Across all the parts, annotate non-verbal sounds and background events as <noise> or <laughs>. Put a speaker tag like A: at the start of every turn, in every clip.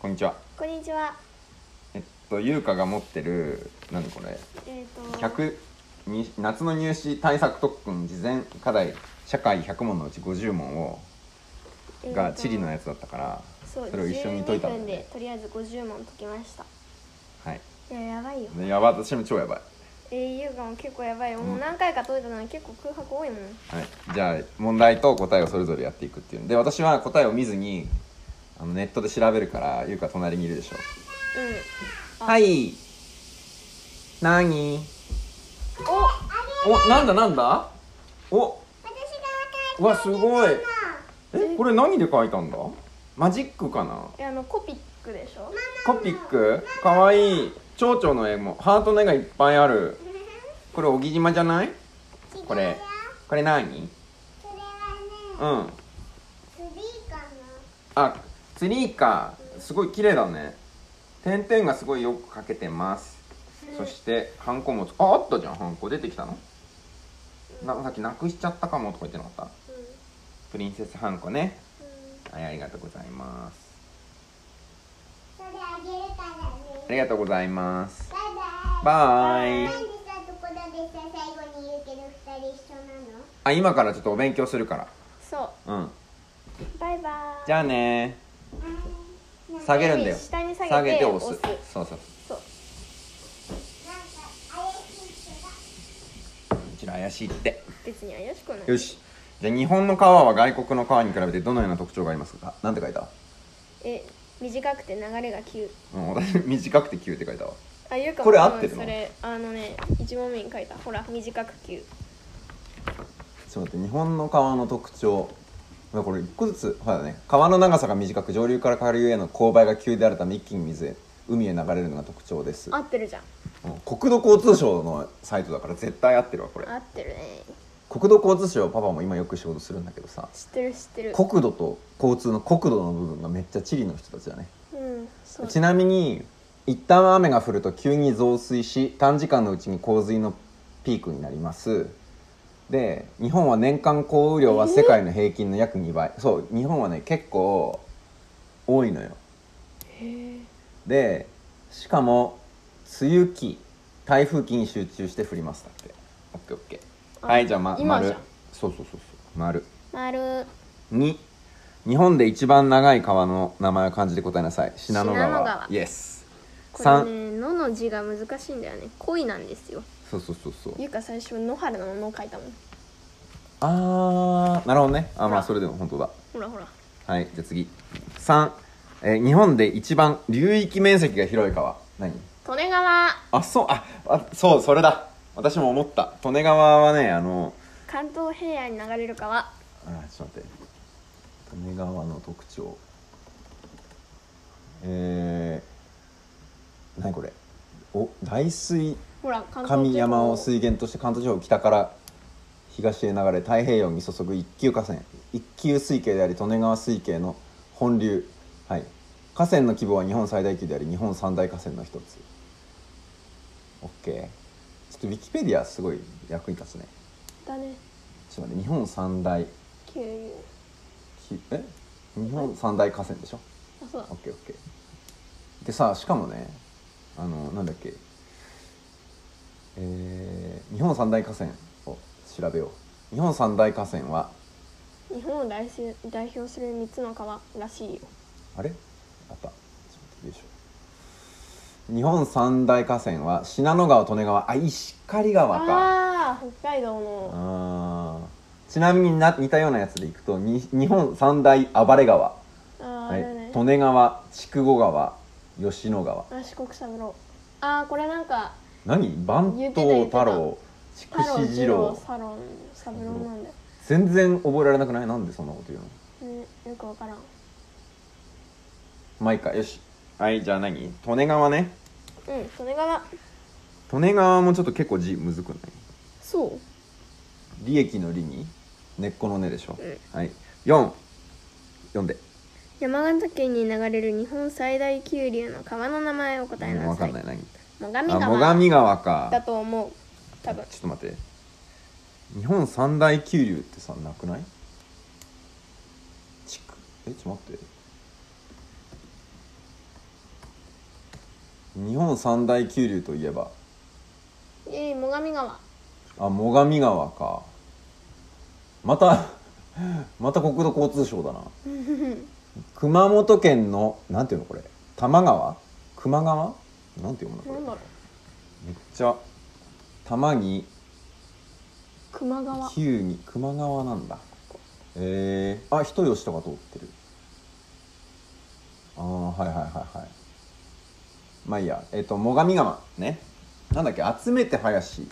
A: こんにちは
B: こんにちは。
A: えっと優香が持ってる何これ
B: えっ、と。
A: 100に夏の入試対策特訓事前課題社会100問のうち50問を
B: えーと
A: が地理のやつだったから
B: そう。
A: それを一緒に解いた
B: 12
A: ん
B: 分
A: で
B: でとりあえず50問解きました。
A: はい
B: いややばいよ。
A: でやばい私も超やばい
B: えー、ゆうかも結構やばいよ。もう何回か解いたのに結構空白多いもん。
A: はい、じゃあ問題と答えをそれぞれやっていくっていうので私は答えを見ずにあのネットで調べるから優香隣にいるでしょ
B: う
A: はい何
B: ん。お、
A: おなんだなんだおうわすごいえこれ何で書いたんだマジックかな
B: えあのコピックでしょ。
A: コピックかわいい蝶々の絵もハートの絵がいっぱいあるこれ小木島じゃないこれこれ何
C: それは
A: う
C: ね、
A: ん
C: ツリーか
A: あツリーかすごい綺麗だね点々がすごいよくかけてますそしてハンコもつああったじゃんハンコ出てきたのなさっきなくしちゃったかもとか言ってなかったプリンセスハンコねはいありがとうございます
C: な。それあげるから
A: あ
C: ね。
A: りがとうございます
C: バイ
A: バ
C: バイ。
A: イ
C: なんでさ、とこだでさ、最後に言うけど、二人一緒なの。
A: あ今からちょっとお勉強するか
B: そ
A: らうん
B: う。バイバーイ。
A: じゃあね
C: なんか、
A: 下げるんだよ
B: 下に下げて
A: 押す
B: 押す
A: そうそうこ
B: そう。
C: なんか、怪しい人が。
A: ちら怪しいって
B: 別に怪しくない。
A: よしじゃあ日本の川は外国の川に比べてどのような特徴がありますかなんて書いた
B: え短くて流れが急。
A: うん私短くて急って書いたわ
B: あゆうかも
A: これ合ってるの
B: それあのね一問目に書いたほら短く急。
A: ちょっと待って日本の川の特徴まあこれ一個ずつほらね川の長さが短く上流から下流への勾配が急であるため一気に水へ海へ流れるのが特徴です
B: 合ってるじゃん。
A: うん国土交通省のサイトだから絶対合ってるわこれ
B: 合ってるね。
A: 国土交通省パパも今よく仕事するんだけどさ
B: 知ってる知ってる。
A: 国土と交通の国土の部分がめっちゃ地理の人たちだね
B: うん。そう。
A: ちなみに一旦雨が降ると急に増水し短時間のうちに洪水のピークになりますで日本は年間降雨量は世界の平均の約2倍、そう日本はね結構多いのよでしかも梅雨期台風期に集中して降りますだってオッケーオッケー
B: あ
A: はいじゃあ、ま、
B: 今じゃん
A: 丸そうそうそうそう丸
B: 丸。
A: 2日本で一番長い川の名前を漢字で答えなさい信濃川
B: 信濃川
A: イエス
B: これ
A: 3
B: ね「の」の字が難しいんだよね恋なんですよ
A: そうそうそうそう
B: ゆうか最初野原の「の」書いたもん
A: あーなるほどねあ
B: ほ
A: まあ
B: ら
A: それでも本当だ
B: ほらほら
A: はいじゃあ次3、えー日本で一番流域面積が広い川何
B: 利根川
A: あそうああそうそれだ私も思った利根川はねあの
B: 関東平野に流れる川
A: あちょっと待って利根川の特徴えー、何これお大水
B: ほら関東地方
A: 神山を水源として関東地方を北から東へ流れ太平洋に注ぐ一級河川一級水系であり利根川水系の本流、はい、河川の規模は日本最大級であり日本三大河川の一つ OK ちょっとウィキペディアすごい役に立つね
B: だね
A: ちょっと待って日本三大
B: 急流
A: きえ日本三大河川でしょ
B: あそうだ
A: OKOK でさしかもねあのなんだっけえー日本三大河川を調べよう日本三大河川は
B: 日本を代表代表する3つの川らしいよ
A: あれあったちょっと待ってよいしょ日本三大河川は信濃川利根川あ石狩川か
B: ああー北海道の
A: あーちなみにな似たようなやつでいくとに日本三大暴れ川、
B: あーあ
A: はい
B: れだね、
A: 利根川筑後川吉野川
B: あ四国三郎ああこれなんか
A: 何番
B: 言ってた
A: 頭
B: 言ってた
A: 太郎筑
B: 太郎
A: 紫
B: 二
A: 二
B: 郎
A: 郎
B: サロン三郎なんだよ、
A: 全然覚えられなくないなんでそんなこと言うの
B: ね、よくわからん
A: まあいいかよしはいじゃあ何利根川ね
B: うん利根川
A: 利根川もちょっと結構字むずくない
B: そう
A: 利益の利に根っこの根でしょ、
B: うん
A: はい4読んで
B: 山形県に流れる日本最大急流の川の名前を答え
A: もう
B: な
A: 分か
B: さい。
A: んない何
B: 最上
A: あ
B: 川
A: 最上川か
B: だと思う。多分。
A: ちょっと待って日本三大急流ってさなくないちくえちょっと待って日本三大急流といえば
B: えい最上川
A: あ最上川かまた <laughs> また国土交通省だな熊本県のなんていうのこれ多摩川熊川なんていうのこれ
B: なんだろう
A: めっちゃ玉に
B: 球磨川
A: 旧に球磨川なんだえー、あ人吉とか通ってるああはいはいはいはいまあいいやえっ、と最上川ねなんだっけ集めて林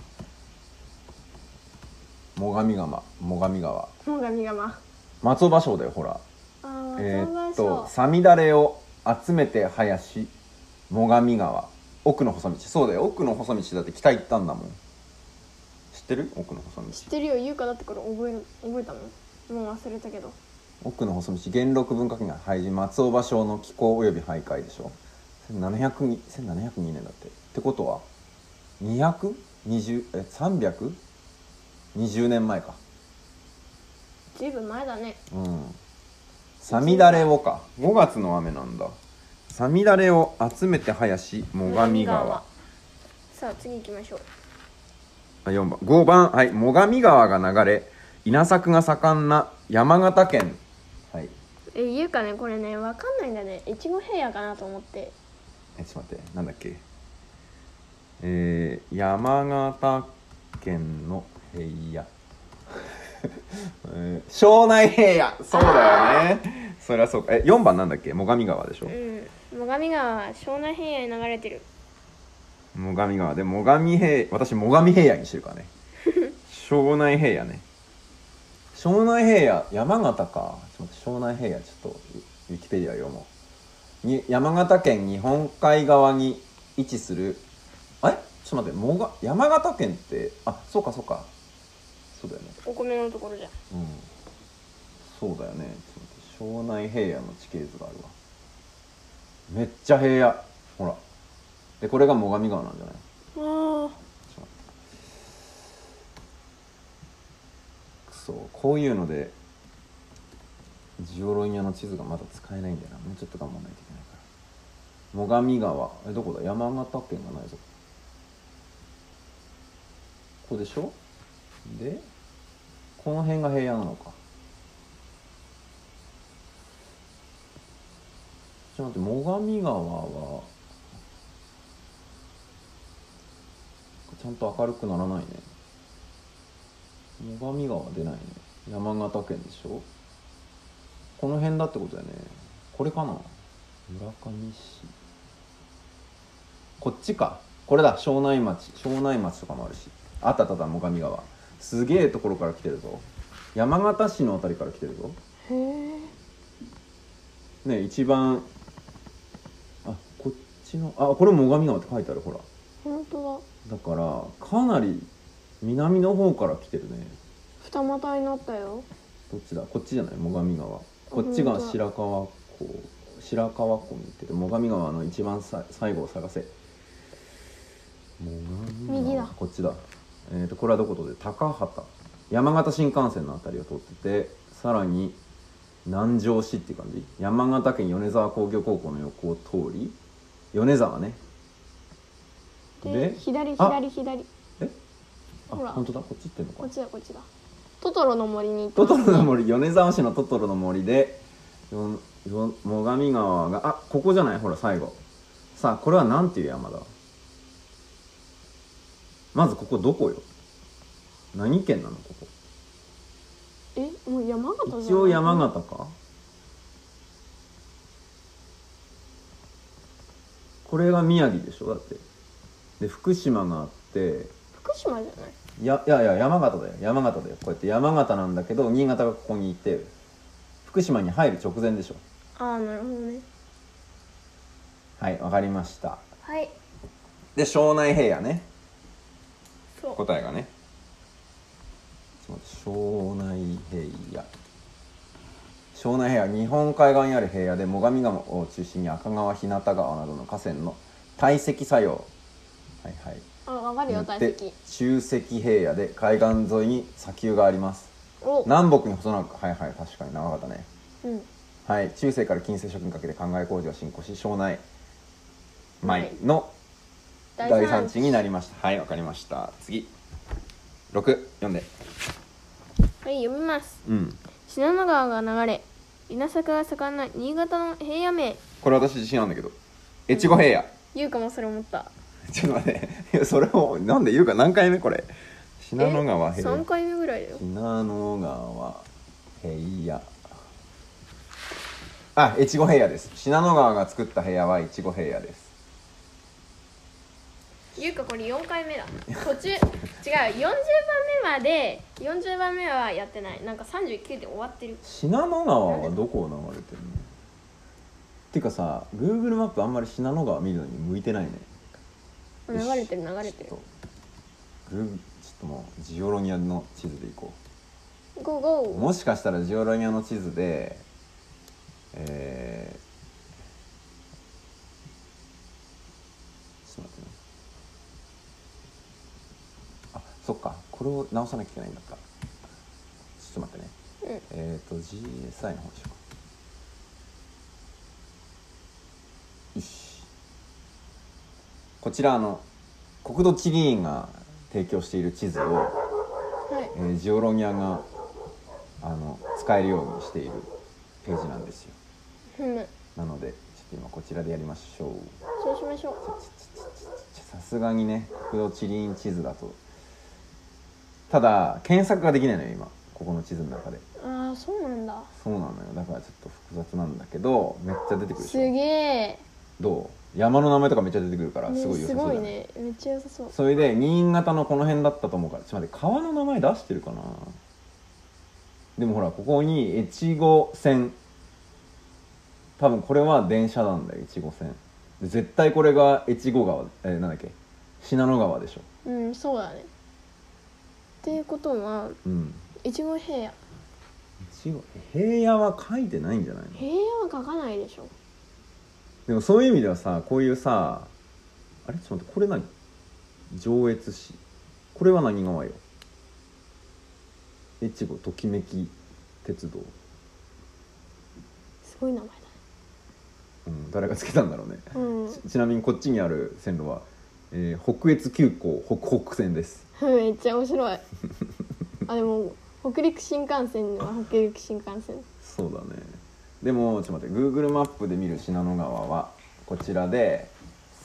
A: 最上川最上川
B: 最上川
A: 松尾芭蕉だよほら
B: あ
A: えー
B: ー
A: っ
B: 松
A: と
B: 尾
A: 「
B: 芭
A: さみだれを集めて林最上川奥の細道」そうだよ奥の細道だって北行ったんだもん知ってる奥の細道
B: 知ってるよ優香だってこれ覚える覚えたのもう忘れたけど
A: 奥の細道元禄文化圏が廃寺松尾芭蕉の気候および徘徊でしょ1700に1702年だってってことは220え320年前か
B: ずいぶん前だね
A: うんさみだれをか5月の雨なんださみだれを集めて林最上川
B: さあ次行きましょう
A: あ4番5番はい最上川が流れ稲作が盛んな山形県はい
B: え優香ねこれねわかんないんだねいちご平野かなと思って
A: えちょっと待ってなんだっけえー、山形県の平野 <laughs> えー庄内平野そうだよねそりゃそうかえ4番なんだっけ最上川でしょ
B: うん最上川は湘南平野に流れてる
A: 最上川で最上平私最上平野にしてるから <laughs> ね庄内平野ね庄内平野山形かちょっと待って庄内平野ちょっとウィキペディア読もうに山形県日本海側に位置するあれちょっと待ってもが山形県ってあそうかそうかそうだよね
B: お米のところじゃ
A: うんそうだよねちょっと待って庄内平野の地形図があるわめっちゃ平野ほらでこれが最上川なんじゃない
B: あ
A: くそこういうのでジオロニアの地図がまだ使えないんだよなもうちょっと頑張らないといけないから最上川えどこだ山形県がないぞここでしょでこの辺が平野なのかちょっと待って最上川はちゃんと明るくならないね最上川は出ないね山形県でしょこの辺だってことだよねこれかな村上市こっちかこれだ庄内町庄内町とかもあるしあったあったあった最上川すげえところから来てるぞ山形市のあたりから来てるぞ
B: へえ
A: ね一番あこっちのあこれも最上川って書いてあるほら
B: 本当だ
A: だからかなり南の方から来てるね
B: 二股になったよ
A: どっちだこっちじゃない最上川こっちが白川湖白川湖に行ってる最上川の一番さ最後を探せ最上川
B: 右だ
A: こっちだえー、とこれはどことで高畑山形新幹線のあたりを通っててさらに南城市っていう感じ山形県米沢工業高校の横を通り米沢ね
B: で左
A: あ
B: 左左
A: えあ
B: ほら
A: 本当だこっち行ってんの
B: こ
A: か
B: っちだこっちだトトロの森に行った
A: トトロの森米沢市のトトロの森でよよ最上川があここじゃないほら最後さあこれはなんていう山だまずここどこよ何県なのここ
B: えもう山形じゃない
A: 一応山形かこれが宮城でしょだってで福島があって
B: 福島じゃない
A: いやいやいや山形だよ山形だよこうやって山形なんだけど新潟がここにいて福島に入る直前でしょ
B: ああなるほどね
A: はいわかりました
B: はい
A: で庄内平野ね
B: そう
A: 答えがねちょっと待って庄内平野庄内平野日本海側にある平野で最上川を中心に赤川日向川などの河川の堆積作用はいはい
B: あわかる
A: によっ
B: よ大
A: て
B: 石
A: 中石平野で海岸沿いに砂丘があります
B: お
A: 南北に細長くはいはい確かに長かったね
B: うん
A: はい中世から近世初期にかけて灌漑工事が進行し庄内枚の
B: はい
A: 大産地になりましたはいわかりました次6読んで
B: はい読みます
A: うん
B: 信濃川が流れ稲作が盛んな新潟の平野名
A: これ私自信あるんだけど越後平野 <laughs>
B: 言うかもそれ思った
A: ちょっと待っていやそれをなんで言うか何回目これ信濃川平
B: 3
A: 野
B: 回目ぐらいだよ
A: 信濃川平野あ越後平野です信濃川が作った平野は越後平野です
B: ゆうかこれ4回目だ途中違う40番目まで40番目はやってないなんか39で終わってる
A: 信濃川はどこを流れてるのてかさ Google マップあんまり信濃川見るのに向いてないね
B: 流れてる流れてる
A: ちょっと Google ちょっともうジオロニアの地図で行こ
B: ゴー
A: う
B: ゴ
A: もしかしたらジオロニアの地図でえー、ちょっと待ってねあそっかこれを直さなきゃいけないんだったちょっと待ってね
B: ーうん
A: えっ、ー、と GSI の方でしょうかよしこちらあの国土地理院が提供している地図を、
B: はい
A: えージオロニアがあの使えるようにしているページなんですよ
B: ふむ
A: なのでちょっと今こちらでやりましょう
B: そうしましょう
A: さすがにね国土地理院地図だとただ検索ができないのよ今ここの地図の中で
B: ああそうなんだ
A: そうなのよだからちょっと複雑なんだけどめっちゃ出てくるですしょ
B: げえ
A: どう山の名前とかめっちゃ出てくるからすごい良さ
B: す
A: そう
B: ご
A: だ
B: い
A: よ
B: ねめっちゃ良さそう
A: それで新潟のこの辺だったと思うからちょっと待って川の名前出してるかなでもほらここに越後線多分これは電車なんだよ越後線で絶対これが越後川えーなんだっけ信濃川でしょ
B: うんそうだねっていうことは
A: うん
B: 越後平野
A: 越後平野は書いてないんじゃないの
B: 平野は書かないでしょ
A: でもそういう意味ではさこういうさあれちょっと待ってこれ何上越市これは何川よ越後ときめき鉄道、
B: すごい名前だ <laughs>
A: うん、誰がつけたんだろうね、
B: うん
A: ちちなみにこっちにある線路は、えー北越急行北北線です
B: めっちゃ面白いあでも北陸新幹線は北陸新幹線
A: そうだねでもちょっと待って Google マップで見る信濃川はこちらで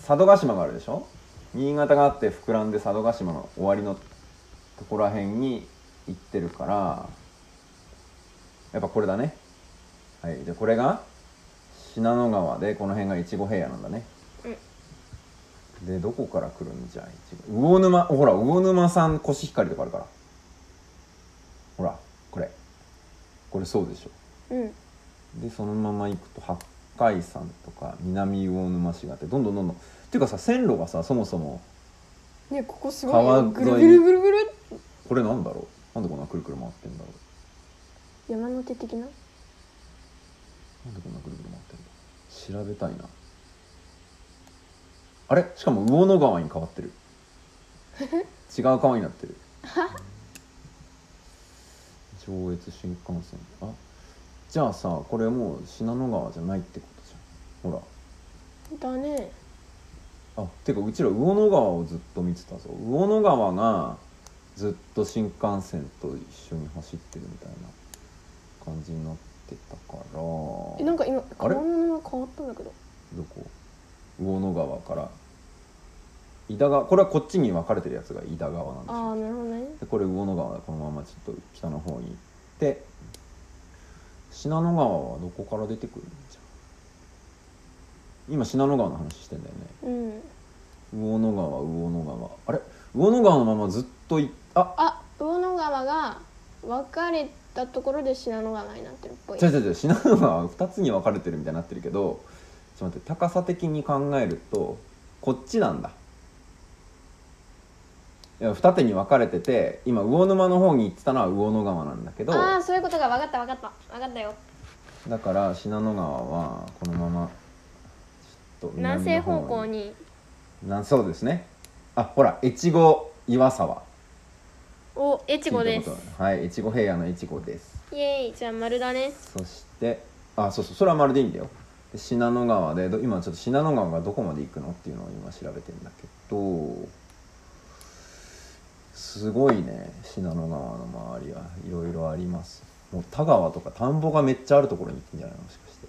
A: 佐渡島があるでしょ新潟があって膨らんで佐渡島の終わりのとこら辺に行ってるからやっぱこれだねはいじゃあこれが信濃川でこの辺が越後平野なんだねでどこから来るんじゃ越後魚沼ほら魚沼産コシヒカリとかあるからほらこれこれそうでしょ
B: うん
A: でそのまま行くと八海山とか南魚沼市があってどんどんどんどんっていうかさ線路がさそもそも
B: ねここすごい
A: 川
B: よ
A: 沿い
B: ぐるぐるぐるぐる
A: これなんだろうなんでこんなくるくる回ってんだろう
B: 山手的な
A: なんでこんなくるくる回ってんだろう調べたいなあれしかも魚野川に変わってる違う川になってる上越新幹線あじゃあさこれもう信濃川じゃないってことじゃんほら
B: だね
A: あてかうちら魚野川をずっと見てたぞ魚野川がずっと新幹線と一緒に走ってるみたいな感じになってたから
B: えな
A: ど
B: んか今
A: あれ
B: 川の名前変わったんだけど
A: こ魚野川から井田川これはこっちに分かれてるやつが井田川なんです
B: あ
A: よ
B: あなるほどね
A: でこれ魚野川だこのままちょっと北の方に行って信濃川はどこから出てくるんじゃ今信濃川の話してんだよね
B: うん
A: 魚野川魚野川あれ魚野川のままずっといあ
B: あ魚野川が分かれたところで信濃川になってるっぽい
A: 違う違う違う信濃川は2つに分かれてるみたいになってるけどちょっと待って高さ的に考えるとこっちなんだいや二手に分かれてて今魚沼の方に行ってたのは魚野川なんだけど
B: ああそういうことが分かった分かった分かったよ
A: だから信濃川はこのままちょっと
B: 南西方向に
A: 南そうですねあほら越後岩沢
B: お越後です
A: はい越後平野の越後です
B: イエーイじゃあ丸だね
A: そしてあそうそうそれはまるでいいんだよでで信濃川でど今ちょっと信濃川がどこまで行くのっていうのを今調べてんだけどすごいね信濃川の周りはいろいろありますもう田川とか田んぼがめっちゃあるところに行くんじゃないもしかして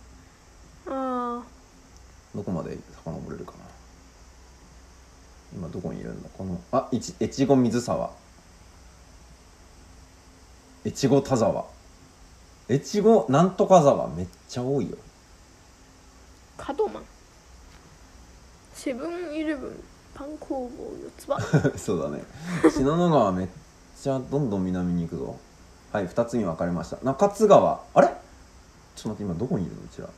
B: あ
A: どこまで遡れるかな今どこにいるんだこのあいち越後水沢越後田沢越後なんとか沢めっちゃ多いよ
B: あ門真セブンイレブンパン工房四つ葉
A: <laughs> そうだね信濃川めっちゃどんどん南に行くぞはい2つに分かれました中津川あれちょっと待って今どこにいるのうちら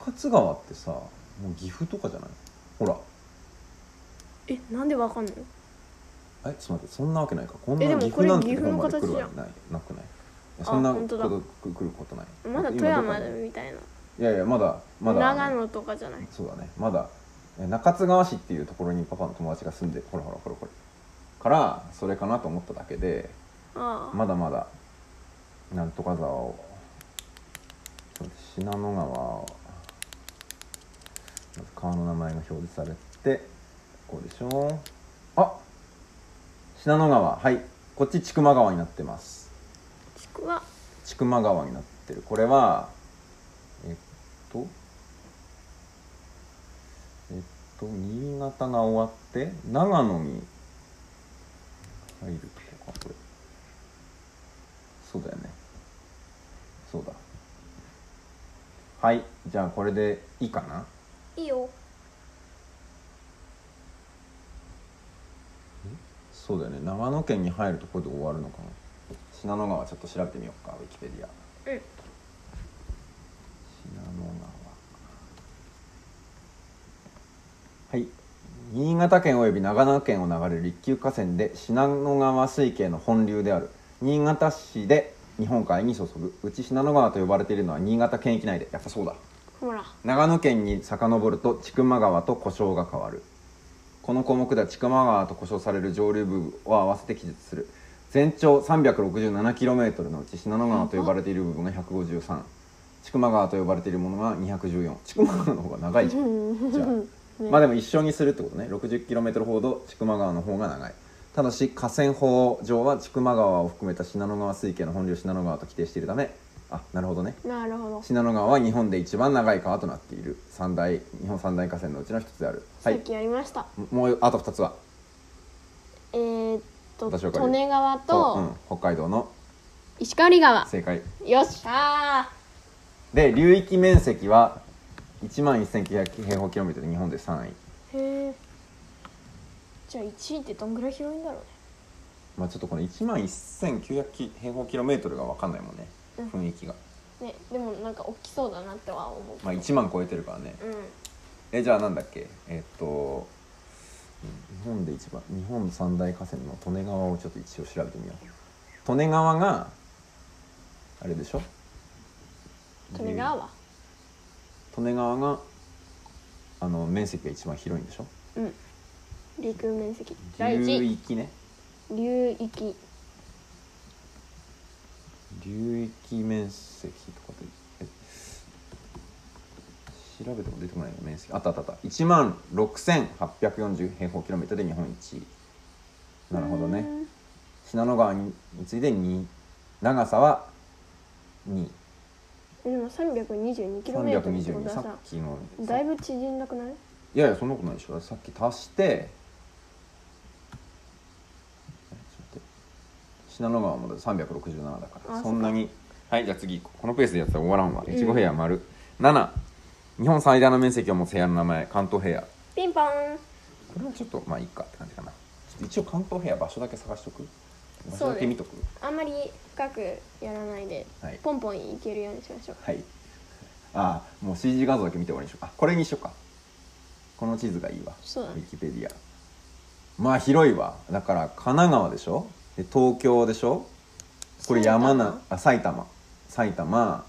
A: 中津川ってさもう岐阜とかじゃないほら
B: えなんでわかんの
A: えちょっと待ってそんなわけないかこん
B: え
A: な
B: でも
A: 岐阜
B: これ
A: なんて
B: 岐
A: と
B: 阜
A: こ
B: の
A: まで来
B: 形
A: る
B: じゃ
A: わ
B: ん
A: けないなくないいやそんな
B: あ
A: こ
B: 本当だ
A: とく来ることない
B: まだ
A: 今
B: 富
A: どこ
B: 山
A: に
B: みたいない
A: やいやまだまだ
B: 長野とかじゃない
A: そうだねまだえ中津川市っていうところにパパの友達が住んでほらほらほらほらからそれかなと思っただけで
B: ああ、
A: まだまだなんとか沢をそうです信濃川をまず川の名前が表示されてこうでしょあ信濃川はいこっち千曲川になってます
B: ちくわ
A: 千曲川になってるこれはえっとえっと新潟が終わって長野に入るとこかこれそうだよねそうだはいじゃあこれでいいかない
B: いよ
A: そうだよね長野県に入るところで終わるのかな信濃川ちょっと調べてみようかウィキペディア
B: うん
A: 信濃川はい新潟県及び長野県を流れる一級河川で信濃川水系の本流である新潟市で日本海に注ぐうち信濃川と呼ばれているのは新潟県域内でやっぱそうだ
B: ほら
A: 長野県に遡ると千曲川と呼称が変わるこの項目では千曲川と呼称される上流部を合わせて記述する全長 367km のうち信濃川と呼ばれている部分が153千曲川と呼ばれているものが214千曲川の方が長いじゃんじゃあまあでも一緒にするってことね 60km ほど千曲川の方が長いただし河川法上は千曲川を含めた信濃川水系の本流信濃川と規定しているためあなるほどね
B: なるほど
A: 信濃川は日本で一番長い川となっている三大日本三大河川のうちの一つであるは
B: さっ
A: い
B: きやりました、
A: もうあと二つは
B: えー、っと
A: 私わかる
B: 利根川
A: う
B: と
A: ん、北海道の
B: 石狩川
A: 正解
B: よっしゃ
A: で流域面積は1万1900平方キロメートル日本で3位
B: ーへえじゃあ1位ってどんぐらい広いんだろうね
A: まあちょっとこの1万1900平方キロメートルが分かんないもんね
B: うん
A: 雰囲気が
B: ねでもなんか大きそうだなっては思うけど
A: まあ1万超えてるからね
B: う
A: えじゃあなんだっけえっとうん日本で一番日本三大河川の利根川をちょっと一応調べてみよう利根川があれでしょ
B: ん利根川は
A: 利根川があの面積が一番広いんでしょ
B: うん陸面積第
A: 流
B: 1位
A: 域ね
B: 流域
A: 流域面積とかでえ調べても出てこないよ面積あったあったあった1万6840平方キロメートルで日本一なるほどね信濃川にに次いで2長さは2
B: えでも322キロメートルってこ
A: 322
B: と
A: さ
B: はさ
A: っきの
B: だいぶ縮んだくない
A: いやいやそんなことないでしょさっき足してえちょっと待って信濃川もだ367だか
B: あ
A: らそんなにはいじゃあ次行こうこのペースでやったら終わらんわ
B: ん
A: 越後平野丸、7日本最大の面積を持つ部屋の名前関東平野こ
B: ピンポン
A: れはちょっとまあいいかって感じかなちょっと一応関東平野場所だけ探しとく場
B: そ
A: 所
B: うね
A: だけ見とく、
B: あんまり深くやらないで、
A: はい
B: ポンポンいけるようにしましょう
A: はいああもう CG 画像だけ見て終わりにしようかこれにしようかこの地図がいいわ
B: そうだ
A: ウ
B: ね
A: ィキペディアまあ広いわだから神奈川でしょで東京でしょこれ山なあ埼玉埼玉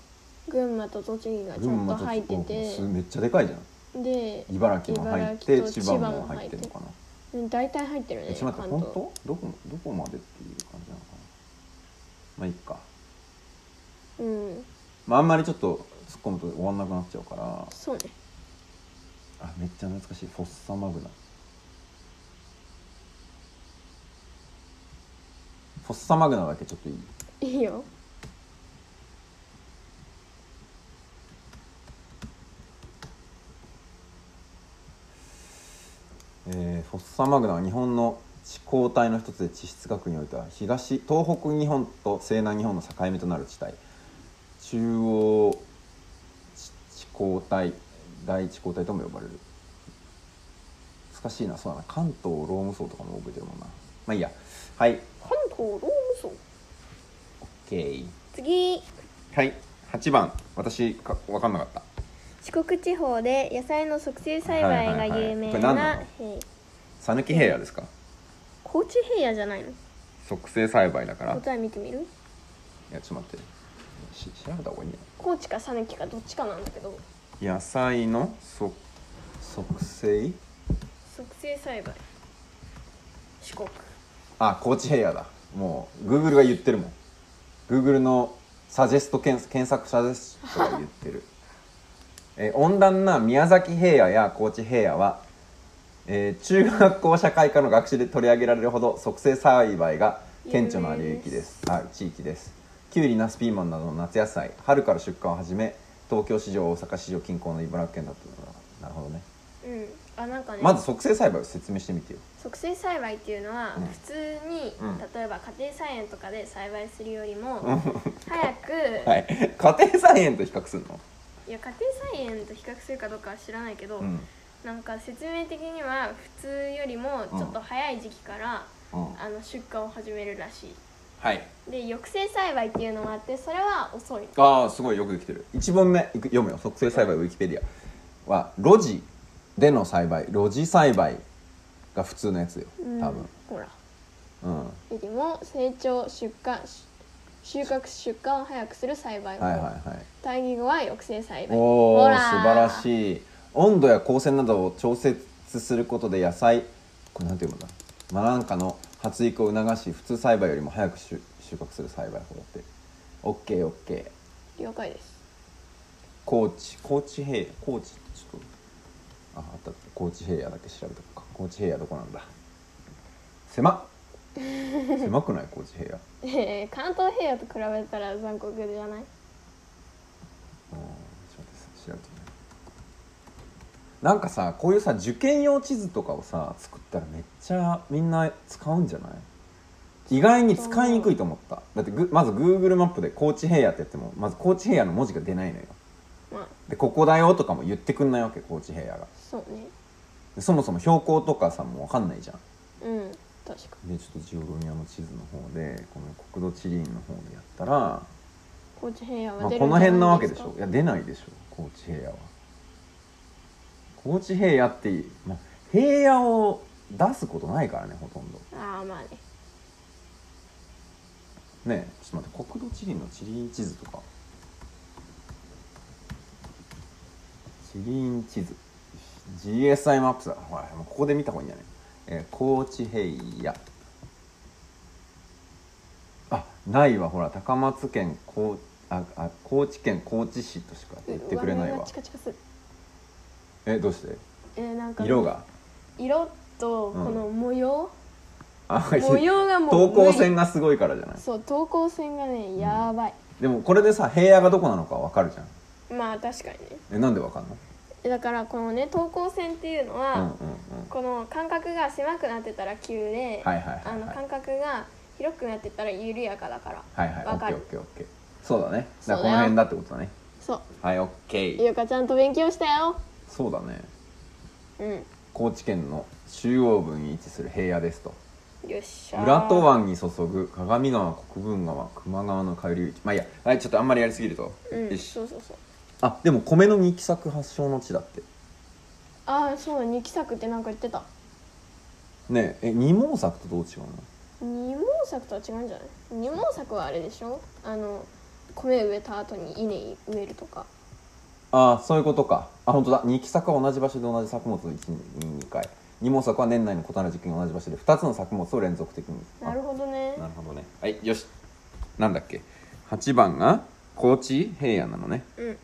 B: 群馬と栃木がち
A: 群
B: ょっと
A: 馬と
B: 入って
A: おす
B: て
A: めっちゃでかいじゃん
B: で
A: 茨城も入って
B: 茨
A: 千
B: 城と
A: 葉も入ってるのかな
B: うん大体入ってる
A: え
B: ね
A: ちょっと待って本
B: 関東
A: 当どこどこまでっていう感じなのかなまあいいか
B: うん
A: まああんまりちょっと突っ込むと終わんなくなっちゃうから
B: そ
A: <laughs>
B: うね
A: あめっちゃ懐かしいフォッサマグナフォッサマグナだけちょっといい
B: いいよ
A: えーフォッサマグナは日本の地高帯の一つで地質学においては東東北日本と西南日本の境目となる地帯中央地地高帯大地高帯とも呼ばれる難しいなそうだな関東ローム層とかも覚えてるもんなまあいいやはい
B: 関東ローム層
A: OK
B: 次
A: はい8番私か分かんなかった
B: 四国地方で野菜の促成栽培が有名
A: はいはいはい
B: な
A: こ
B: えー
A: 讃岐平野ですか
B: 高知平野じゃないの
A: 促成栽培だからい
B: 答え見てみる
A: やちょっと待ってし調べた方がいいね
B: 高知か讃岐かどっちかなんだけど
A: 野菜のそ促成
B: 促成栽培四国
A: あ高知平野だもうグーグルが言ってるもんグーグルのサジェスト検検索サジェストが言ってるえー温暖な宮崎平野や高知平野は、えー中学校社会科の学習で取り上げられるほど促成栽培が顕著な領域ですあ地域ですきゅうりナスピーマンなどの夏野菜春から出荷を始め東京市場大阪市場近郊の茨城県だったなるほどね
B: うんあなんかね
A: まず促成栽培を説明してみてよ
B: 促成栽培っていうのは
A: うん
B: 普通に、
A: うん
B: 例えば家庭菜園とかで栽培するよりも早く、、
A: はいい、家庭菜園と比較するの、
B: や家庭菜園と比較するかどうかは知らないけど、
A: うん
B: なんか説明的には普通よりもちょっと早い時期から、
A: うん、
B: あの出荷を始めるらしい
A: はい
B: で抑制栽培っていうのがあってそれは遅い
A: ああすごいよくできてる1問目いく読むよ促成栽培ウィキペディアは路地での栽培路地栽培が普通のやつよ多
B: うん
A: 分
B: ほら
A: うん、
B: よりも成長出荷し収穫出荷を早くする栽培法、
A: はいはいはい
B: 対義語は抑制栽培
A: おお
B: ほ
A: 素
B: ら
A: 晴らしい温度や光線などを調節することで野菜これなんて読むんだマランカの発育を促し普通栽培よりも早く収収穫する栽培法だって OKOK
B: 了解です
A: 高知高知平野高知ちょっとああったあった高知平野だけ調べとくか高知平野どこなんだ狭っ狭くない高知平野
B: えー関東平野と比べたら残酷じゃない
A: うんちょっと待って調べてみようなんかさこういうさ受験用地図とかをさ作ったらめっちゃみんな使うんじゃない意外に使いにくいと思っただってグまず Google マップで高知平野ってやってもまず高知平野の文字が出ないのよ
B: まあ
A: でここだよとかも言ってくんないわけ高知平野が
B: そうね
A: でそもそも標高とかさもう分かんないじゃん
B: うん確か
A: でちょっとジオロニアの地図の方でこの国土地理院の方でやったら
B: 高知平野
A: ま
B: は
A: あ、
B: 出る
A: この辺なわけでしょい
B: や
A: や出ないでしょ高知平野は高知平野っていい、まあ、平野を出すことないからねほとんど
B: ああまあね
A: ねえちょっと待って国土地理の地理院地図とか地理院地図 GSI マップスだほらもうここで見た方がいいんじゃない、えー高知平野あないわほら高松県高ああ高知県高知市としか言ってくれない
B: 上目
A: わ
B: がチカチカする
A: えどうして
B: えーなんか
A: 色が
B: 色とこの模様、
A: あ
B: 模様がもう
A: 等
B: 無
A: 高
B: 理
A: 線がすごいからじゃない
B: そう等高線がねやばい、
A: でもこれでさ平野がどこなのかわかるじゃん
B: まあ確かにね
A: えなんでわかんの
B: えだからこのね等高線っていうのは、
A: うんうんうん
B: この間隔が狭くなってたら急で、
A: はいはいはいはい
B: あの間隔が広くなってたら緩やかだから
A: はいはい、オ
B: わ
A: ッ
B: か
A: ケー
B: る
A: オッケーオッケー。そうだね。だから
B: そう
A: こ
B: だよ
A: の辺だってことだね。
B: そ
A: はい、オッケ
B: う
A: ー。
B: ゆうかちゃんと勉強したよ
A: そうだね。
B: うん
A: 高知県の中央部に位置する平野ですと。
B: よっしゃー
A: 浦戸湾に注ぐ鏡川、国分川、球磨川の下流域。まあいいや、はい、ちょっとあんまりやりすぎると。
B: うん
A: よし
B: そうそうそう
A: あ、でも米の二期作発祥の地だって。
B: ああそうだ二期作ってなんか言ってた
A: ねえ、え二毛作とどう違うの
B: 二毛作とは違うんじゃない二毛作はあれでしょあの米植えた後に稲植えるとか
A: ああ、そういうことか。あ、本当だ。二期作は同じ場所で同じ作物を1、2、2回。二毛作は年内の異なる時期に同じ場所で2つの作物を連続的に。あ
B: なるほどね
A: なるほどねはいよしなんだっけ8番が高知平野なのね
B: うん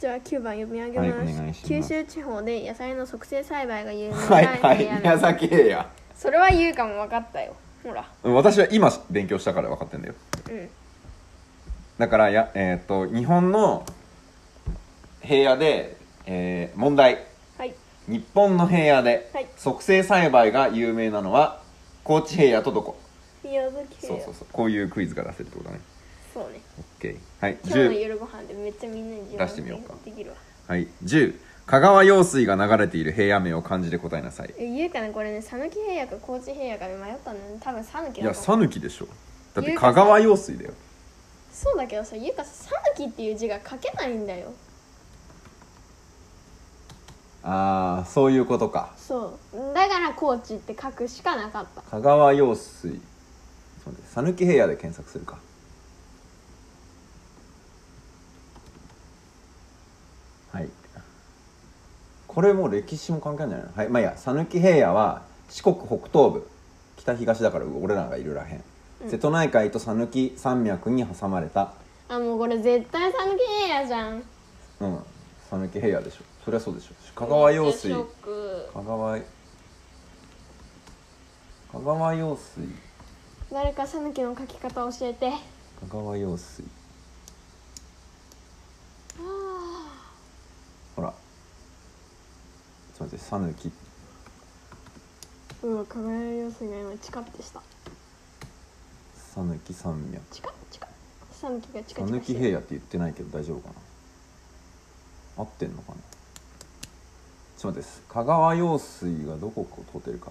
B: じゃあ9番読み上げ
A: はいお
B: ます,、
A: 願いします
B: 九州地方で野菜の促成栽培が有名な
A: はいはい
B: 宮
A: 宮
B: 崎
A: 崎平
B: それは言うかも分かったよほら
A: 野私は今勉強したから分かってんだよ
B: うん
A: だからや、えー、と日本の平野で、えー問題
B: はい
A: 日本の平野で
B: はい
A: 促成栽培が有名なのは高知平野とどこ
B: 宮崎平
A: そうそうそうこういうクイズが出せるってことだね
B: そうね
A: OK はい
B: 今日の
A: 10
B: 夜ご飯でめっちゃみんなに自
A: 出してみようか
B: できるわ
A: はい10香川用水が流れている平野名を漢字で答えなさい
B: え言うかなこれね讃岐平野か高知平野かで迷ったんだよね多分讃岐
A: い
B: だ
A: や
B: と思う
A: 讃岐でしょだって
B: 言う
A: 香
B: か
A: 川用水だよ
B: そうだけどさゆうかさ讃岐っていう字が書けないんだよ
A: ああそういうことか
B: そうだから高知って書くしかなかった
A: 香川用水ちょっと待って讃岐平野で検索するかはいこれもう歴史も関係ないのはいまあいいや讃岐平野は四国北東部北東だから俺らがいるらへん、瀬戸内海と讃岐山脈に挟まれた
B: あもうこれ絶対讃岐平野じゃん
A: うん讃岐平野でしょそりゃそうでしょ香川用水
B: めっちゃショック
A: 香川香川用水
B: 誰か讃岐の書き方教えてあ
A: 香川用水
B: あ
A: ほらちょっと待って讃岐
B: うわ輝い様子が今チカってした
A: 讃岐山脈
B: チカチカ讃岐がチカチカ
A: 讃
B: し
A: 岐
B: てる
A: 平野って言ってないけど大丈夫かな合ってんのかなちょっと待って香川用水がどこを通ってるか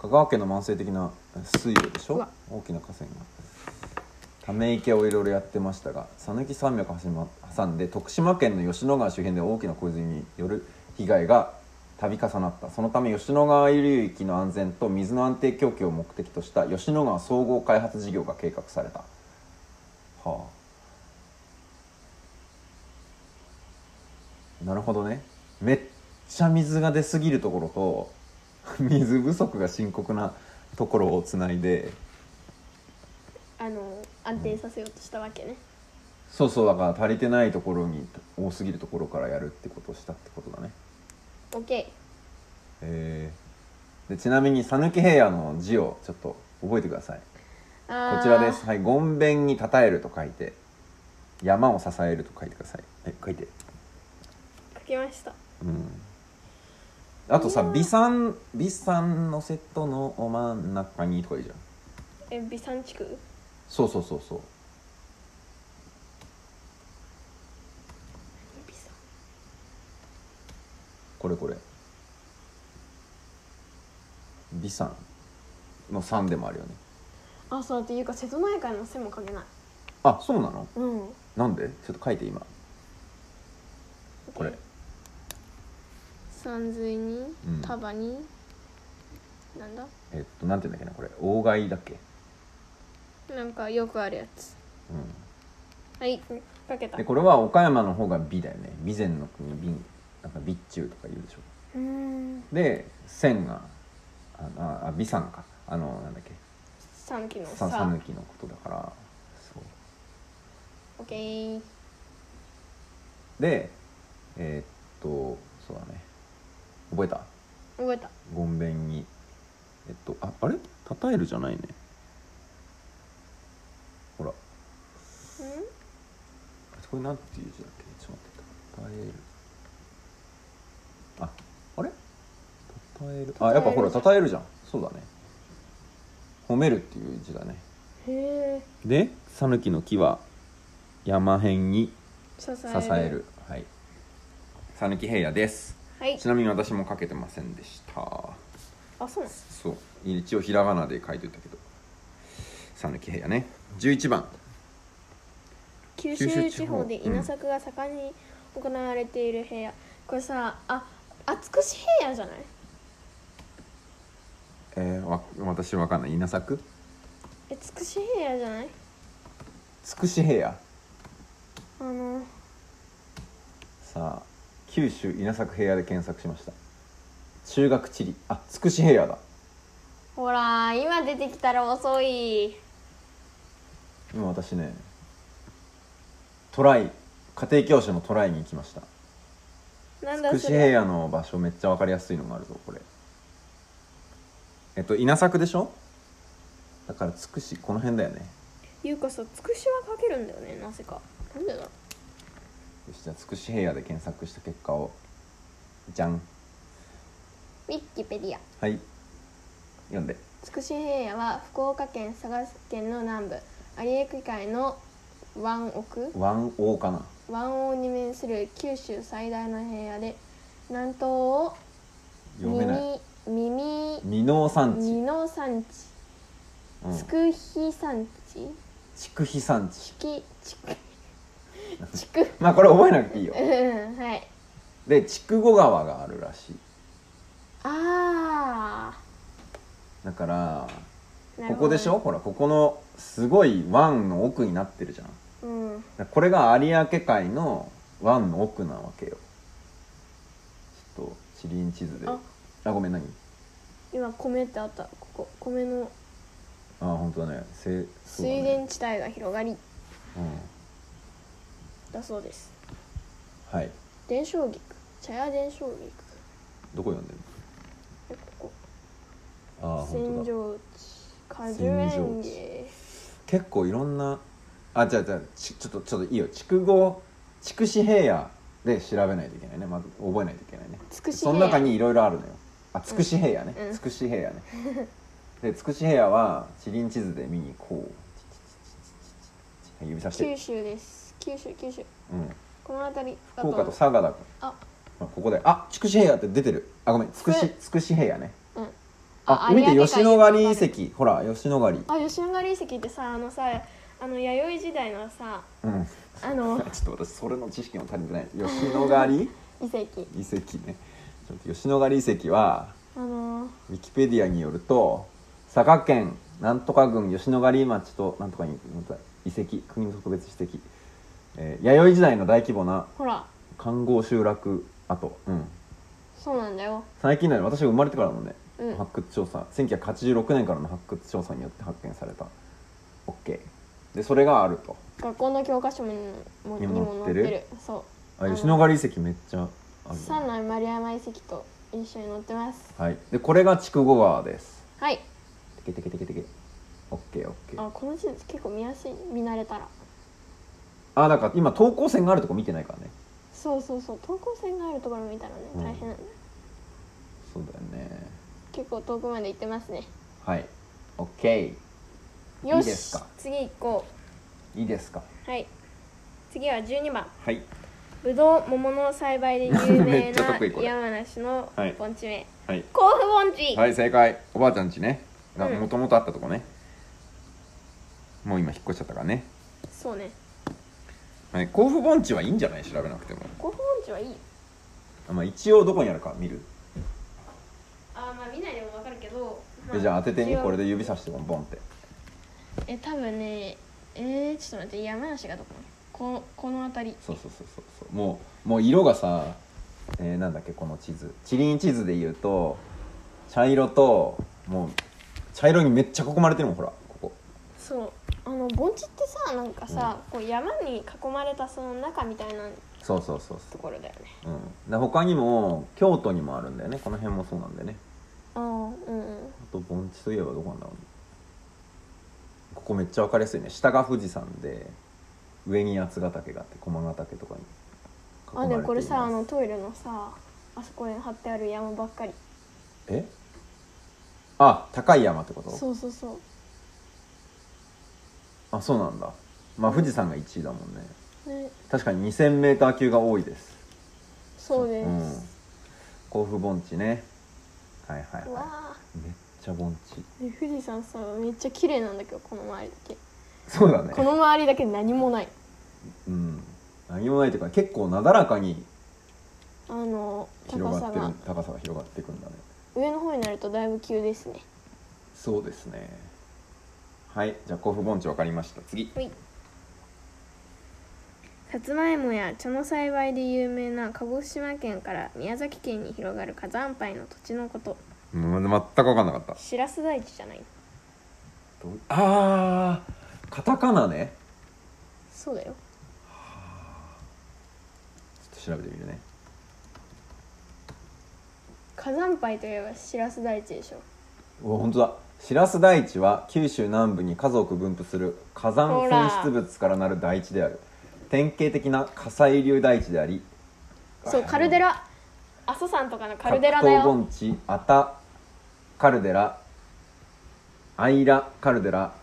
A: 香川県の慢性的なえ水路でし
B: う
A: ょ
B: わ
A: 大きな河川がため池をいろいろやってましたが讃岐山脈を挟ま挟んで徳島県の吉野川周辺で大きな洪水による被害が度重なったそのため吉野川流域の安全と水の安定供給を目的とした吉野川総合開発事業が計画されたはあなるほどねめっちゃ水が出すぎると <laughs> ころと水不足が深刻なところをつないで
B: あの安定させようとしたわけね
A: そうそうだから足りてないところに多すぎるところからやるってことをしたってことだね
B: OK
A: へえでちなみに讃岐平野の字をちょっと覚えてくださいこちらです。はい、ごんべんにたたえると書いて、山を支えると書いてください。はい、書いて。
B: 書きました
A: うん。あとさ、美山、美山の瀬戸のお真ん中にとかいいじゃん。
B: え美山地区
A: そうそうそうそう。
B: 美山
A: これこれ。美山の山でもあるよね。
B: あそうだっていうか瀬戸内海の線も書けない
A: あ、そうなの
B: うん
A: なんでちょっと書いて今。これ。
B: 山水に
A: うん
B: 束に、なんだ
A: えっと、なんていうんだっけな、これ。大貝だっけ
B: なんかよくあるやつ
A: うん。
B: はい書けた
A: で
B: う
A: これは岡山の方が美だよね備前の国美なんか備中とか言うでしょ
B: ーん
A: で千があああ美山かあのなんだっけ
B: 讃岐の
A: さ
B: さ
A: 讃岐のことだからそう
B: オッケー
A: でえーっとそうだね覚えた
B: 覚えた
A: ごんべんにえっとああれたたえるじゃないねほら
B: う
A: これなんていう字だっけちょっと待ってたたえるああれたたえるあやっぱほらたたえるじゃんそうだね褒めるっていう字だね
B: んへえ
A: で讃岐の木は山辺に
B: 支える
A: 支えるはい讃岐平野です
B: はい
A: ちなみに私も書けてませんでした
B: あそうなの
A: そう一応ひらがなで書いといたけど讃岐平野ね11番
B: 九
A: 州地方
B: 州地方で稲作が盛んに行われている平野、これさあ厚くし平野じゃない
A: えー、わ私わかんない稲作
B: えつくし平野じゃない
A: つくし平野
B: あの
A: さあ九州稲作平野で検索しました中学地理あつくし平野だ
B: ほら今出てきたら遅い
A: 今私ねトライ家庭教師もトライに行きました
B: なん
A: 福
B: だ
A: 祉
B: それ
A: 平野の場所めっちゃ分かりやすいのがあるぞこれえっと稲作でしょだからつくしこの辺だよね
B: 優香さつくしはかけるんだよねなぜかなんでだろう
A: よしじゃあつくし平野で検索した結果をじゃん
B: ウィキペディア
A: はい読んで
B: つくし平野は福岡県佐賀県の南部有明海の湾奥
A: 湾王かな
B: 湾央に面する九州最大の平野で南東を
A: 読めない
B: 耳耳
A: 箕面産
B: 美
A: 地、
B: 濃山地
A: う
B: つ
A: ん、
B: くひ山地
A: 筑肥産地
B: きちくちく
A: まあこれ覚えなくていいよ
B: うんはい
A: で筑後川があるらしい
B: あ
A: だから
B: あな
A: こ
B: るほ
A: こ
B: ど
A: でしょほらここのすごい湾の奥になってるじゃんだか
B: うん
A: らこれが有明海の湾の奥なわけよちょっと地理院地図であ
B: あ
A: ごめん何
B: 今米ってあったここ米の
A: あ本当だねせそうだ
B: 水
A: ね
B: 田地帯が広がり
A: うん
B: だそうです
A: はい
B: 伝承菊茶屋伝承菊
A: どこ読んでる
B: えこ
A: ああ
B: こ
A: 本当だ
B: 扇状地果樹
A: 扇
B: 園
A: 状地
B: 芸
A: 結構いろんなあじゃあじゃあちちょっとちょっといいよ筑後筑紫平野で調べないといけないねまず覚えないといけないね
B: つくし
A: その中にいろいろあるのよあつくし平野ね、
B: うん
A: つくし平野ねでつくし平野は地理院地図で見にこうはい指さして
B: 九州です九州九州
A: うん、
B: この辺りだ
A: 福岡と
B: と
A: 佐賀だか
B: あ
A: らここであ筑紫平野って出てるあごめんつくし
B: つ
A: つくし平野ね
B: うん
A: あ見て
B: 有明海
A: 吉野ヶ里遺跡ほら吉野ヶ里
B: あ吉野ヶ里遺跡ってさあのさあの弥生時代のさ
A: うん
B: あ
A: <laughs>
B: の <laughs>
A: ちょっと私それの知識も足りてない吉野ヶ里
B: 遺跡
A: 遺跡ねちょっと吉野ヶ里遺跡は
B: あの
A: ウィキペディアによると佐賀県なんとか郡吉野ヶ里町となんとかに遺跡国の特別史跡、えー弥生時代の大規模な
B: ほら
A: 環合集落跡、うん、
B: そうなんだよ
A: 最近だよ私が生まれてからのね、
B: うん
A: 発掘調査1986年からの発掘調査によって発見された OK でそれがあると
B: 学校の教科書にも
A: に
B: に
A: も
B: も
A: 載っ
B: 載ってて
A: る
B: るそう
A: あ吉野ヶ里遺跡めっちゃあるよ
B: 三
A: ね
B: 内丸山遺跡と一緒に載ってます
A: はいでこれが筑後川です
B: はい
A: テケテケテケテケ OKOK
B: あこの地図結構見やすい見慣れたら
A: あだから今等高線があるとこ見てないからね
B: そうそうそう等高線があるところ見たらね
A: うん
B: 大変なんだよ、
A: そうだよね
B: 結構遠くまで行ってますね
A: はい OK
B: よし
A: いいですか
B: 次行こ
A: いいですか
B: うはい次は12番
A: はい
B: ぶどう桃の栽培で有
A: <laughs> め
B: 名
A: っちゃ
B: な
A: 得意これ
B: 山梨の
A: はい
B: 盆地名、
A: はい、
B: 甲府盆地、
A: はい、正解おばあちゃん家ねが
B: うん
A: もともとあったとこね、もう今引っ越しちゃったからね、
B: そうね
A: はい、甲府盆地はいいんじゃない調べなくても、
B: 甲府盆地はいいよ
A: あまあ、一応どこにあるか見る、
B: あーまあ見ないでも分かるけど、ま
A: えじゃあ当ててみ
B: 一応
A: これで指さしてボンボンって
B: え多分ねえー、ちょっと待って山梨がどこここの辺り
A: そうそうそうそうそうもうもう色がさ、えーなんだっけこの地図地理院地図で言うと茶色ともう茶色にめっちゃ囲まれてるもんほらここ
B: そうあの盆地ってさなんかさ、こう山に囲まれたその中みたいな
A: そうそうそう
B: ところだよね
A: そう、うん、で他にも京都にもあるんだよねこの辺もそうなんだよね
B: ああうんうん
A: あと盆地といえばどこなんだろうねここめっちゃ分かりやすいね下が富士山で上に八ヶ岳があって駒ヶ岳とかに囲ま
B: あ
A: れて
B: で
A: い
B: もこれさあ
A: ます
B: のトイレのさあそこに貼ってある山ばっかり
A: えあ高い山ってこと
B: そうそうそう
A: あそうなんだまあ富士山が1位だもんね
B: ね
A: 確かに 2000m 級が多いです
B: そうです、
A: ん甲府盆地ねはいはいうは
B: わ
A: いめっちゃ盆地
B: ーで富士山さめっちゃ綺麗なんだけどこの周りだけ
A: そうだね
B: この周りだけ何もない
A: うん何もないというか結構なだらかに
B: あの高
A: 広が
B: さ
A: ってる
B: が
A: 高さが広がっていくんだね
B: 上の方になるとだいぶ急ですね
A: そうですねはいじゃあ甲府盆地分かりました次
B: はいさつまいもや茶の栽培で有名な鹿児島県から宮崎県に広がる火山灰の土地のこと
A: うん全く分かんなかった
B: しらす台地じゃない
A: どうあーカタカナね
B: そうだよ
A: 調べてみるね
B: 火山灰といえばしらす大地でしょ
A: お本当だ白洲大地は九州南部に数多く分布する火山噴出物からなる大地である典型的な火砕流大地であり
B: そうカルデラ阿蘇山とかのカルデラだ
A: 東
B: よ
A: 盆地アタカルデラアイラカルデラ、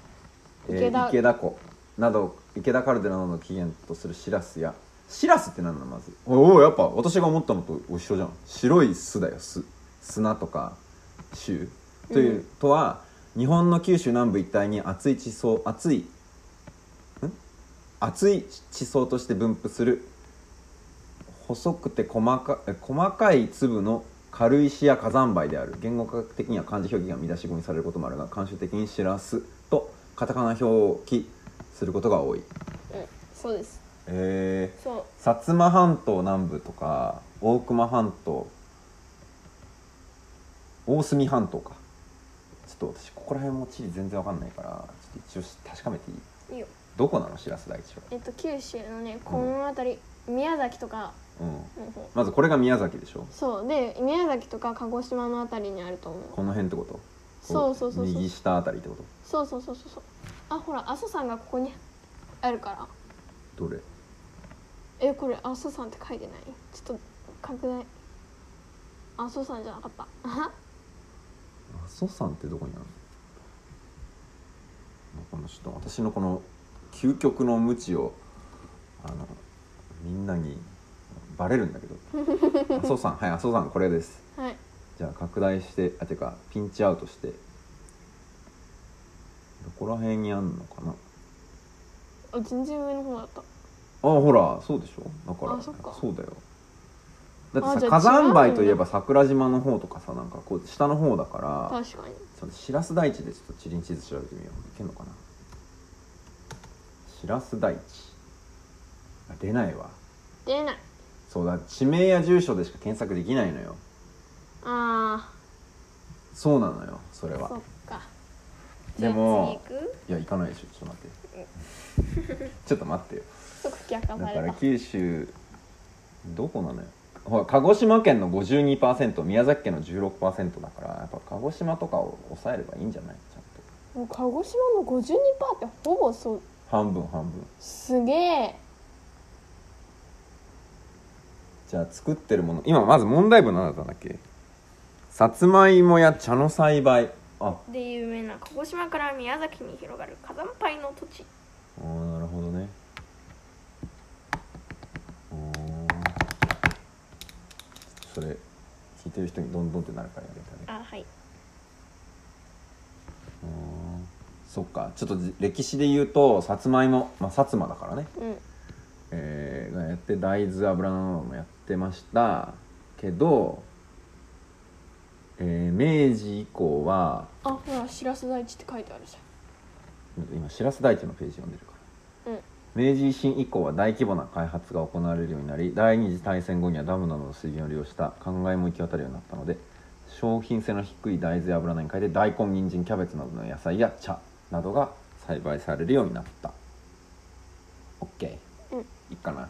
A: えー
B: 池田
A: 池田湖など池田カルデラなどの起源とするシラスやシラスって何なのまずおおやっぱ私が思ったのと一緒じゃん白い巣だよ巣砂とか州という、とは日本の九州南部一帯に厚い地層厚いん厚い地層として分布する細くて細かえ細かい粒の軽石や火山灰である言語学的には漢字表記が見出し語にされることもあるが慣習的に「しらす」とカタカナ表記することが多い
B: うんそうです
A: えー
B: そう
A: 薩摩半島南部とか大熊半島大隅半島かちょっと私ここら辺も地理全然わかんないからちょっと一応確かめていい
B: いいよ
A: どこなのしらす大地は
B: えっと九州のねこの辺り、宮崎とか
A: うん
B: の方
A: まずこれが宮崎でしょ
B: そうで宮崎とか鹿児島の辺りにあると思う
A: この辺ってこと
B: そうそうそうそう
A: 右下あたりってこと
B: そうそうそうそうそうあほら阿蘇山がここにあるから
A: どれ
B: えこれ阿蘇山って書いてないちょっと拡大阿蘇山じゃなかったあは
A: 阿蘇山ってどこにあるのこのちょっと私のこの究極の無知をあのみんなにバレるんだけど
B: <laughs>
A: 阿蘇山はい阿蘇山これです
B: はい
A: じゃあ拡大してあてかピンチアウトしてどこら辺にあんのかなあ
B: あ全然上の方だった
A: ほらそうでしょだから
B: あそっか
A: うだよだっ
B: あ
A: て
B: じ
A: さ
B: ゃ
A: 火
B: あ
A: 山
B: 違う
A: 灰
B: んだ
A: といえば桜島の方とかさなんかこう下の方だから
B: 確かに
A: そのしらす大地でちょっと地理地図調べてみよういけんのかなしらす大地あ出ないわ
B: 出ない
A: そうだ地名や住所でしか検索できないのよ
B: あ
A: そうなのよそれ
B: ーそ
A: は
B: っか
A: でも
B: じゃあ次行く
A: いや行かないでしょちょっと待っ
B: <laughs>
A: てちょっと待ってよ
B: 即逆化
A: だ
B: さ
A: か
B: れ
A: ら
B: た
A: 九州どこなのよほら鹿児島県の52%宮崎県の16%だからやっぱ鹿児島とかを抑えればいいんじゃないちゃんと
B: もう鹿児島の52%ってほぼそう
A: 半分半分
B: すげえ
A: じゃあ作ってるもの今まず問題文何だったんだっけさつまいもや茶の栽培あ
B: で有名な鹿児島から宮崎に広がる火山灰の土地
A: あーなるほどねうーんそれ聞いてる人にどんどんってなるからやめたね
B: あはいう
A: ーんそっかちょっとじ歴史で言うとさつまいも、まあ、薩摩だからね
B: うん
A: えーがやって大豆油のもやってましたけど、えー明治以降は
B: あほらしらす大地って書いてあるじ
A: 今しらす大地のページ読んでるから
B: ゃんうん
A: 明治維新以降は大規模な開発が行われるようになり第二次大戦後にはダムなどの水源を利用した考えも行き渡るようになったので商品性の低い大豆や油に変えて大根人参キャベツなどの野菜や茶などが栽培されるようになった OK
B: うん
A: いいかな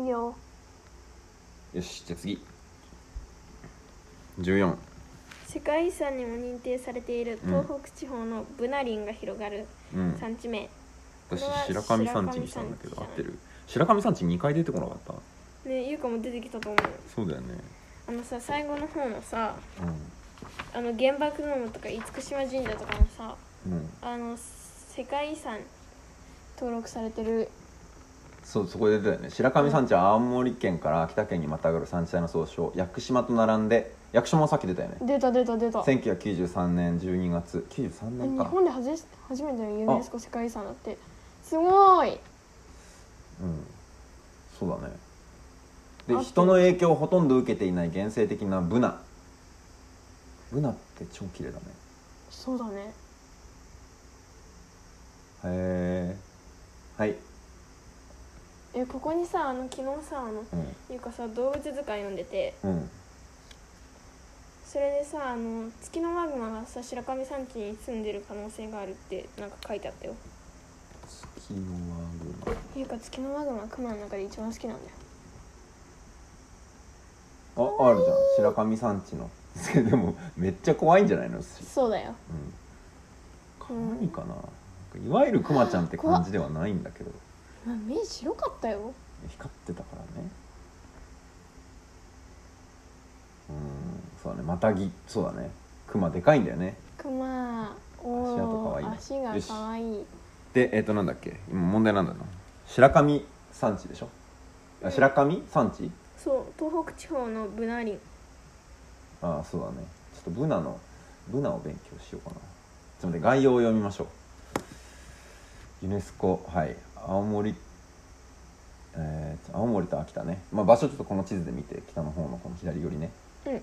A: い
B: いよ
A: よしじゃあ次14
B: 世界遺産にも認定されている東北地方のブナリンが広がる
A: うん
B: 産地名、
A: 私
B: これは
A: 白神山地にしたんだけど合ってる白神山地2回出てこなかった
B: ねゆうかも出てきたと思うよ
A: そうだよね
B: あのさ最後の方のさ
A: う
B: あの原爆ドームとか厳島神社とかのさ
A: んうん
B: あの世界遺産登録されてる
A: そうそこで出たよね白神山地は青森県から秋田県にまたがる山地帯の総称屋久島と並んで屋久島もさっき出たよね
B: 出た出た出た日
A: 1993年12月93年か
B: 本で初め初めてのユネスコ世界遺産だってすごーい
A: うんそうだね
B: あ
A: で
B: と
A: 人の影響をほとんど受けていない原生的なブナブナって超綺麗だね
B: そうだね
A: へえはい、
B: えここにさあの昨日さあの
A: う
B: ゆうかさ動物図鑑読んでて
A: んうん、
B: それでさあの月のマグマがさ白神山地に住んでる可能性があるってなんか書いてあったよ
A: 月のワグマ
B: ていうか月のマグマはクマの中で一番好きなんだよ
A: ああるじゃん白神山地の <laughs> でもめっちゃ怖いんじゃないの
B: そうだよ
A: かわいいかな、いわゆるクマちゃんって感じではないんだけど
B: まあ目白かったよ
A: 光ってたからねうんそうだねマタギそうだねクマでかいんだよね
B: クマ
A: 足跡可
B: お
A: 愛いな
B: ー足が
A: よし
B: 可愛い
A: でえっ、となんだっけ今問題なんだろう白神山地でしょあ白神山地
B: そう東北地方のブナ林
A: ああそうだねちょっとブナのブナを勉強しようかなちょっと待って概要を読みましょうユネスコはい青森えー、青森と秋田ね、まあ、場所ちょっとこの地図で見て北の方のこの左寄りね
B: うん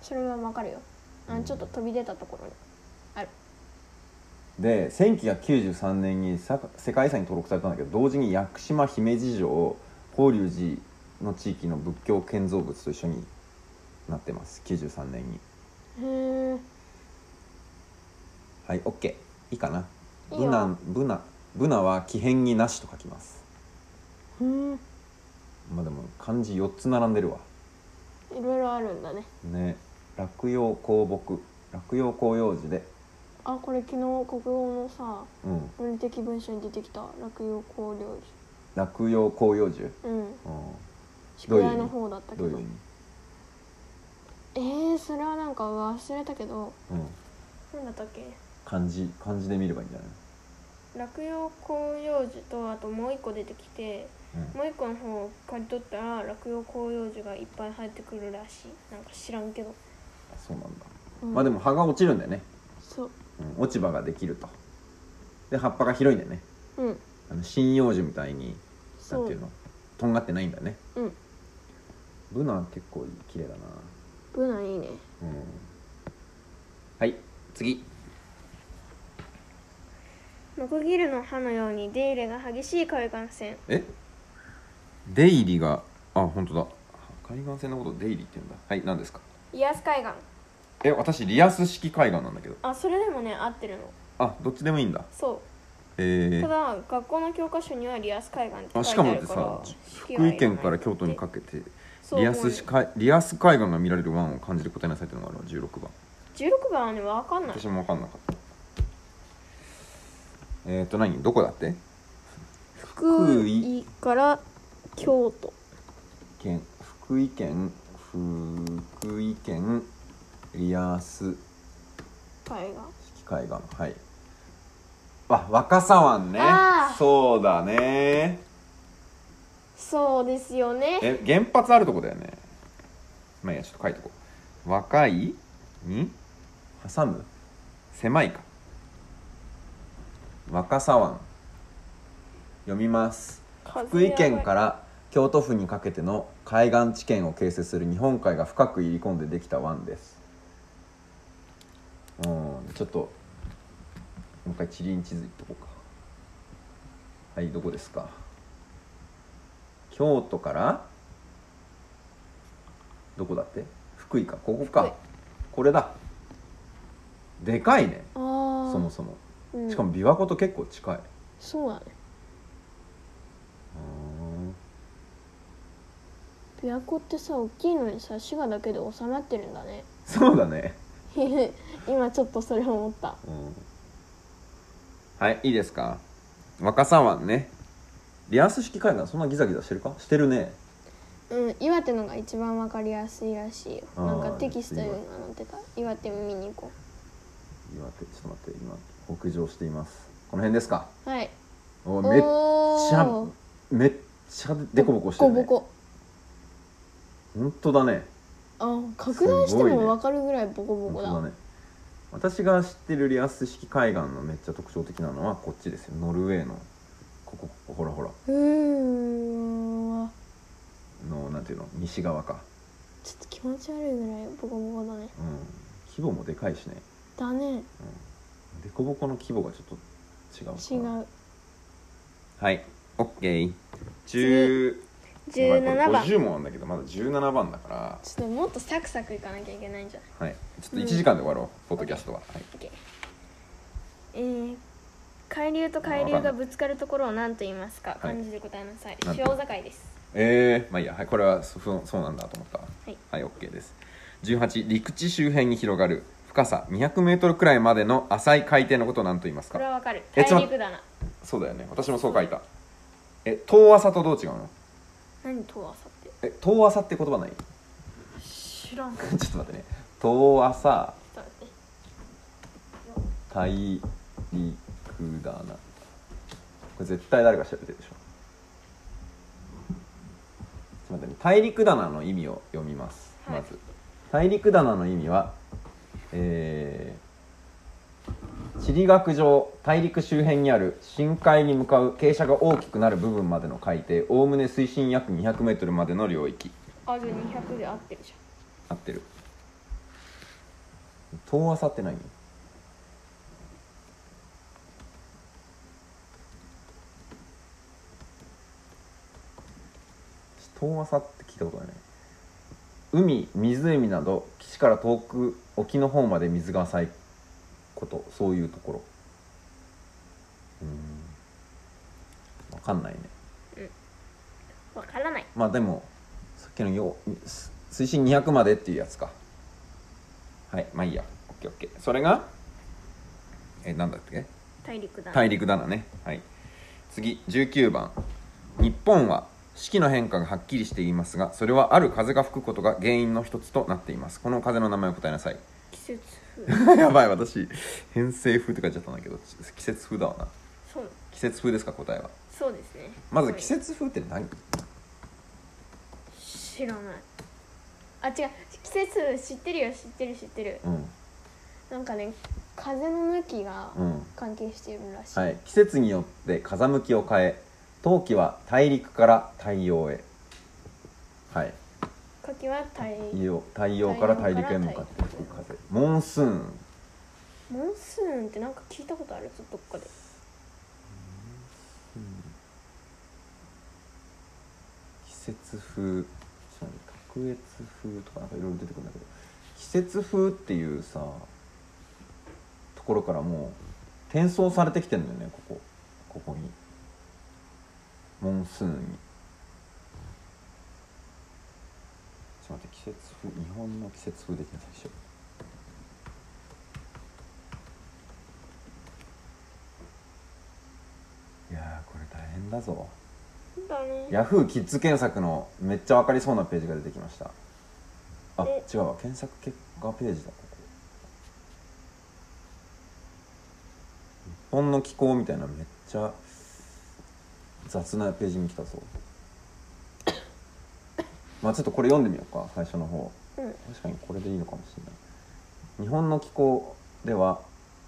B: それはわかるよあ
A: うん
B: ちょっと飛び出たところにある
A: で1993年にさ世界遺産に登録されたんだけど同時に屋久島姫路城法隆寺の地域の仏教建造物と一緒になってます93年に
B: へえ
A: はい OK いいかない
B: い
A: ブ
B: よ
A: ナブナブナは木偏になしと書きます
B: うんい
A: まあでも漢字4つ並んでるわ
B: ろいろあるんだね
A: ね落葉香木落葉広葉樹で
B: あこれ昨日国語のさ
A: うん
B: 論理的文章に出てきた落葉考慮
A: 落葉広葉樹、
B: 樹うん
A: うど
B: 宿
A: ういう意味
B: 題の方だった
A: ん、
B: け
A: どう
B: ど
A: いう意味、
B: えー、それはなんか忘れたけど
A: うん、
B: なんだったっけ
A: 漢字漢字で見ればいいんじゃない
B: 落葉広葉樹とあともう一個出てきて
A: うん
B: もう一個の方を刈り取ったら落葉広葉樹がいっぱい生えてくるらしいなんか知らんけど、
A: そうなんだ
B: うん
A: まあでも葉が落ちるんだよね、
B: そう
A: うん、落ち葉ができるとで葉っぱが広いんだよね
B: うん
A: あの針葉樹みたいにな
B: そ
A: んていうのとんがってないんだよね
B: うん
A: ブナ結構綺麗だな
B: ブナいいね
A: うんはい次
B: ノコギルの歯のように出入れが激しい海岸線
A: え出入りがあ本当だ海岸線のこと出入りって言うんだはい何ですか
B: リアス海岸
A: え私リアス式海岸なんだけど
B: あそれでもね合ってるの
A: あどっちでもいいんだ
B: そう
A: え
B: た
A: ー、
B: だ学校の教科書にはリアス海岸って
A: あし
B: 書
A: か
B: いて
A: も
B: あ
A: だっ
B: る
A: て
B: か
A: さ
B: ら
A: 福井県から京都にかけて
B: そう
A: リアスしかリアス海岸が見られる湾を感じる答えなさいっていうのがあるわ16番
B: 16番はね分かんない
A: 私も分かんなかったえっ、ー、と何どこだって
B: 福
A: 井
B: 井から京都
A: 県福井県福井県リアス
B: 海岸
A: 式海岸はいあ若狭湾ね
B: あー
A: そうだね
B: そうですよね
A: え原発あるとこだよねまあいいやちょっと書いとこう若いに挟む狭いか若狭湾読みます福井県からら京都府にかけての海岸地圏を形成する日本海が深く入り込んでできた湾ですうんちょっともう一回地理に地図いっとこうかはいどこですか京都からどこだって福井かここ
B: 福井
A: かこれだでかいね
B: あ
A: そも
B: ー
A: そも
B: うん
A: しかも琵琶湖と結構近い
B: そうだね
A: うん
B: 琵琶湖ってさ大きいのにさ滋賀だけで収まってるんだね <laughs>
A: そうだね
B: 今ちょっとそれを思った
A: うんはいいいですか若狭湾ねリアス式海岸そんなギザギザしてるかしてるね
B: うん岩手のが一番わかりやすいらしいよ
A: あー
B: なんかテキストには載ってた岩手見に行こ
A: 岩手ちょっと待って今北上していますこの辺ですか
B: うはい
A: お
B: お
A: めっちゃ
B: ー
A: めっちゃでこぼこしてる、ね、
B: ボコボコ
A: 本当だね
B: あ拡大し
A: す
B: て
A: ごいね
B: もわかるぐらいボコボ
A: 本
B: コ
A: 当
B: だ
A: だね私が知ってるリアス式海岸のめっちゃ特徴的なのはこっちですよノルウェーのここここほらほら
B: うーわ
A: のなんていうの西側か
B: ちょっと気持ち悪いぐらいボコボコだね
A: うん規模もでかいしね
B: だね
A: でこぼこの規模がちょっと違うか
B: 違
A: な
B: う
A: はい、オッケー。十。
B: 17番ちょ
A: 十問あんだけど、まだ十七番だから。
B: っともっとサクサクいかなきゃいけないんじゃない
A: はい、ちょっと一時間で終わろう、ポッドキャストは。はい。
B: OK えー海流と海流がぶつかるところを何と言いますか
A: はい
B: 漢字で答えなさい、
A: なんて
B: 潮境です
A: ええまあいいや、はい、これはそそうそうなんだと思ったわ
B: はい
A: はい、OK です18陸地周辺に広がる深さ 200m くらいまでの浅い海底のことを何と言います
B: これ
A: か
B: はわかる
A: え
B: 大
A: ちょ
B: 陸だな
A: そうだよね私もそう書いたえ遠浅とどう違うの
B: 何遠浅って
A: え遠浅って言葉ない <laughs> ちょ
B: 知らんちょっ
A: っと待ってね遠浅
B: と待って
A: 大陸だなこれ絶対誰か調べてるでしょちょっと待ってね大陸棚の意味を読みます、
B: はい
A: まず大陸棚の意味はえー地理学上大陸周辺にある深海に向かう傾斜が大きくなる部分までの海底おおむね水深約 200m までの領域
B: あじゃあ200で合ってるじ
A: 合ってる遠浅って何遠浅って聞いたことないね海湖など岸から遠く沖の方まで水が浅いことそういうところうん分かんないね
B: ゃんわからない
A: まあでもさっきのようす水深200までっていうやつかはいまあいいやオッケーオッケーそれがえなんだっけ
B: 大陸だな
A: 大陸だなねはい次19番日本は四季の変化がはっきりしていますがそれはある風が吹くことが原因の一つとなっていますこの風の名前を答えなさい <laughs>
B: 季節風
A: やばい私偏西風って書いちゃったんだけどち季節風だわな
B: そう
A: 季節風ですか答えは
B: そうですね
A: まず
B: はい
A: 季節風って何
B: 知らないあ違う季節知ってるよ知ってる知ってる
A: うん
B: なんかね風の向きが
A: うん
B: 関係しているらしい、
A: はい、季節によって風向きを変え冬季は大陸から太陽へはい
B: 夏季は太
A: 太陽太陽から大陸へ向かって吹く風モンスーン
B: モンスーンってなんか聞いたことあるちょっとどっかで
A: 季節風ちょっと待って卓越風とかなんかいろいろ出てくるんだけど季節風っていうさところからもう転送されてきてるんだよねここここにモンスーンにちょっと待って季節風日本の季節風で検索しよういやーこれ大変だぞ
B: だね
A: ヤフーキッズ検索のめっちゃ分かりそうなページが出てきましたあ
B: え
A: 違うわ検索結果ページだここ日本の気候みたいなめっちゃ雑なページに来たぞまあちょっとこれ読んでみようか最初の方
B: うん
A: 確かにこれでいいのかもしれない日本の気候では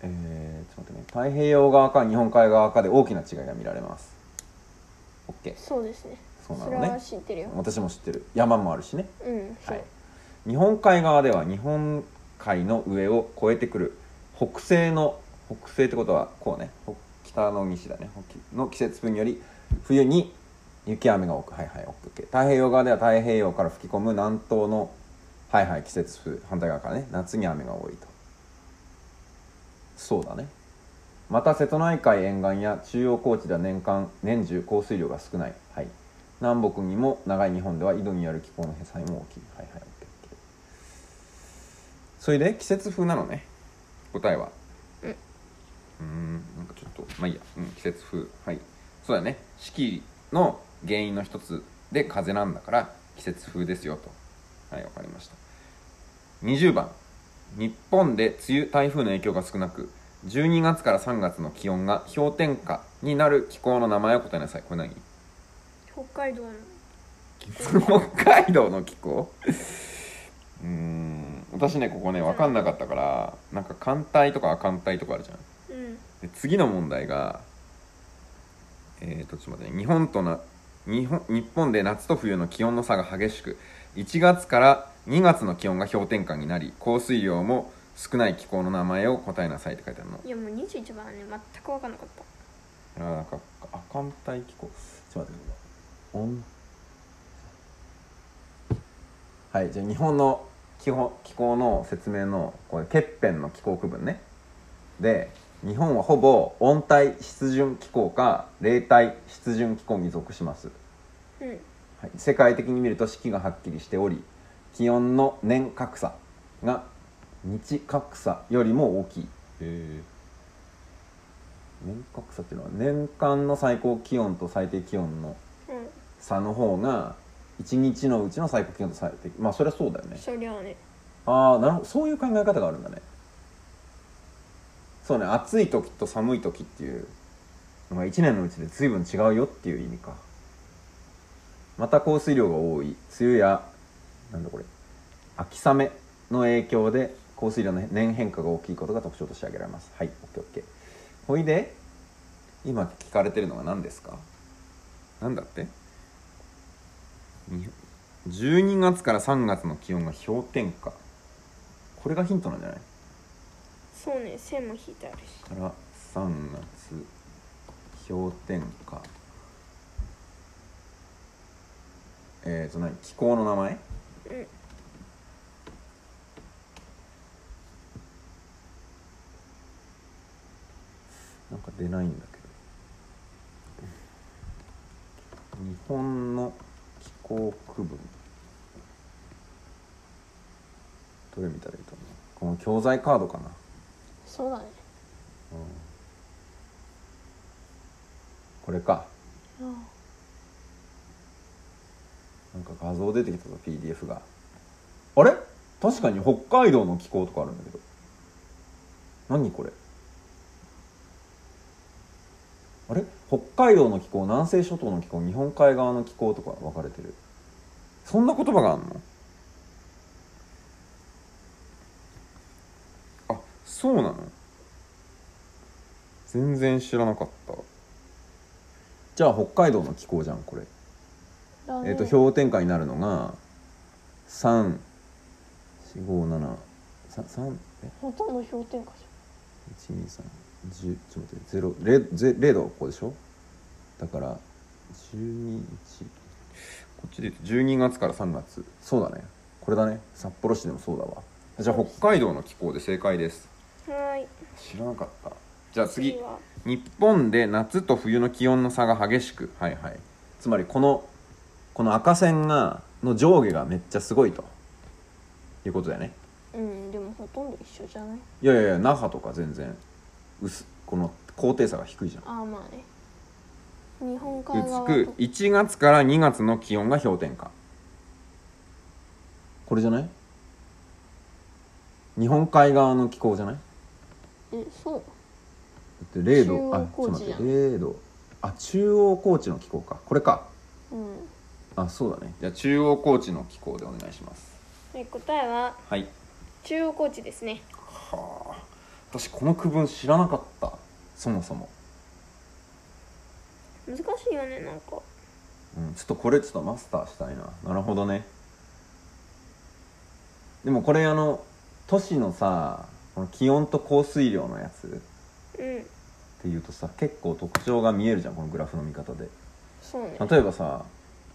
A: えー、ちょっと待ってね太平洋側か日本海側かで大きな違いが見られます OK
B: そうですね
A: そうな
B: そ
A: の
B: れは
A: ね
B: 知ってるよ
A: 私も知ってる山もあるしね、
B: うんそ
A: は
B: う、
A: い、日本海側では日本海の上を越えてくる北西の北西ってことはこうね北北の西だね北の季節分により冬に雪雨が多くはいはい OK 太平洋側では太平洋から吹き込む南東のはいはい季節風反対側からね夏に雨が多いとそうだねまた瀬戸内海沿岸や中央高地では年間年中降水量が少ない、はい、南北にも長い日本では井戸による気候の偏差も大きいはいはい OK それで季節風なのね答えは
B: うん
A: うーんなんかちょっとまあいいや、うん、季節風はいそうだね四季の原因の一つで風なんだから季節風ですよとはいわかりました20番日本で梅雨台風の影響が少なく12月から3月の気温が氷点下になる気候の名前を答えなさいこれ何
B: 北海道の
A: 北海道の気候うーん私ねここね分かんなかったからなんか寒帯とか亜寒帯とかあるじゃん
B: うん
A: で次の問題がえー、とちょっと待ってね日本とな日本日本で夏と冬の気温の差が激しく1月から2月の気温が氷点下になり降水量も少ない気候の名前を答えなさいって書いてあるの
B: いやもう21番はね全く分かんなかった
A: あーなんか亜寒帯気候ちょっと待って温はいじゃあ日本の気候気候の説明のこれ欠片の気候区分ねで日本はほぼ温帯湿潤気候か冷帯湿潤気候に属します
B: うん
A: はい世界的に見ると四季がはっきりしており気温の年格差が日格差よりも大きい年格差っていうのは年間の最高気温と最低気温の
B: うん
A: 差の方が1日のうちの最高気温と最低まあそりゃそうだよね
B: そりゃあね
A: ああなるほどそういう考え方があるんだねそうね暑い時と寒い時っていうのが1年のうちで随分違うよっていう意味かまた降水量が多い梅雨やなんだこれ秋雨の影響で降水量の年変化が大きいことが特徴として挙げられますはい OKOK ほいで今聞かれてるのが何ですかなんだってに12月から3月の気温が氷点下これがヒントなんじゃない
B: そうね線も引いてあるし
A: から3月氷点下えっ、ー、と何気候の名前
B: うん
A: なんか出ないんだけど日本の気候区分どれ見たらいいと思うこの教材カードかな
B: そうだね
A: これか
B: あ
A: なんか画像出てきたぞ PDF があれ確かに北海道の気候とかあるんだけど何これあれ北海道の気候南西諸島の気候日本海側の気候とか分かれてるそんな言葉があるのあそうなの全然知らなかったじゃあ北海道の気候じゃんこれ
B: だね
A: えっと氷点下になるのが34573え
B: ほとんど氷点下じ
A: 12310ちょっと待って0 0 0 0度ここでしょだから121こっちで言うと12月から3月そうだねこれだね札幌市でもそうだわじゃあ北海道の気候で正解です
B: ゃんはーい
A: 知らなかったじゃあ次
B: は
A: 日本で夏と冬の気温の差が激しくはいはいつまりこのこの赤線がの上下がめっちゃすごいということだよね
B: うんでもほとんど一緒じゃない
A: いやいやいや那覇とか全然薄この高低差が低いじゃん
B: ああまあね日本海側
A: 美しく
B: と
A: 1月から2月の気温が氷点下これじゃない日本海側の気候じゃない
B: えそう
A: だって0
B: 中
A: 度
B: 央
A: あちょっと待って
B: 高地
A: 0度あ中央高地の気候かこれか
B: うん
A: あそうだねじゃあ中央高知の気候でお願いします
B: え答えは
A: はい
B: 中央高地ですね
A: はあ私この区分知らなかったそもそも、
B: 難しいよねなんか
A: うん、ちょっとこれちょっとマスターしたいななるほどねでもこれあの都市のさこの気温と降水量のやつ
B: うん
A: っていうとさ結構特徴が見えるじゃんこのグラフの見方で
B: そうね
A: 例えばさ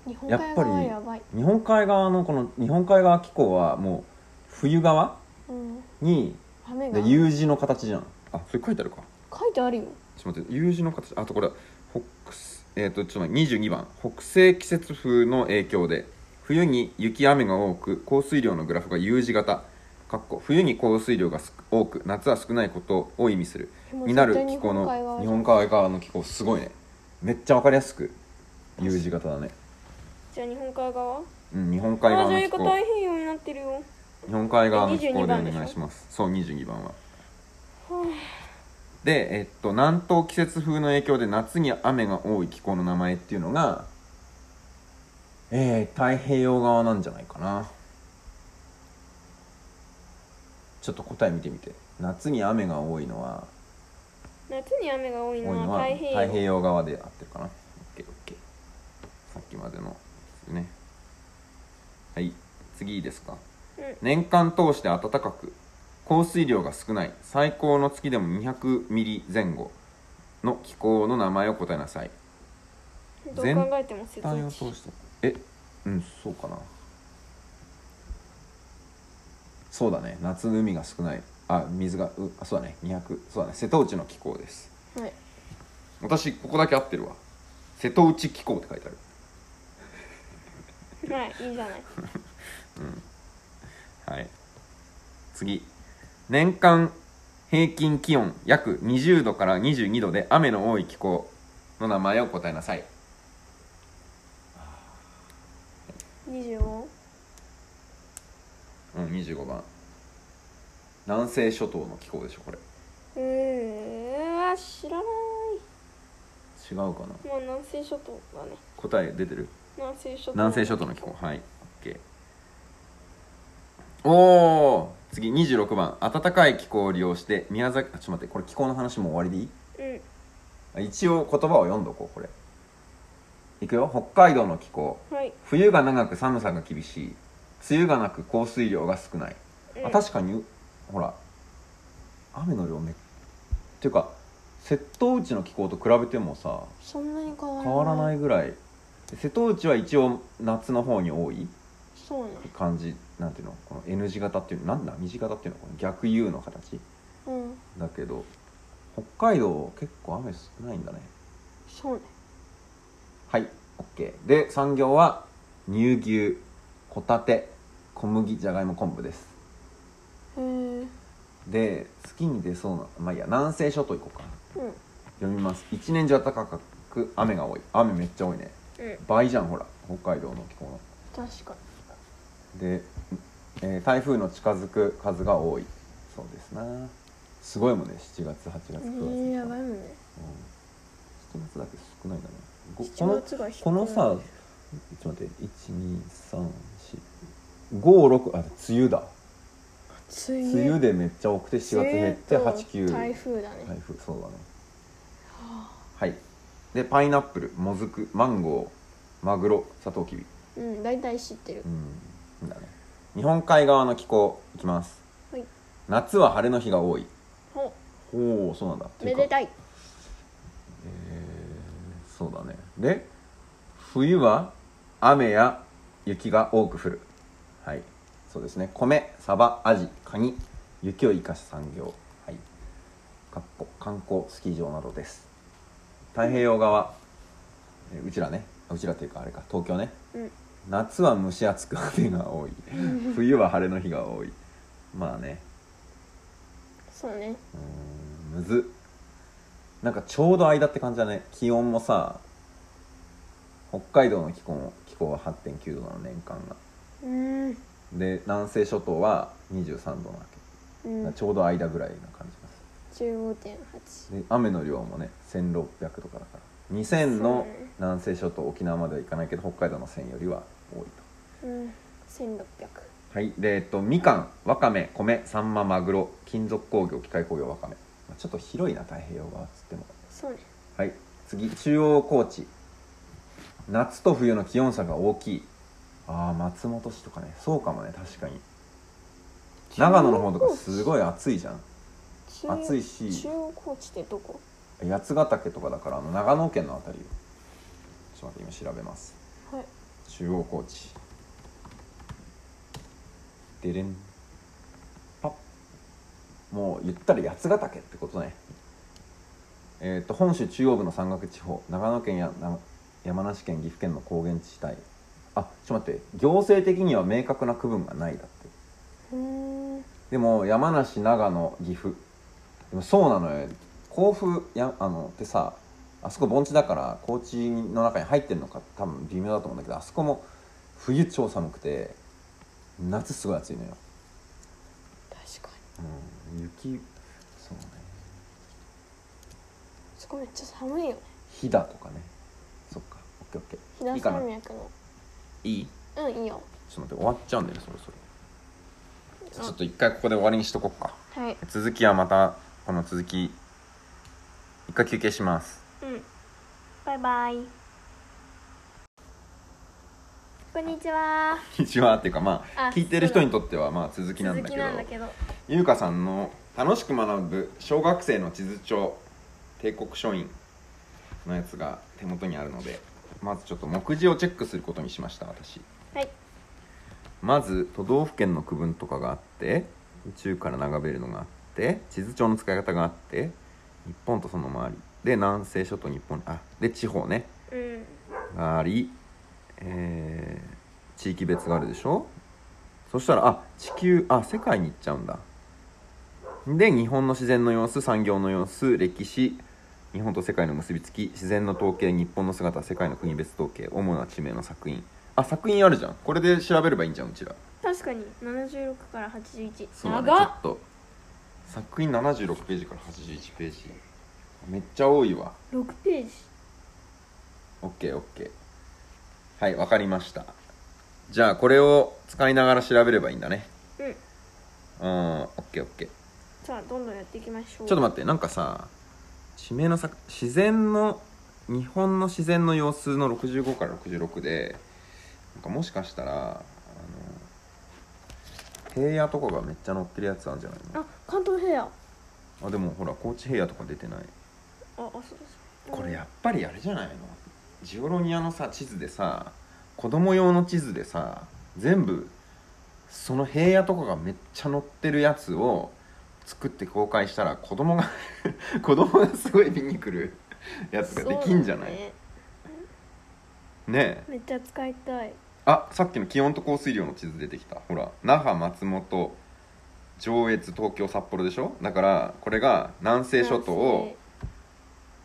B: 日本
A: やっ
B: 海
A: ぱり
B: 側はやばい
A: 日本海側のこの日本海側気候はもう冬側
B: うん
A: に
B: 雨が
A: で U 字の形じゃんあそれ書いてあるか
B: 書いてあるよ
A: ちょっと待って、U 字の形、あとこれ、北えっ、と、ちょっと待って、22番、北西季節風の影響で、冬に雪雨が多く、降水量のグラフが U 字型、かっこ冬に降水量がす多く、夏は少ないことを意味する、
B: もう
A: になる
B: 絶対
A: 気候の
B: 日本海側、
A: 日本海側の気候、すごいね。めっちゃわかりやすく、U 字型だね。
B: じゃあ日本海側
A: うん、日本海
B: あ
A: 側
B: じゃ
A: の
B: あ
A: 気
B: 太
A: 候
B: 平、洋になってるよ
A: 日本海側の気候でお
B: 22番
A: 願い
B: でし
A: し
B: ょ
A: ます。そう、22番は。
B: は
A: で、えっと、南東季節風の影響で夏に雨が多い気候の名前っていうのが、えー、太平洋側なんじゃないかなちょっと答え見てみて夏に雨が多いのは
B: 夏に雨が多い
A: 多い
B: の
A: の
B: は
A: は
B: 太
A: 太
B: 平洋
A: 平洋側で合ってるかな OKOK さっきまでのですねはい次いいですか
B: うん
A: 年間通して暖かく降水量が少ない最高の月でも200ミリ前後の気候の名前を答えなさい
B: ど
A: 全
B: う考えても切
A: 単を
B: な
A: 通してえうんそうかなそうだね夏の海が少ないあ水がうあそうだね200そうだね瀬戸内の気候です
B: はい
A: 私ここだけ合ってるわ瀬戸内気候って書いてある
B: はいいいじゃ <laughs> ない
A: はい次年間平均気温約20度から22度で雨の多い気候の名前を答えなさい
B: 25
A: うん25番南西諸島の気候でしょこれ
B: うーわ知らない
A: 違うかな
B: まあ南西諸島だね
A: 答え出てる
B: 南西諸島
A: 南西諸島の気候はいオッケーおー次26番暖かい気候を利用して宮崎あちょっと待ってこれ気候の話もう終わりでいい
B: うん
A: あ一応言葉を読んどこうこれいくよ北海道の気候
B: はい
A: 冬が長く寒さが厳しい梅雨がなく降水量が少ない、
B: うん
A: あ確かにほら雨の量めっていうか瀬戸内の気候と比べてもさ
B: そんなに変わらない
A: 変わらないいぐらい瀬戸内は一応夏の方に多い
B: そうな
A: 感じなんていうのこの N 字型っていうなんだ身字型っていうのこの逆 U の形
B: のうん
A: だけど北海道結構雨少ないんだね
B: そうね
A: はい OK で産業は乳牛ホタテ小麦じゃがいも昆布です
B: へえうん
A: で月に出そうなまあいいや南西諸島行こうか読みます一年中暖かく雨が多い雨めっちゃ多いね
B: うん
A: 倍じゃんほら北海道の気候の
B: 確か
A: で、えー台風の近づく数が多いそうですなすごいもんね7月8月9
B: に
A: 月、
B: えー、やばい
A: うん、7
B: もんね
A: 月だけ少ないんだねごこ
B: 7
A: の
B: 月が低い
A: このさちょっと待って12345あ梅雨だ
B: 梅雨
A: 梅雨でめっちゃ多くて7月減って
B: 梅雨と
A: 89
B: 台風だね、
A: 台風そうだねはいでパイナップルもずくマンゴーマグロサトウキビ
B: うん大体知ってる
A: うんだね日本海側の気候いきます
B: はい
A: 夏は晴れの日が多い
B: お
A: ほうそうなんだ
B: めで
A: い
B: たい
A: そうだねで冬は雨や雪が多く降るはいそうですね米サバアジカニ雪を生かした産業はいかっこ観光スキー場などです太平洋側、えうちらねうちらっていうかあれか東京ね
B: うん
A: 夏は蒸し暑く雨が多い冬は晴れの日が多いまあね
B: そうね
A: うーんむずっなんかちょうど間って感じだね気温もさ北海道の気候も気候は8.9度なの年間が
B: うん
A: で南西諸島は23度なわ
B: う
A: け、
B: ん
A: ちょうど間ぐらいな感じが
B: 15.8
A: するで雨の量もね1600とかだから2000の南西諸島沖縄まではいかないけど北海道の1000よりは多いと
B: うん1600
A: はいでえっとみかんわかめ米サンママグロ金属工業機械工業わかめまあちょっと広いな太平洋側っつっても
B: そうね
A: はい次中央高地夏と冬の気温差が大きいああ松本市とかねそうかもね確かに長野の方とかすごい暑いじゃん
B: 中
A: 暑いし
B: 中央高地ってどこ
A: 八ヶ岳とかだからあの長野県のあたりよちょっと待って今調べます
B: はい
A: 中央高地でれんパッもう言ったら八ヶ岳ってことねえっ、と本州中央部の山岳地方長野県やな山梨県岐阜県の高原地帯あちょっと待って行政的には明確な区分がないだって
B: うーん
A: でも山梨長野岐阜でもそうなのよ甲府やあのってさあそこ盆地だから高地の中に入ってるのか多分微妙だと思うんだけどあそこも冬超寒くて夏すごい暑いのよ、
B: 確かに
A: うん、雪そうね
B: そこめっちゃ寒いよね
A: 飛騨とかねそっかオッケーオッケ
B: 飛
A: ーい
B: 騨
A: いかな
B: 山脈の
A: いい
B: うんいいよ
A: ちょっと待って終わっちゃうんだよねそろそろちょっと一回ここで終わりにしとこうか
B: はい
A: 続きはまたこの続き一回休憩します
B: うんバイバイこんにちは
A: こんにちはっていうかまあ
B: あ
A: 聞いてる人にとってはまあ続きなんだ
B: 続き
A: けど
B: なんだけど
A: 優香さんの「楽しく学ぶ小学生の地図帳帝国書院」のやつが手元にあるのでまずちょっと目次をチェックすることにしました私
B: はい
A: まず都道府県の区分とかがあって宇宙から眺めるのがあって地図帳の使い方があって日本とその周りで南西諸島日本あで地方ね
B: うん
A: があり、え地域別があるでしょそしたらあ地球あ世界に行っちゃうんだで日本の自然の様子産業の様子歴史日本と世界の結びつき自然の統計日本の姿世界の国別統計主な地名の作品あ作品あるじゃんこれで調べればいいんじゃんうちら
B: 確かに76から81
A: そうだねちょ
B: 長っ
A: っと作品76ページから81ページめっちゃ多いわ
B: 6ページ
A: OKOK はいわかりましたじゃあこれを使いながら調べればいいんだねう
B: うん
A: ん OKOK ち
B: じゃあどんどんやっていきまし
A: ょ
B: ょう
A: っと待ってなんかさ地名の作自然の日本の自然の様子の65から66でなんかもしかしたらあの平野とかがめっちゃ載ってるやつあるんじゃないの
B: あ関東平野あ
A: あでもほら高知平野とか出てない
B: あそうそう
A: これやっぱりあれじゃないのジオロニアのさ地図でさ子供用の地図でさ全部その平野とかがめっちゃ載ってるやつを作って公開したら子供が <laughs> 子供がすごい見に来るやつができんじゃない
B: そうだ
A: ね
B: ねめっちゃ使いたい
A: あさっきの気温と降水量の地図出てきたほら那覇松本上越東京札幌でしょだからこれが南西諸島を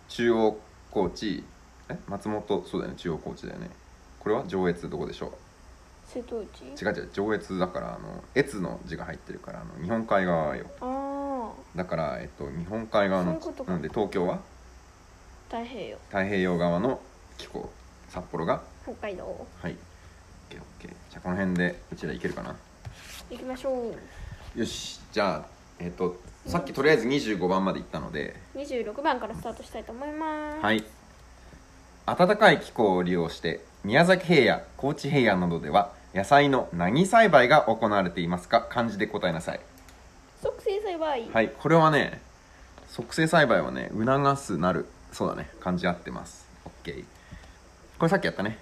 A: 中央高知え松本そうだよね中央高知だよねこれは上越どこでしょ
B: 瀬戸内
A: う違う違う上越だからあの越の字が入ってるからあの日本海側よ
B: ああ
A: だから、えっと、日本海側の
B: そういうことか
A: なんで東京は
B: 太平洋
A: 太平洋側の気候札幌が
B: 北海道
A: はいオッケーオッケーじゃあこの辺でうちらいけるかな
B: 行きましょう
A: よしじゃあえっとさっきとりあえず25番まで行ったので
B: 26番からスタートしたいと思います
A: はい暖かい気候を利用して宮崎平野高知平野などでは野菜の何栽培が行われていますか漢字で答えなさい
B: 即成栽培
A: はいこれはね促成栽培はね促すなるそうだね漢字合ってます OK これさっきやったね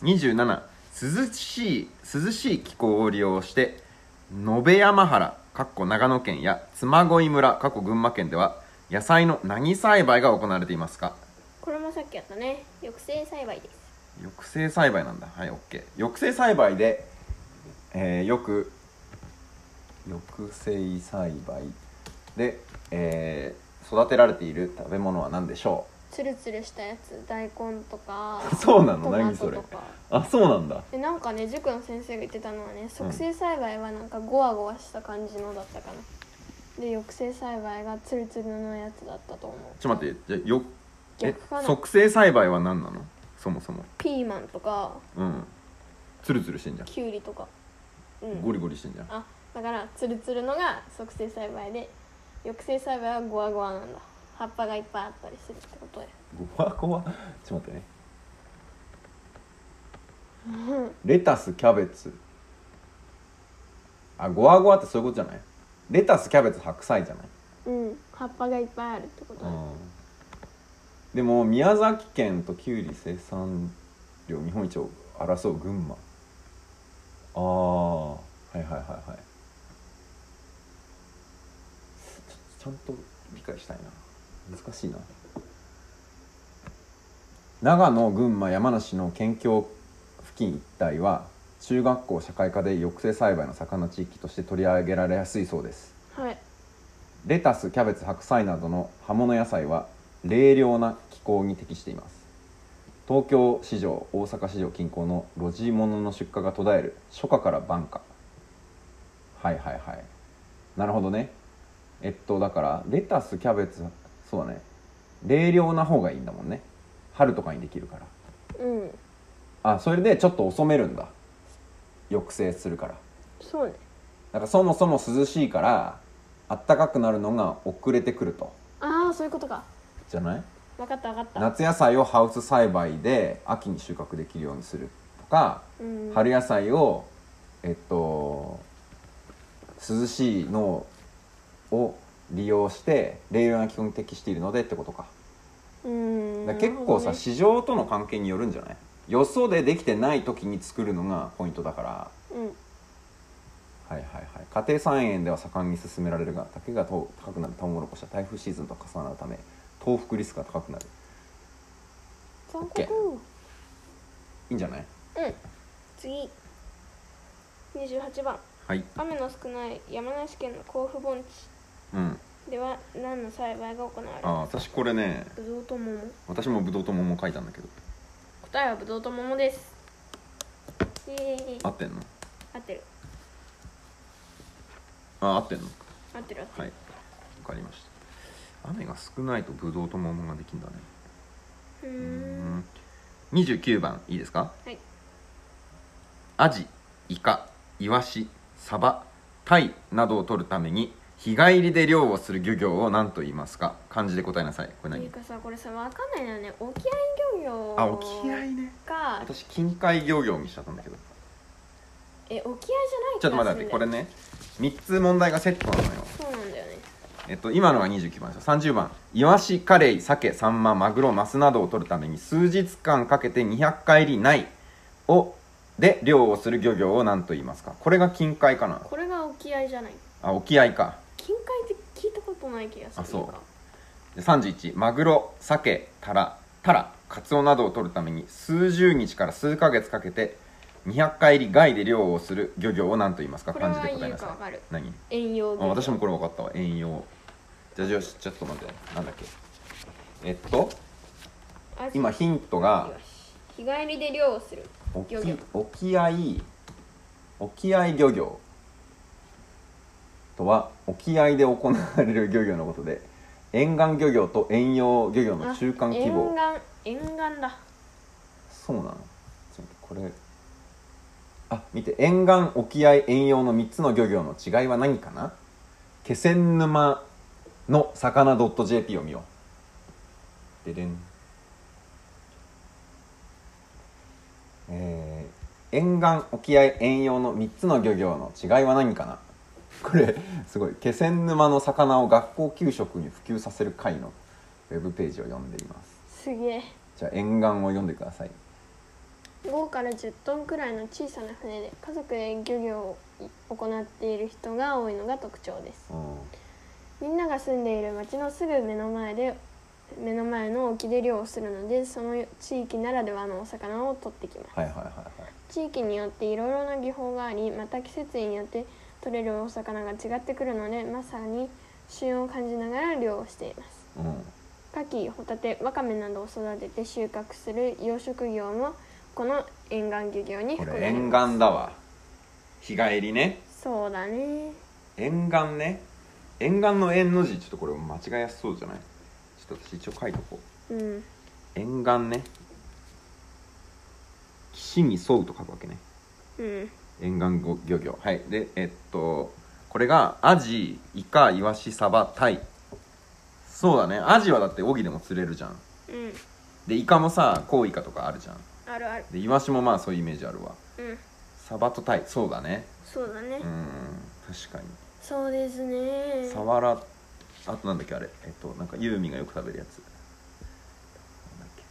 B: うん
A: 27涼しい涼しい気候を利用して延山原かっこ長野県や嬬恋村かっこ群馬県では野菜の何栽培が行われていますか
B: これもさっきやったね抑制栽培です
A: 抑制栽培なんだはい OK 抑制栽培で、えーよく抑制栽培で、えー育てられている食べ物は何でしょ
B: ツルツルしたやつ大根とか
A: う <laughs> そうなの
B: トマ
A: 何
B: ト
A: そ
B: と
A: れ
B: か
A: あそうなんだ
B: でなんかね塾の先生が言ってたのはね促成栽培はなんかゴワゴワした感じのだったかなで抑制栽培がツルツルのやつだったと思う
A: ちょっと待ってじゃあよえ
B: 逆かな
A: 促成栽培は何なのそもそも
B: ピーマンとか
A: うんツルツルしてんじゃん
B: きゅうりとかうん
A: ゴリゴリしてんじゃん
B: あだからツルツルのが促成栽培で抑制栽培はゴワゴワなんだ葉っぱがいっぱいあったりするってことで
A: ごわごわちょっと待ってねレタスキャベツあごわごわってそういうことじゃないレタスキャベツ白菜じゃない
B: うん葉っぱがいっぱいあるってことだ
A: でも宮崎県ときゅうり生産量日本一を争う群馬ああはいはいはいはいちょちゃんと理解したいな難しいな長野群馬山梨の県境付近一帯は中学校社会科で抑制栽培の盛んな地域として取り上げられやすいそうです
B: はい
A: レタスキャベツ白菜などの葉物野菜は冷涼な気候に適しています東京市場大阪市場近郊の路地物の出荷が途絶える初夏から晩夏はいはいはいなるほどねえっとだからレタスキャベツそうだね冷涼な方がいいんだもんね春とかにできるから
B: うん
A: あそれでちょっと遅めるんだ抑制するから
B: そうね
A: だからそもそも涼しいから暖かくなるのが遅れてくると
B: ああそういうことか
A: じゃない
B: 分かった分かった
A: 夏野菜をハウス栽培で秋に収穫できるようにするとか、
B: うん
A: 春野菜をえっと涼しいのを利用して冷涼な気候に適しているのでってことか
B: うん
A: だから結構さ、
B: なる
A: 市場との関係によるんじゃないよそでできてない時に作るのがポイントだから
B: ほどね
A: はいはいはい家庭菜園では盛んに進められるが竹がと高くなるトウモロコシは台風シーズンと重なるため豆腐リスクが高くなる
B: うんそういうこと
A: いいんじゃない
B: うん次28番
A: はい
B: 雨の少ない山梨県の甲府盆
A: うん
B: 地では何の栽培が行わ
A: あ私これね
B: れるぶどうと桃
A: 私もブドウと桃書いたんだけど
B: 答えはぶどうと桃ですイエーイ
A: 合ってんの
B: 合ってる
A: あ合ってんの
B: 合ってる合ってる、
A: はいわかりました雨が少ないとブドウと桃ができるんだね
B: うー
A: うんん29番いいですか
B: はい
A: アジイカイワシサバタイなどを取るために日帰りで漁をする漁業を何と言いますか漢字で答えなさいこれ
B: って
A: 何
B: いうかさこれさわかんないのよね沖合漁業
A: あ沖合ね
B: か
A: 私近海漁業にしちゃったんだけど
B: え沖合
A: ち
B: じ
A: ょ
B: ゃ
A: っと
B: ない
A: 待って待ってこれ
B: ね
A: ね3つ問題がセットなのよ
B: そうなんだよね
A: えっと今のが29番ですよ30番イワシカレイサケサンママグロマスなどを取るために数日間かけて200回り内をで漁をする漁業を何と言いますかこれが近海かな
B: これが沖合じゃない
A: あ沖合か
B: 近海って聞いたことない気がする
A: あそう
B: なんか
A: で31マグロサケタラタラカツオなどを取るために数十日から数ヶ月かけて200回り外で漁をする漁業を何と言いますか
B: これは
A: 漢字で答えな
B: 言うかわ
A: さ
B: か
A: い
B: る
A: 何
B: 遠洋漁
A: あ
B: 業
A: 私もこれ分かったわ遠洋じゃあよしちょっと待ってなんだっけえっと
B: アジ
A: 今ヒントが
B: よし日帰りで漁をする
A: 沖
B: 漁業
A: 沖合沖合漁業とは沖合で行われる漁業のことで沿岸漁業と遠洋漁業の中間規模
B: あ沿岸沿岸だ
A: そうなのちょっとこれあ見て沿岸沖合遠洋の3つの漁業の違いは何かな気仙沼の魚 .jp を見ようででんえー沿岸沖合遠洋の3つの漁業の違いは何かなこれすごい気仙沼の魚を学校給食に普及させる会のウェブページを読んでいます
B: すげえ
A: じゃあ沿岸を読んでください
B: 5から10トンくらいの小さな船で家族で漁業を行っている人が多いのが特徴です
A: うん
B: みんなが住んでいる町のすぐ目の前で目の前の沖で漁をするのでその地域ならではのお魚を取ってきます
A: はいはいはいはい
B: 地域によっていろいろな技法がありまた季節によって取れるお魚が違ってくるのでまさに旬を感じながら漁をしています
A: うん
B: 牡蠣ホタテわかめなどを育てて収穫する養殖業もこの沿岸漁業に
A: こ
B: 含ま
A: れ
B: れ
A: 沿
B: ま
A: 岸だわ日帰りね
B: すそうだね
A: 沿岸ね沿岸の縁の字ちょっとこれ間違いやすそうじゃないちょっと私一応書いとこう
B: うん
A: 沿岸ね岸に沿うと書くわけね
B: うん
A: 沿岸ご漁業はいでえっとこれがアジイカイワシサバタイそうだねアジはだって荻でも釣れるじゃん
B: うん
A: でイカもさコウイカとかあるじゃん
B: あるある
A: でイワシもまあそういうイメージあるわ
B: うん
A: サバとタイそうだね
B: そうだね、
A: うーん確かに
B: そうですね
A: サワラあとなんだっけあれえっとなんかユーミンがよく食べるやつなんだっけ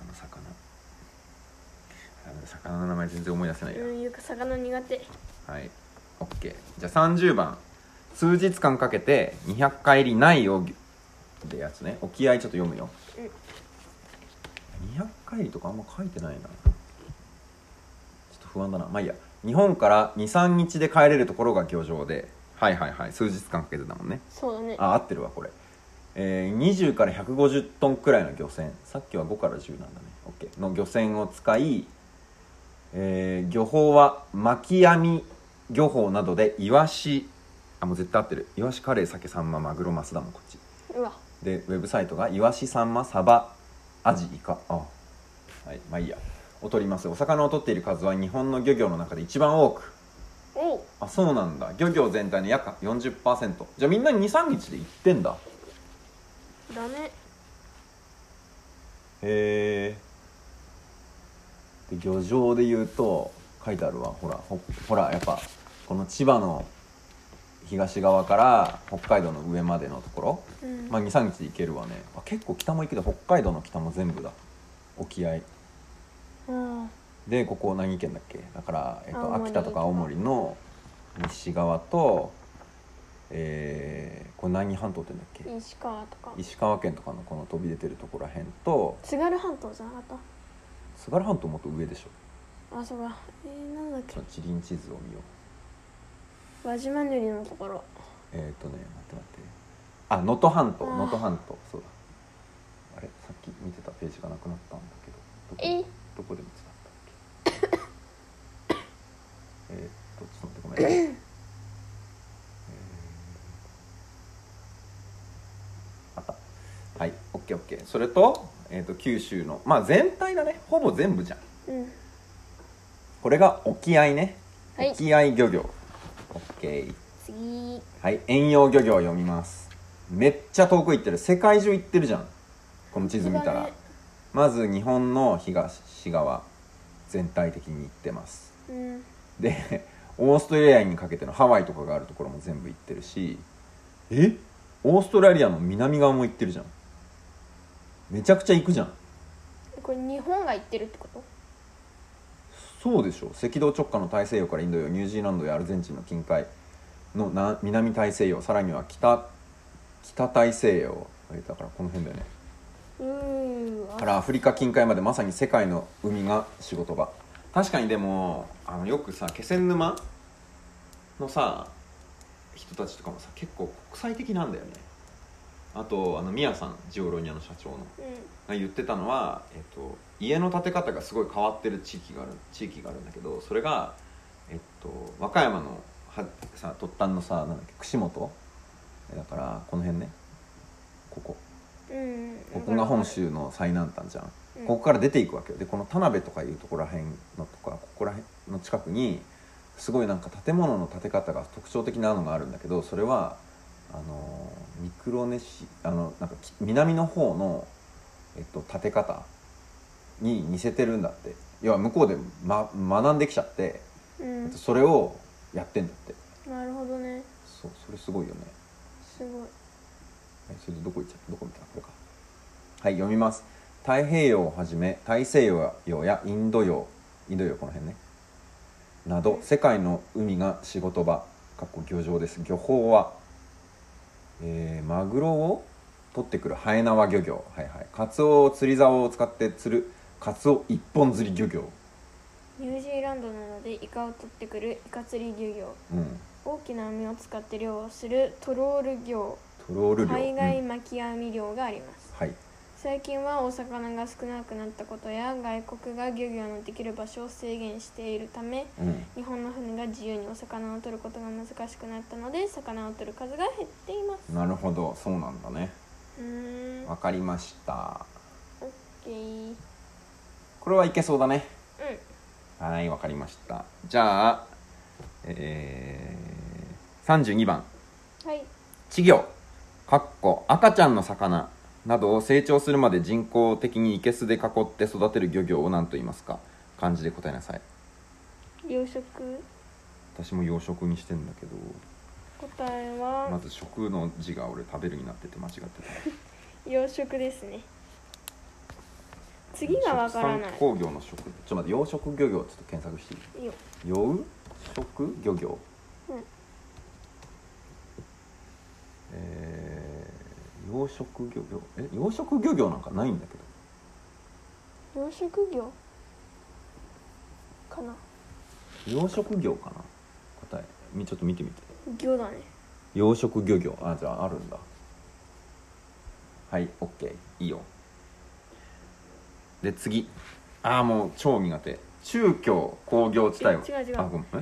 A: あの魚あの魚の名前全然思い出せないや、
B: うんいうか魚苦手
A: はい OK じゃあ30番数日間かけて200回りないをでやつね沖合ちょっと読むよ、200回りとかあんま書いてないなちょっと不安だなまあいいや日本から23日で帰れるところが漁場ではいはいはい数日間かけてだもんね
B: そうだね
A: あ合ってるわこれ、えー20から150トンくらいの漁船さっきは5から10なんだね OK の漁船を使い、えー漁法は巻き網漁法などでイワシあもう絶対合ってるイワシカレー酒サンママグロマスだもんこっち
B: うわ
A: でウェブサイトがイワシサンマサバアジイカあはいまあいいやを取りますお魚を取っている数は日本の漁業の中で一番多く
B: おう
A: あそうなんだ漁業全体の約40%じゃあみんな23日で行ってんだ
B: だね
A: へえで漁場で言うと書いてあるわほらほほらやっぱこの千葉の東側から北海道の上までのところ、
B: うん
A: まあ、23日で行けるわねあ結構北も行くけど北海道の北も全部だ沖合
B: うん
A: でここ何県だっけだから、えっ
B: 青
A: と、
B: 森
A: 秋田とか青森の西側とえー、これ何半島って言うんだっけ
B: 石川とか
A: 石川県とかのこの飛び出てるところらへんと
B: 津軽半島じゃなかっ
A: 津軽半島もっと上でしょ
B: あそうだえー、なんだっ
A: ちょ
B: け
A: っと地理院地図を見よう
B: 輪島塗りのところ
A: えっ、ー、とね待って待ってあ能登半島
B: あー
A: 能登半島そうだあれさっき見てたページがなくなったんだけどどこ
B: え
A: どこで見つかったっけえっとちょっと待
B: <coughs>
A: ってごめんえーあったはいオッケーオッケーそれと,、えー、と九州のまあ全体だねほぼ全部じゃん
B: うん
A: これが沖合ね、
B: はい
A: 沖合漁業オッケー
B: 次
A: はい遠洋漁業を読みますめっちゃ遠く行ってる世界中行ってるじゃんこの地図見た
B: そう
A: ら、
B: だね
A: まず日本の東側全体的に行ってます
B: うん
A: で <laughs> オーストラリアにかけてのハワイとかがあるところも全部行ってるしえオーストラリアの南側も行ってるじゃんめちゃくちゃ行くじゃん
B: これ日本が行ってるってこと
A: そうでしょう赤道直下の大西洋からインド洋ニュージーランドやアルゼンチンの近海のな南大西洋さらには北北大西洋えだからこの辺だよね
B: うーわ
A: からアフリカ近海までまさに世界の海が仕事場確かにでもあのよくさ気仙沼のさ人たちとかもさ結構国際的なんだよねあとあのミヤさんジオロニアの社長の
B: う
A: が言ってたのは、えっと、家の建て方がすごい変わってる地域がある地域があるんだけどそれが、えっと、和歌山のはさ突端のさなんだっけ串本えだからこの辺ねここ
B: んうん
A: ここが本州の最南端じゃん、
B: うん
A: ここから出ていくわけよでこの田辺とかいうところらへんのとかここらへんの近くにすごいなんか建物の建て方が特徴的なのがあるんだけどそれはあのーミクロネシあのなんかき南の方の、えっと、建て方に似せてるんだって要は向こうで、ま、学んできちゃって、
B: うん
A: えっと、それをやってんだって
B: なるほどね
A: そうそれすごいよね
B: すごい
A: はいそれでどこ行っちゃったどこ見たこれかはい読みます太平洋をはじめ大西洋やインド洋インド洋この辺ねなど世界の海が仕事場かっこ漁場です漁法は、えーマグロを取ってくるハエナワ漁業はいはいカツオを釣り竿を使って釣るカツオ一本釣り漁業
B: ニュージーランドなどでイカを取ってくるイカ釣り漁業
A: うん
B: 大きな網を使って漁をするトロール漁
A: トロール漁
B: 海外
A: うん
B: 巻き網漁があります
A: はい
B: 最近はお魚が少なくなったことや外国が漁業のできる場所を制限しているため
A: うん
B: 日本の船が自由にお魚を取ることが難しくなったので魚を取る数が減っています
A: なるほどそうなんだね
B: うーんオッ
A: わかりました
B: ケーうん
A: これはいけそうだねはいわかりましたじゃあえー、32番
B: はい
A: 稚魚かっこ赤ちゃんの魚などを成長するまで人工的に生けすで囲って育てる漁業を何と言いますか漢字で答えなさい
B: 養殖
A: 私も養殖にしてんだけど
B: 答えは、
A: まず食の字が俺食べるになってて間違って
B: 養殖ですね
A: た
B: 次がわからない
A: 畜産工業の食ちょっと待って養殖漁業ちょっと検索していい
B: いいよ
A: 養殖漁業
B: うん
A: えー、養殖漁業え養殖漁業なんかないんだけど
B: 養殖業かな
A: 養殖業かな答えみちょっと見てみて
B: 魚だね
A: 養殖漁業あじゃああるんだはい OK いいよで次ああもう超苦手中京工業地帯を
B: え違う違う
A: あごめんえ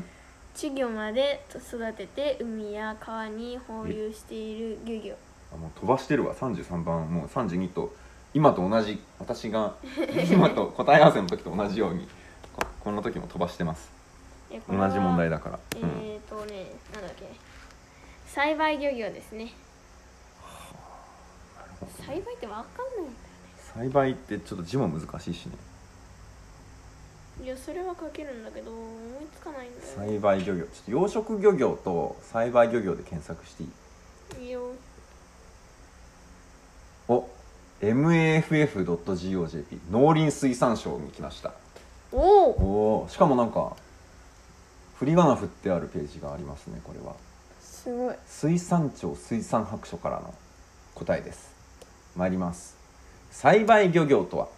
B: 稚魚まで育てて海や川に放流している漁業
A: あもう飛ばしてるわ33番もう32と今と同じ私が <laughs> 今と答え合わせの時と同じようにここの時も飛ばしてます
B: えこ
A: 同
B: れは
A: じ問題だから、
B: え
A: うん
B: ーとねなんだっけ栽培漁業ですね栽培ってわかんな
A: 栽培ってちょっと字も難しいしね
B: いいやそれは書けるんだけど思いつかないんだよ
A: 栽培漁業ちょっと養殖漁業と栽培漁業で検索していい
B: いいよ
A: お maff.gojp 農林水産省に来ました
B: おお
A: おーしかもなんか振り仮名振ってあるページがありますねこれは
B: すごい
A: 水産庁水産白書からの答えです参ります栽培漁業とは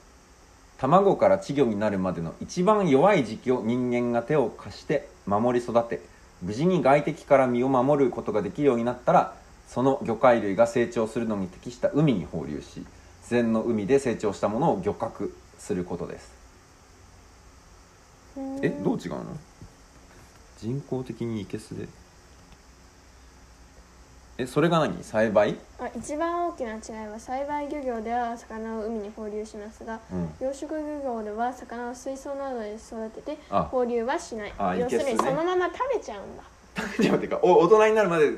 A: 卵から稚魚になるまでの一番弱い時期を人間が手を貸して守り育て無事に外敵から身を守ることができるようになったらその魚介類が成長するのに適した海に放流し自然の海で成長したものを漁獲することですえどう違うの人工的にいけすでえそれが何栽培
B: あ一番大きな違いは栽培漁業では魚を海に放流しますが
A: <laughs> うん
B: 養殖漁業では魚を水槽などで育てて
A: あ
B: 放流はしない
A: あ
B: 要する
A: いけ
B: に
A: すね
B: そのまま食べちゃうんだ
A: ちょっと待ってかお大人になるまで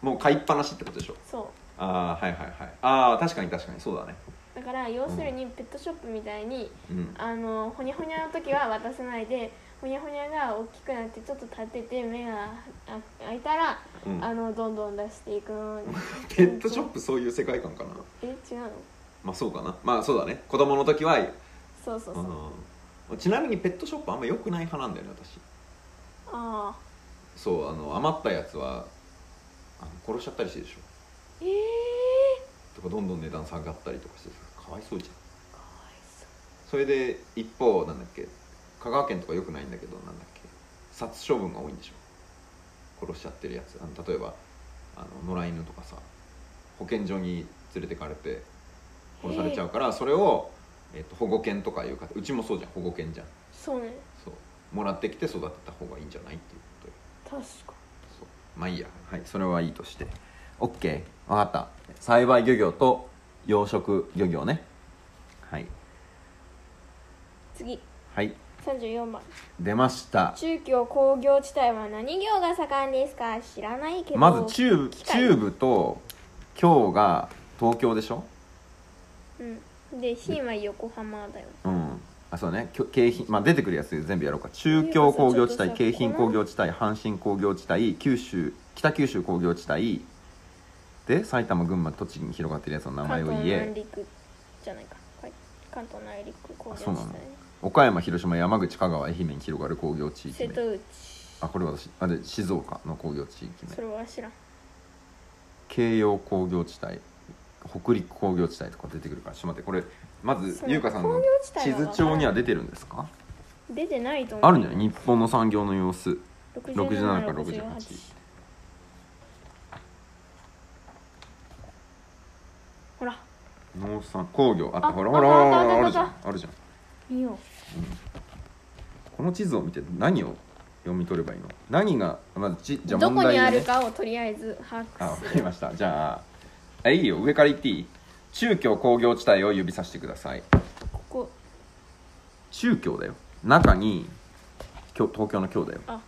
A: もう買いっぱなしってことでしょ
B: そう
A: ああはいはいはいああ確かに確かにそうだね
B: だから要するにペットショップみたいに
A: うん
B: あのほにゃほにゃの時は渡さないでほにゃほにゃが大きくなってちょっと立てて目があ開いたら、
A: うん
B: あのどんどん出してい
A: <laughs>
B: くの
A: ペットショップそういう世界観かな
B: え違うの
A: まあそうかなまあそうだね子供の時は、
B: そうそうそう、あ
A: うん、ちなみにペットショップあんま良くない派なんだよね私
B: あ
A: そうあの余ったやつはあの殺しちゃったりしてるでしょ
B: ええ
A: とかどんどん値段下がったりとかしてさかわいそうじゃん
B: ー、かわいそう
A: それで一方なんだっけ香川県とかよくないんだけどなんだっけ殺処分が多いんでしょ殺しちゃってるやつあの例えばあの野良犬とかさ保健所に連れてかれて殺されちゃうからそれを、えっと、保護犬とかいうかうちもそうじゃん保護犬じゃん
B: そうね
A: そうもらってきて育てた方がいいんじゃないっていうことよ
B: 確か
A: そうまあいいやはいそれはいいとして OK 分かった栽培漁業と養殖漁業ねはい
B: 次
A: はい
B: 34番
A: 出ました
B: 中京工業地帯は何業が盛んですか知らないけど
A: まず中部
B: 機械
A: 中部と京が東京でしょ
B: うんで品は横浜だよ
A: うんあそうねきょ京浜まあ出てくるやつ全部やろうか中京工業地帯
B: ってい
A: 京
B: うかさち
A: 浜
B: ょっとさ
A: 工業地帯阪神工業地帯九州北九州工業地帯で埼玉群馬栃木に広がってるやつの名前
B: 関
A: を
B: 東
A: 言
B: 内
A: え
B: 陸じゃないか、はい、関東内陸工業地
A: あそう
B: 帯
A: なの岡山広島山口香川愛媛に広がる工業地域
B: 瀬
A: 名
B: 戸内
A: あこれ私あで静岡の工業地域
B: そ
A: 名
B: れは知らん
A: 京葉工業地帯北陸工業地帯とか出てくるからちょっと待ってこれまず
B: そう
A: 優香さん
B: 工
A: の
B: 業地
A: 地
B: 帯は
A: 図帳には出てるんですか
B: 出てないと思う
A: あるんじゃない日本の産業の様子67から68
B: 6768ほら
A: 農産工業あった
B: あ
A: ほらほらほらほら
B: あ
A: あ
B: あ
A: る
B: っ
A: じ
B: た
A: ゃ
B: あっ
A: んあるじゃん
B: 見よ
A: この地図を見て何を読み取ればいいの何がまずちじゃあ
B: うど
A: 問
B: こに
A: 題
B: あ
A: を
B: る
A: ね
B: かをとりあえず把
A: あわか
B: 握す
A: り
B: る
A: ましたじゃああいいよ上から言っていい中京工業地帯を指さしてください
B: ここ
A: 中京だよ中に京東京の京だよ
B: あ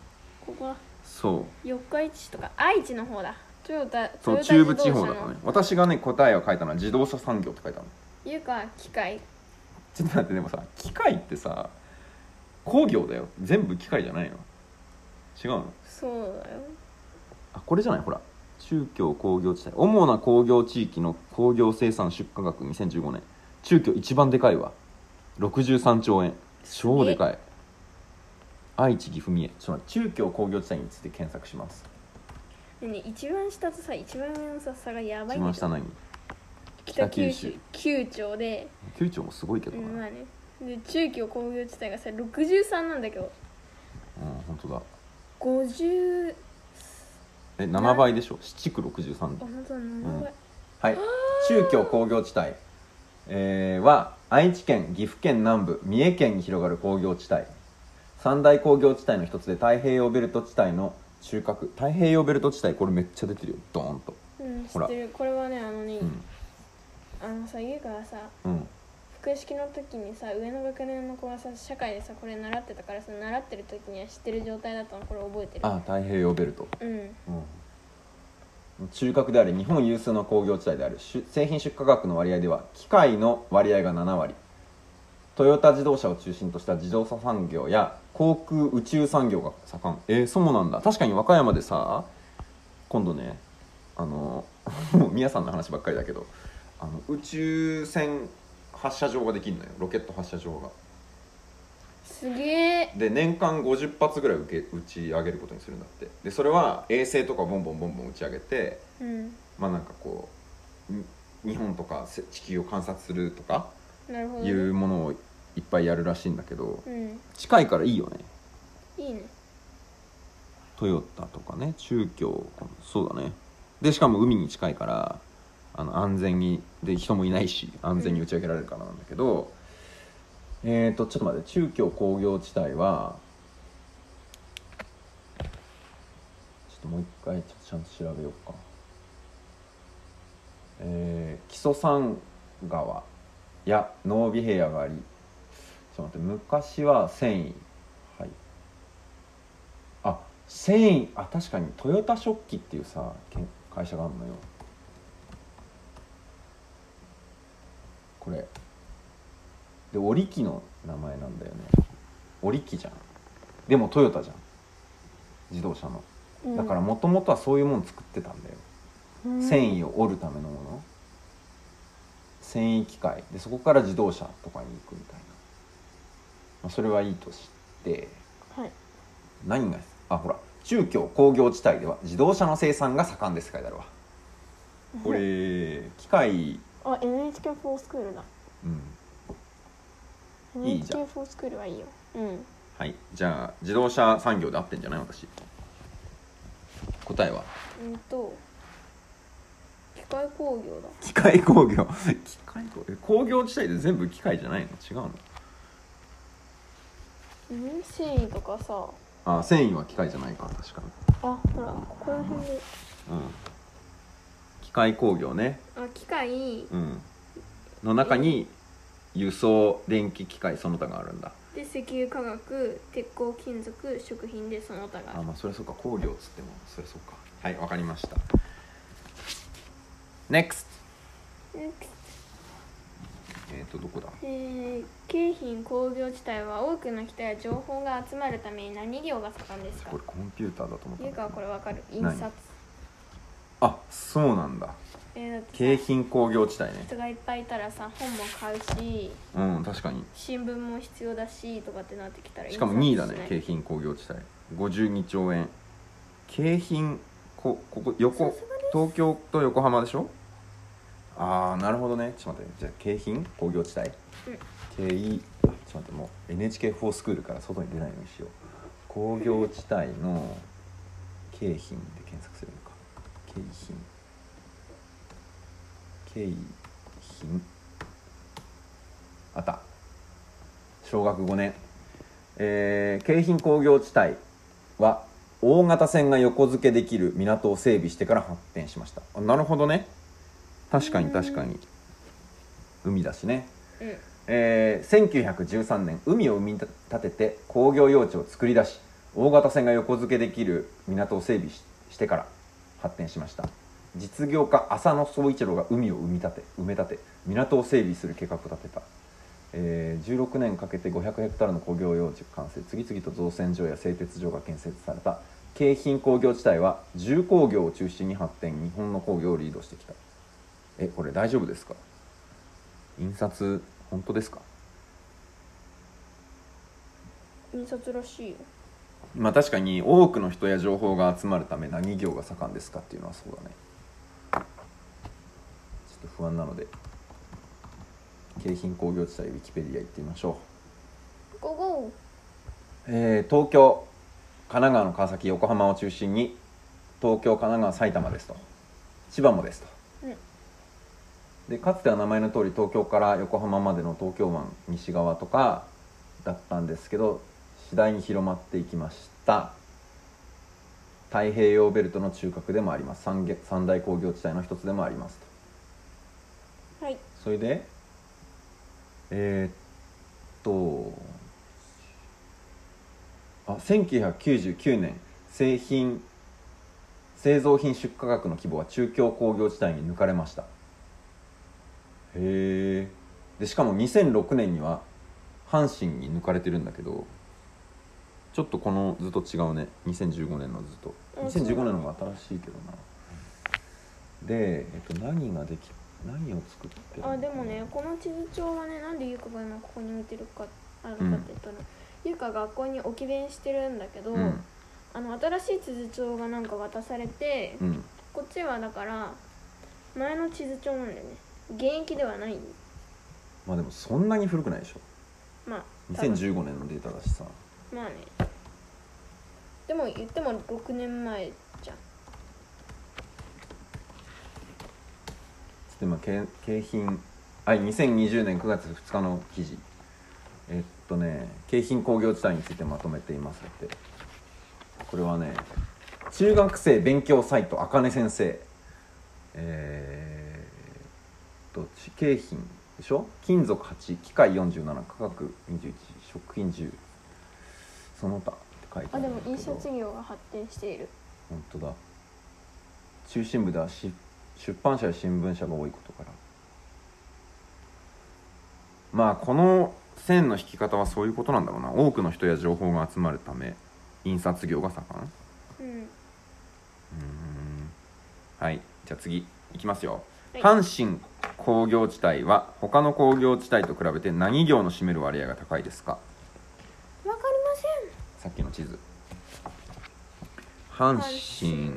B: ここだ
A: そう
B: 四日市市とか愛知の方だトヨタト
A: そ
B: ヨ
A: う
B: タ
A: 中
B: 自
A: 部
B: 動
A: 地
B: 車
A: 方だから
B: の
A: ね私がね答えを書いたのは自動車産業って書いたの
B: いうか機械
A: ちょっと待ってでもさ機械ってさ工業だよ全部機械じゃないの違うの
B: そうだよ
A: あこれじゃないほら中京工業地帯主な工業地域の工業生産出荷額2015年中京一番でかいわ63兆円超でかい愛知岐阜三重ちょっと待って中京工業地帯について検索します
B: でね一番下とさ一番上のさ差がやばい
A: 一
B: んだ
A: 番
B: けど
A: 下何
B: 北
A: 北
B: 九
A: 九
B: 州
A: 州
B: 九丁で、
A: 九州もすごいけ
B: う
A: どな、
B: ん、まあねで中京工業地帯がさ63なんだけど
A: うん本当だ
B: 50
A: え7倍でしょ7区63
B: あ
A: だ
B: 本当だ7倍、
A: はい中京工業地帯、えーは愛知県岐阜県南部三重県に広がる工業地帯三大工業地帯の一つで太平洋ベルト地帯の中核太平洋ベルト地帯これめっちゃ出てるよドーンと
B: うん、知
A: ほら
B: ってるこれはねあのね、
A: うん
B: あのさ優香がさ
A: うん
B: 複式の時にさ上の学年の子はさ社会でさこれ習ってたからさ習ってる時には知ってる状態だったのこれ覚えてる
A: あ太平洋ベルト
B: うん
A: うん中核であり日本有数の工業地帯であるし製品出荷額の割合では機械の割合が7割トヨタ自動車を中心とした自動車産業や航空宇宙産業が盛んえー、そうなんだ確かに和歌山でさ今度ねあの <laughs> もう宮さんの話ばっかりだけどあの宇宙船発射場ができるのよロケット発射場が
B: すげえ
A: で年間50発ぐらい受け打ち上げることにするんだってでそれは衛星とかボンボンボンボン打ち上げて
B: うん
A: まあなんかこうに日本とかせ地球を観察するとか
B: なるほど
A: い
B: ね、
A: うものをいっぱいやるらしいんだけど
B: うん
A: 近いからいいよね
B: いいね
A: トヨタとかね中京そうだねでしかも海に近いからあの安全にで人もいないし安全に打ち上げられるからなんだけど、えー、とちょっと待って中京工業地帯はちょっともう一回ちょっとちゃんと調べようかえー、木曽山川や濃尾平野がありちょっと待って昔は繊維はいあ繊維あ確かにトヨタ食器っていうさけん会社があるのよこれで織機の名前なんだよね織機じゃんでもトヨタじゃん自動車の
B: うん
A: だからもともとはそういうもの作ってたんだよ、
B: うん
A: 繊維を織るためのもの繊維機械でそこから自動車とかに行くみたいな、まあ、それはいいとして
B: はい
A: 何があほら中京工業地帯では自動車の生産が盛んです書いてあるわこれ機械
B: <laughs> あ NHK4 スクールだ
A: うんいいじゃん
B: NHK4 スクールはいいようん
A: はいじゃあ自動車産業で合ってんじゃない私答えは
B: うんと機械工業だ
A: 機械工業機械工業工業地帯で全部機械じゃないの違うの
B: うん繊維とかさ
A: あ繊維は機械じゃないか確かに
B: あほらここら辺で
A: うん機械工業ね
B: あ機械
A: うんの中に輸送電気機械その他があるんだ
B: で石油化学鉄鋼金属食品でその他が
A: あまあそれそうか工業っつってもそれそうかはいわかりました NEXT
B: うん
A: えっ、とどこだ
B: えー京浜工業地帯は多くの人や情報が集まるために何業が盛んですか
A: これコンピューターだと思ったん
B: ゆ
A: だけど
B: うかはこれわかる印
A: 何
B: 刷
A: あそうなんだ
B: えー、だってさ
A: 京浜工業地帯ね
B: 人がいっぱいいたらさ本も買うし
A: うん確かに
B: 新聞も必要だしとかってなってきたら
A: しかも2位だ
B: 印
A: ね
B: 刷しな
A: 京
B: い
A: 浜工業地帯52兆円京浜こここ横
B: さすがです
A: 東京と横浜でしょああなるほどねちょっと待ってじゃあ京浜工業地帯経緯あちょっと待ってもう NHK4 スクールから外に出ないようにしよう工業地帯の京浜で検索するのか京浜京浜あった小学5年えー京浜工業地帯は大型船が横付けできる港を整備してから発展しましたあなるほどね確かに確かに海だしね
B: うん
A: えー1913年海を生み立てて工業用地を作り出し大型船が横付けできる港を整備ししてから発展しました実業家浅野総一郎が海を生み立て埋め立て港を整備する計画を立てた、えー16年かけて500ヘクタールの工業用地が完成次々と造船所や製鉄所が建設された京浜工業地帯は重工業を中心に発展日本の工業をリードしてきたえこれ大丈夫ですか印刷本当ですか
B: 印刷らしいよ
A: まあ確かに多くの人や情報が集まるため何行が盛んですかっていうのはそうだねちょっと不安なので京浜工業地帯ウィキペディア行ってみましょ
B: ゴーゴ
A: う、えー東京神奈川の川崎横浜を中心に東京神奈川埼玉ですと千葉もですと
B: ーうん
A: でかつては名前の通り東京から横浜までの東京湾西側とかだったんですけど次第に広まっていきました太平洋ベルトの中核でもあります三げ三大工業地帯の一つでもありますと
B: はい
A: それでえーっとあ1999年製品製造品出荷額の規模は中京工業地帯に抜かれましたへえでしかも2006年には阪神に抜かれてるんだけどちょっとこの図と違うね2015年の図と
B: うん
A: 2015年の方が新しいけどなで、えっと、何ができ何を作ってるのかな
B: あでもねこの地図帳はねなんでゆうかが今ここに見てるかあるかって言ったら、ゆうか学校に置き勉してるんだけど、
A: うん
B: あの新しい地図帳がなんか渡されて、
A: うん
B: こっちはだから前の地図帳なんだよね現役ではない
A: まあでもそんなに古くないでしょ
B: まあ多分
A: 2015年のデータだしさ
B: まあねでも言っても6年前じゃん
A: つってまあ景景品はい2020年9月2日の記事えっとね景品工業地帯についてまとめていますってこれはね中学生勉強サイトあかね先生えー、っと地景品でしょ金属8機械47価格21食品10その他って書いて
B: あ
A: る
B: で
A: ん
B: も
A: だけど
B: 印刷業が発展している
A: 本当だ中心部ではし出版社や新聞社が多いことからまあこの線の引き方はそういうことなんだろうな多くの人や情報が集まるため印刷業が盛んう
B: うん
A: ーんはいじゃあ次いきますよ、
B: はい
A: 阪神工業地帯は他の工業地帯と比べて何業の占める割合が高いですか
B: わかり
A: さっきの地図阪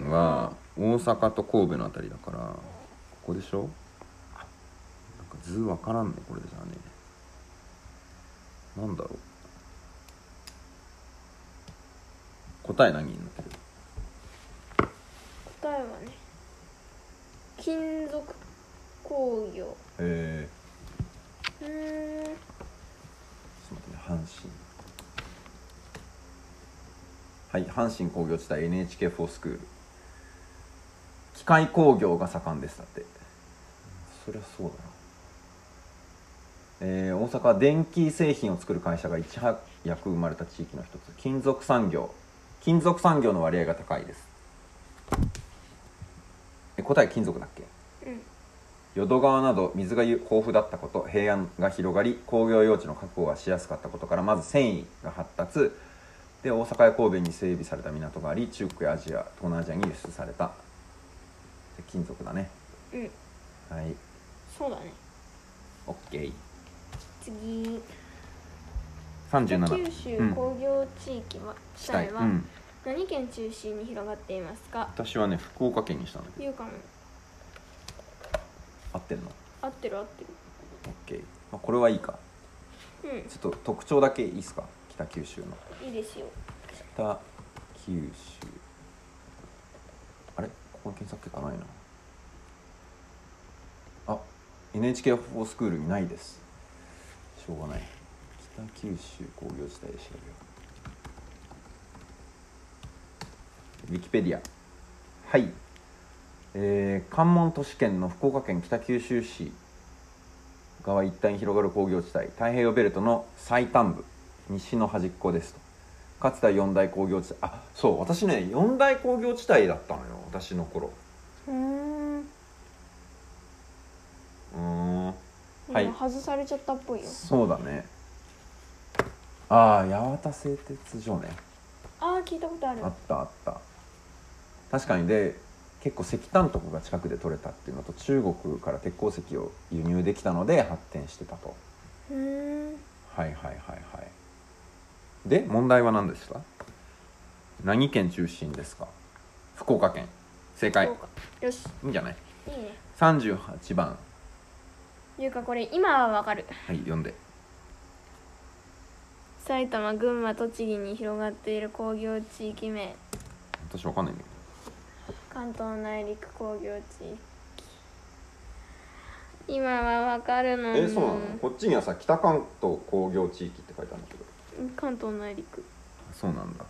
A: 神は大阪と神戸のあたりだからここでしょなんか図わからんねこれじゃあねなんだろう答え何になってる
B: ません答えはね金属工業
A: え
B: うーん
A: ちょっと待ってね阪神はい阪神工業地帯 NHK フォースクール機械工業が盛んですだってそりゃそうだなえー大阪は電気製品を作る会社がいち早く生まれた地域の一つ金属産業金属産業の割合が高いですえ答え金属だっけ
B: うん
A: 淀川など水が豊富だったこと平安が広がり工業用地の確保がしやすかったことからまず繊維が発達で大阪や神戸に整備された港があり中国やアジア東南アジアに輸出されたで金属だね
B: うん
A: はい
B: そうだね
A: OK37
B: 次九州工業地域は、地帯は、
A: うん、
B: 何県中心に広がっていますか
A: 私はね福岡県にしたんだけど
B: 言うかも
A: 合ってんの
B: 合ってる合って
A: OK、まあ、これはいいか
B: るうん
A: ちょっと特徴だけいいっすか北九州の
B: いいですよ
A: 北九州あれここに検索結果ないなあ NHK フォースクールにないですしょうがない北九州工業地帯で調べようウィキペディアはいえー関門都市圏の福岡県北九州市側一帯に広がる工業地帯太平洋ベルトの最端部西の端っこですとかつては四大工業地帯あそう私ね四大工業地帯だったのよ私の頃
B: うん
A: うーんは
B: はいい、外されちゃったっぽいよ
A: そうだねああ八幡製鉄所ね
B: ああ聞いたことある
A: あったあった確かにで結構石炭とかが近くで取れたっていうのと中国から鉄鉱石を輸入できたので発展してたと
B: うん
A: はいはいはいはいで問題は何ですか何県中心ですか福岡県正解
B: そうかよし
A: いいんじゃない
B: いいね
A: 38番
B: ゆうかこれ今はわかる
A: はい読んで
B: 埼玉群馬栃木に広がっている工業地域名
A: 私わかんないんだけ
B: 関東内陸工業地域今はわかるの
A: どえそうなのこっちにはさ北関東工業地域って書いてあるんだけど
B: 関東内陸
A: そうなんだ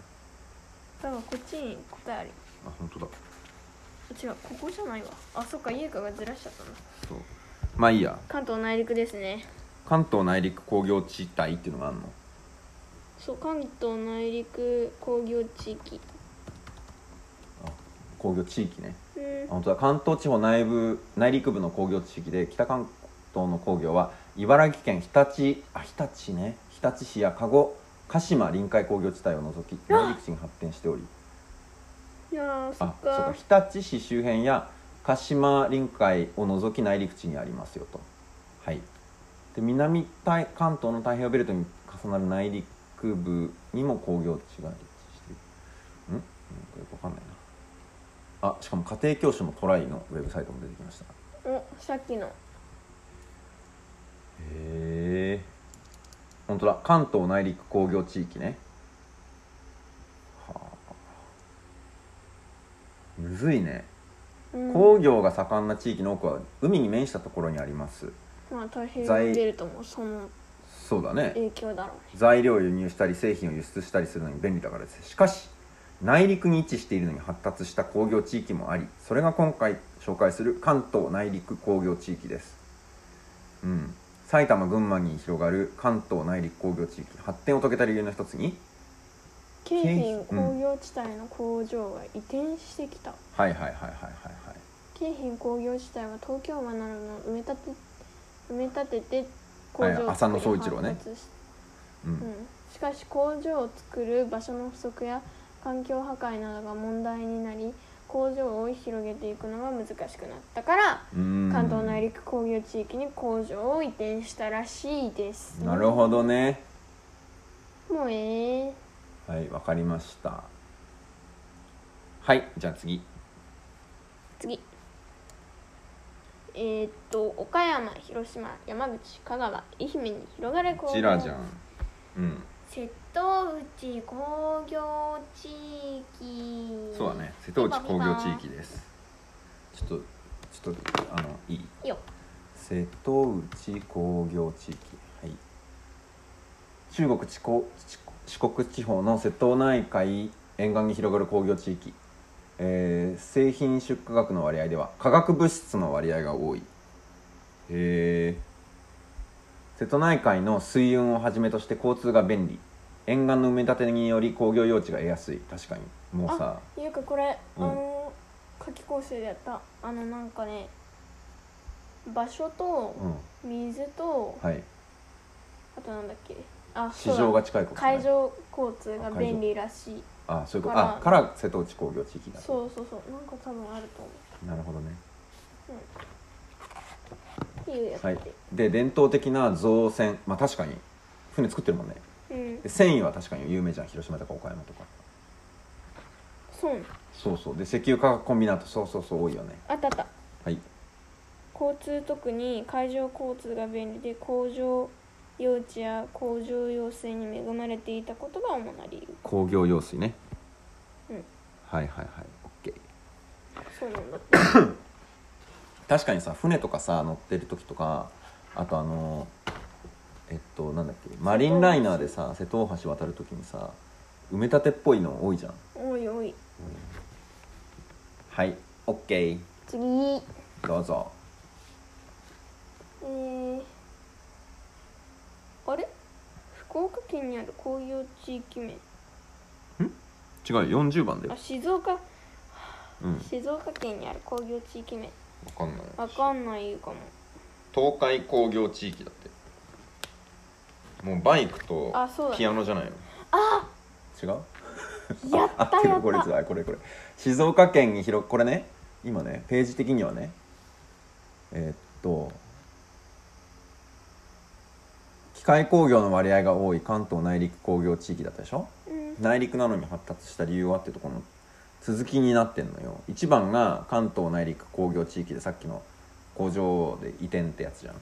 B: だからこっちに答えある
A: あ本当だ
B: 違うここじゃないわあそっか優香がずらしちゃったな
A: そうまあいいや
B: 関東内陸ですね
A: 関東内陸工業地帯っていうのがあるの
B: そう関東内陸工業地域
A: あ工業地域ね
B: うん
A: あ本当だ関東地方内部内陸部の工業地域で北関東の工業は茨城県日立あ日立ね日立市や加護鹿島臨海工業地帯を除き内陸地に発展しており
B: いやーそ
A: あ
B: っ
A: そう
B: か
A: か日立市周辺や鹿島臨海を除き内陸地にありますよとはいで南太関東の太平洋ベルトに重なる内陸部にも工業地が立地しているんなんかよくわかんないなあしかも家庭教師のトライのウェブサイトも出てきましたへ
B: おさっきの
A: え本当だ関東内陸工業地域ねはあむずいね
B: うん
A: 工業が盛んな地域の多くは海に面したところにあります
B: まあ太平
A: 在
B: 洋出るともその
A: そうだね
B: 影響だろうね
A: 材料を輸入したり製品を輸出したりするのに便利だからですしかし内陸に位置しているのに発達した工業地域もありそれが今回紹介する関東内陸工業地域ですうん埼玉群馬に広がる関東内陸工業地域発展を遂げた理由の一つに
B: 京
A: 京
B: 浜
A: 浜うん
B: 工業地帯の工場が移転してきた
A: はいはいはいはいはいはい
B: 京浜工業地帯は東京湾などの埋め立て埋め立てて工場を
A: はい
B: 作り
A: 浅野総一郎ね
B: 発達し
A: うん、
B: うん、しかし工場を作る場所の不足や環境破壊などが問題になり工場を広げていくのが難しくなったから
A: うん
B: 関東内陸工業地域に工場を移転したらしいです
A: なるほどね
B: もうええ
A: はいわかりましたはいじゃあ次
B: 次えーっと岡山広島山口香川愛媛に広がる
A: こ
B: 工業
A: ちらじゃんうん
C: 瀬戸内工業地域
A: そうだね瀬戸内工業地域ですちょっとちょっとあのいい
B: いいよ
A: 瀬戸内工業地域はい中国地方四国地方の瀬戸内海沿岸に広がる工業地域、えー製品出荷額の割合では化学物質の割合が多いへー瀬戸内海の水運をはじめとして交通が便利沿岸の埋め立てにより工業用地が得やすい確かにもうさ
B: ゆうかこれ、
A: うん
B: あの夏季講習でやったあのなんかね場所と
A: うん
B: 水と、
A: はい
B: あとなんだっけあ
A: 市場が
B: そう
A: 近いこ
B: だ
A: と、
B: 海上交通が便利らしい
A: あそういうこと
B: から
A: あから瀬戸内工業地域だ
B: そうそうそうなんか多分あると思
A: なるほどね
B: うっていうやつで、
A: はいで伝統的な造船まあ確かに船作ってるもんね
B: うん
A: で繊維は確かに有名じゃん広島とか岡山とか
B: そうね
A: そうそうで石油化学コンビナートそうそうそう多いよね
B: あったあった
A: はい
B: 交通特に海上交通が便利で工場用地や工場用水に恵まれていたことが主な理由
A: 工業用水ね
B: うん
A: はいはいはい OK
B: そうなんだって
A: 確かにさ船とかさ乗ってる時とかあとあのえっとなんだっけマリンライナーでさ瀬戸大橋渡る時にさ埋め立てっぽいの多いじゃん
B: おいおい
A: はい OK
B: 次え
A: どうぞ
B: ー、あれ福岡県にある工業地域名
A: 違うよ40番だ
B: あ静岡
A: うんわ
B: 静岡県にある工業地域名
A: かんない
B: わかんないかも
A: 東海工業地域だってもうバイクと
B: あそうだ
A: ピアノじゃないの
B: あ
A: 違う
B: やっ
A: あ
B: た
A: て
B: や
A: るこれ
B: っ
A: これこれこれ静岡県に広これね今ねページ的にはねえーっと機械工業の割合が多い関東内陸工業地域だったでしょ
B: たうん
A: 内陸なのに発達した理由はってところの続きになってんのよ1番が関東内陸工業地域でさっきの工場で移転ってやつじゃん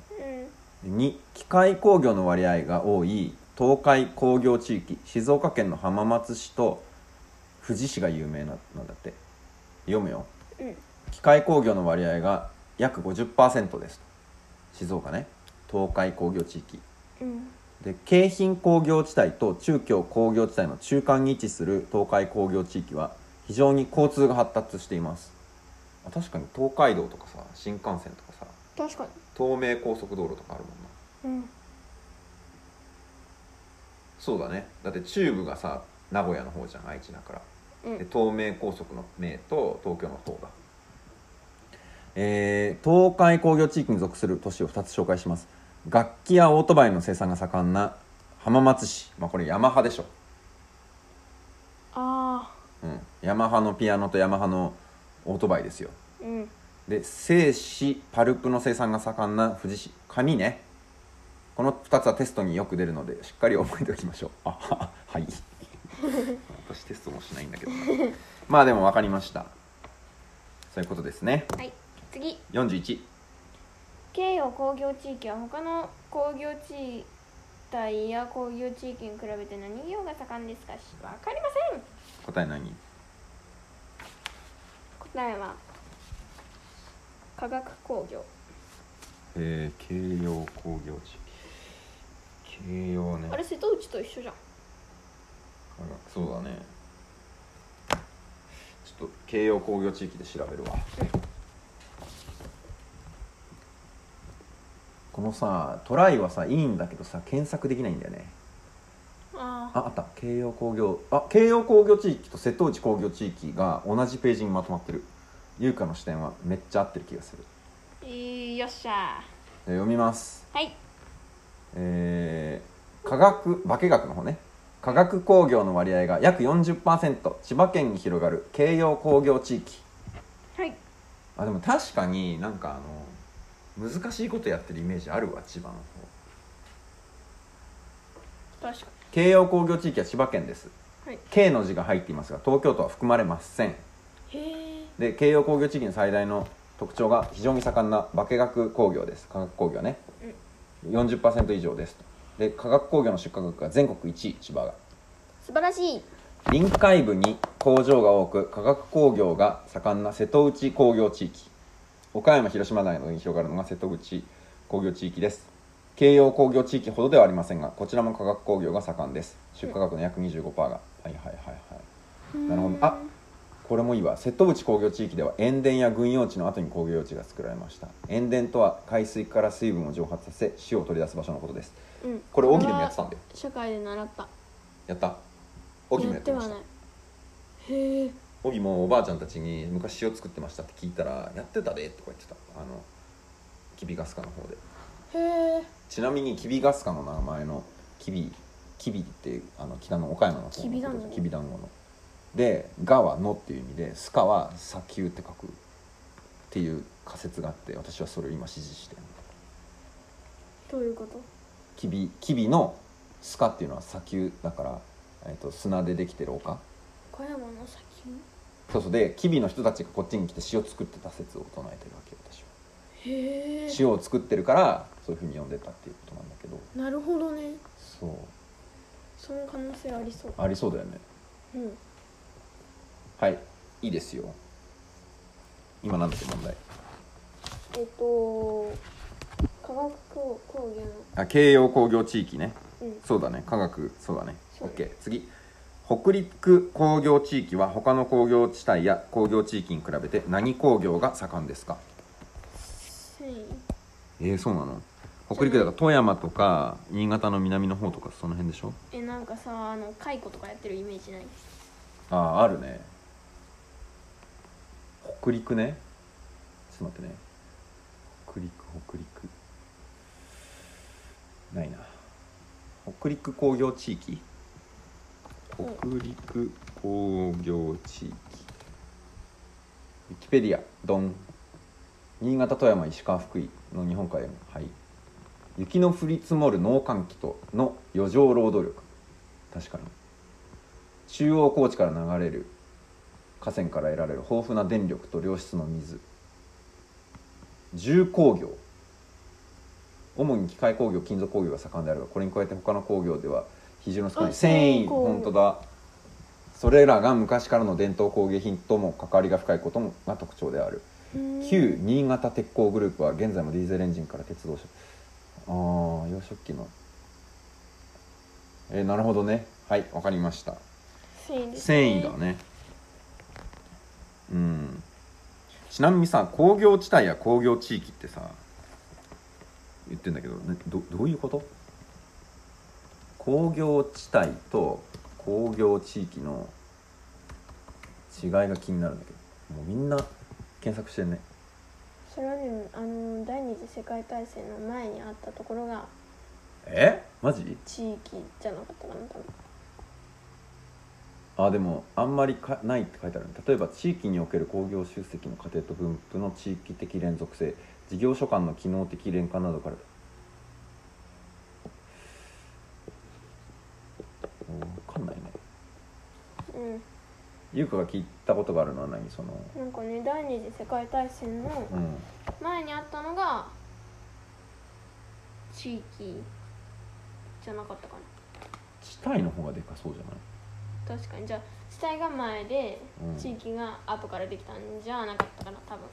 B: うん
A: 2機械工業の割合が多い東海工業地域静岡県の浜松市と富士市が有名ななんだって読むよ
B: うん
A: 機械工業の割合が約50%です静岡ね東海工業地域
B: うん
A: で京浜工業地帯と中京工業地帯の中間に位置する東海工業地域は非常に交通が発達していますあ確かに東海道とかさ新幹線とかさ
B: 確かに
A: 東名高速道路とかあるもんな
B: うん
A: そうだねだって中部がさ名古屋の方じゃん愛知だから
B: うん
A: で東名高速の名と東京の方だえー東海工業地域に属する都市を2つ紹介します楽器やオートバイの生産が盛んな浜松市、まあ、これヤマハでしょ、
B: あ
A: うん、ヤマハのピアノとヤマハのオートバイですよ
B: あうん
A: で製紙パルプの生産が盛んな富士市紙ねこの2つはテストによく出るのでしっかり覚えておきましょうあははい <laughs> 私テストもしないんだけどなまあでも分かりましたそういうことですね
B: はい次
A: 41
B: 京葉工業地域は他の工業地帯や工業地域に比べて何業が盛んですかわかりません
A: 答え何
B: 答えは化学工業
A: えー、慶応工業地域慶応ね
B: あれ瀬戸内と一緒じゃん
A: 科学そうだねちょっと慶応工業地域で調べるわこのさトライはさいいんだけどさ検索できないんだよね
B: あ
A: ああった慶応工業あ慶応工業地域と瀬戸内工業地域が同じページにまとまってる優香の視点はめっちゃ合ってる気がする
B: よっしゃ
A: じゃあ読みます
B: はい
A: えー化学化学の方ね化学工業の割合が約40%千葉県に広がる慶応工業地域
B: はい
A: あでも確かになんかあの難しいことやってるイメージあるわ千葉の方
B: 確か
A: 慶応工業地域は千葉県です、
B: はい
A: K の字が入っていますが東京都は含まれません
B: へえ
A: で慶応工業地域の最大の特徴が非常に盛んな化学工業です化学工業ね、40%以上ですとで化学工業の出荷額が全国1位千葉が
B: 素晴らしい
A: 臨海部に工場が多く化学工業が盛んな瀬戸内工業地域岡山広島などに広がるのが瀬戸内工業地域です慶応工業地域ほどではありませんがこちらも化学工業が盛んです出荷額の約25%がはいはいはいはいなるほどあこれもいいわ瀬戸内工業地域では塩田や軍用地の後に工業用地が作られました塩田とは海水から水分を蒸発させ塩を取り出す場所のことです
B: うん
A: これ荻でもやってたんだよ
B: 社会で習った
A: やった荻もやってまし
B: や
A: た
B: てはないへえ
A: 帯もおばあちゃんたちに昔塩作ってましたって聞いたら「やってたで」とか言ってたあのキビガスカの方で
B: へえ
A: ちなみにキビガスカの名前のキビキビってあの北の岡山の方の
B: きびだんご
A: キビ団子ので「が」は「の」っていう意味で「スカ」は「砂丘」って書くっていう仮説があって私はそれを今支持してる
B: どういうこと
A: キビキビの「スカ」っていうのは砂丘だから、えっと砂でできてる丘
B: 岡山の先
A: そうそうでキビの人たちがこっちに来て塩作ってた説を唱えてるわけよ私は。
B: へえ
A: 塩を作ってるからそういうふうに呼んでたっていうことなんだけど
B: なるほどね
A: そう
B: その可能性ありそう
A: ありそうだよね
B: うん
A: はいいいですよ今なんだっけ問題
B: えっと化学工業の
A: あ慶応工業地域ね
B: うん
A: そうだね科学そうだね
B: そう
A: OK 次北陸工業地域は他の工業地帯や工業地域に比べて何工業が盛んですか
B: 繊維
A: えー、そうなの北陸だから富山とか新潟の南の方とかその辺でしょ
B: えなんかさあの蚕とかやってるイメージない
A: あああるね北陸ねちょっと待ってね北陸北陸ないな北陸工業地域
B: うん
A: 北陸工業地域ウィキペディアドン新潟富山石川福井の日本海へのはい雪の降り積もる農寒気との余剰労働力確かに中央高地から流れる河川から得られる豊富な電力と良質の水重工業主に機械工業金属工業が盛んであるがこれに加えて他の工業では比重の少な
B: あ
A: い繊維
B: 繊維工業
A: 本当だそれらが昔からの伝統工芸品とも関わりが深いこともが特徴である旧新潟鉄鋼グループは現在もディーゼルエンジンから鉄道車ああ洋食器のえーなるほどねはいわかりました
B: 繊維です、
A: 繊維だねうんちなみにさ工業地帯や工業地域ってさ言ってんだけど、ね、どどういうこと工業地帯と工業地域の違いが気になるんだけどもうみんな検索してんね
B: それはねあの第二次世界大戦の前にあったところが
A: えマジ
B: 地域じゃなかったかな多分
A: あでもあんまりかないって書いてあるね例えば地域における工業集積の過程と分布の地域的連続性事業所間の機能的連関などから分かんないね
B: うん
A: 優香が聞いたことがあるのは何その
B: なんかね第二次世界大戦の
A: うん
B: 前にあったのが地域じゃなかったか
A: 地帯の方がでかそうじゃない
B: な確かにじゃあ地帯が前で
A: うん
B: 地域が後からできたんじゃなかったかな多分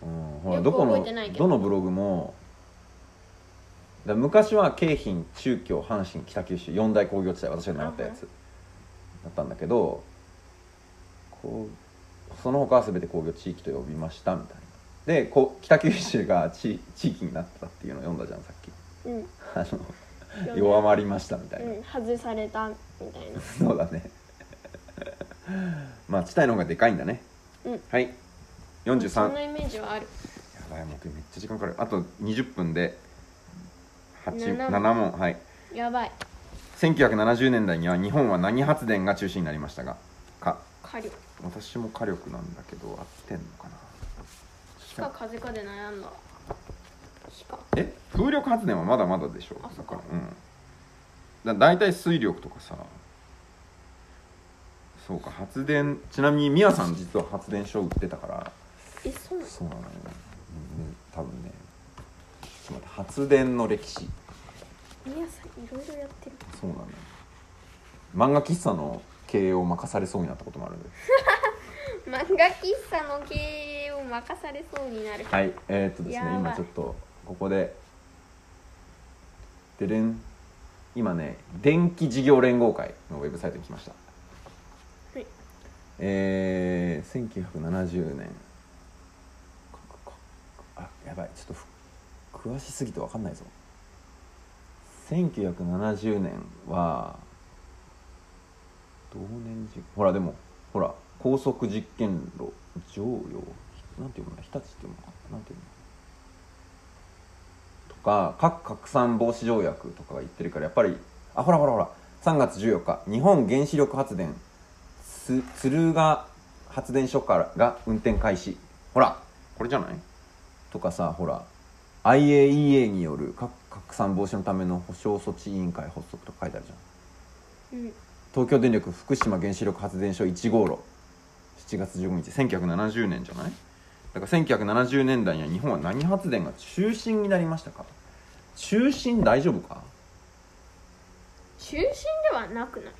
A: うん、ほら
B: よく
A: どこ
B: 覚
A: の
B: えてないけど
A: どのブログもだ昔は京浜中京阪神北九州四大工業地帯私が習ったやつだったんだけどこうその他は全て工業地域と呼びましたみたいなでこう北九州が地地域になったっていうのを読んだじゃんさ
B: うん
A: っきあの弱まりましたみたいな、
B: うん外されたみたいな
A: そうだね <laughs> まあ地帯の方がでかいんだね、
B: うん
A: はい
B: そ
A: 43
B: んなイメージはある
A: やばいもう今日めっちゃ時間かかるあと20分で8
B: 七
A: 7, 問はい
B: やばい
A: 1970年代には日本は何発電が中心になりましたがか
B: 火力
A: 私も火力なんだけど合ってんのかな
B: 火か風かで悩んだ火か
A: え風力発電はまだまだでしょ
B: あそ
A: だ
B: っか
A: からうんだ大体水力とかさそうか発電ちなみにミヤさん実は発電所売ってたから
B: えそうなの
A: そうなのよ、うんうん多分ねちょっと待って発電の歴史
B: 皆さんいろいろやってる
A: そうなんだ漫画喫茶の経営を任されそうになったこともあるんで
B: 漫画喫茶の経営を任されそうになる
A: はいえーっとです
B: や
A: ね
B: ばい
A: 今ちょっとここででれん今ね電気事業連合会のウェブサイトに来ました
B: はい
A: えー、1970年あやばいちょっとふ詳しすぎて分かんないぞ1970年は同年時ほらでもほら高速実験炉常用なんていうの日立っていうのかななんていうのとか核拡散防止条約とかが言ってるからやっぱりあほらほらほら3月14日日本原子力発電つ鶴ヶ発電所からが運転開始ほらこれじゃないとかさほら IAEA による核拡散防止のための保障措置委員会発足とか書いてあるじゃん
B: うん
A: 東京電力福島原子力発電所1号炉7月15日1970年じゃないだから1970年代には日本は何発電が中心になりましたか中心大丈夫か
B: 中心ではなくない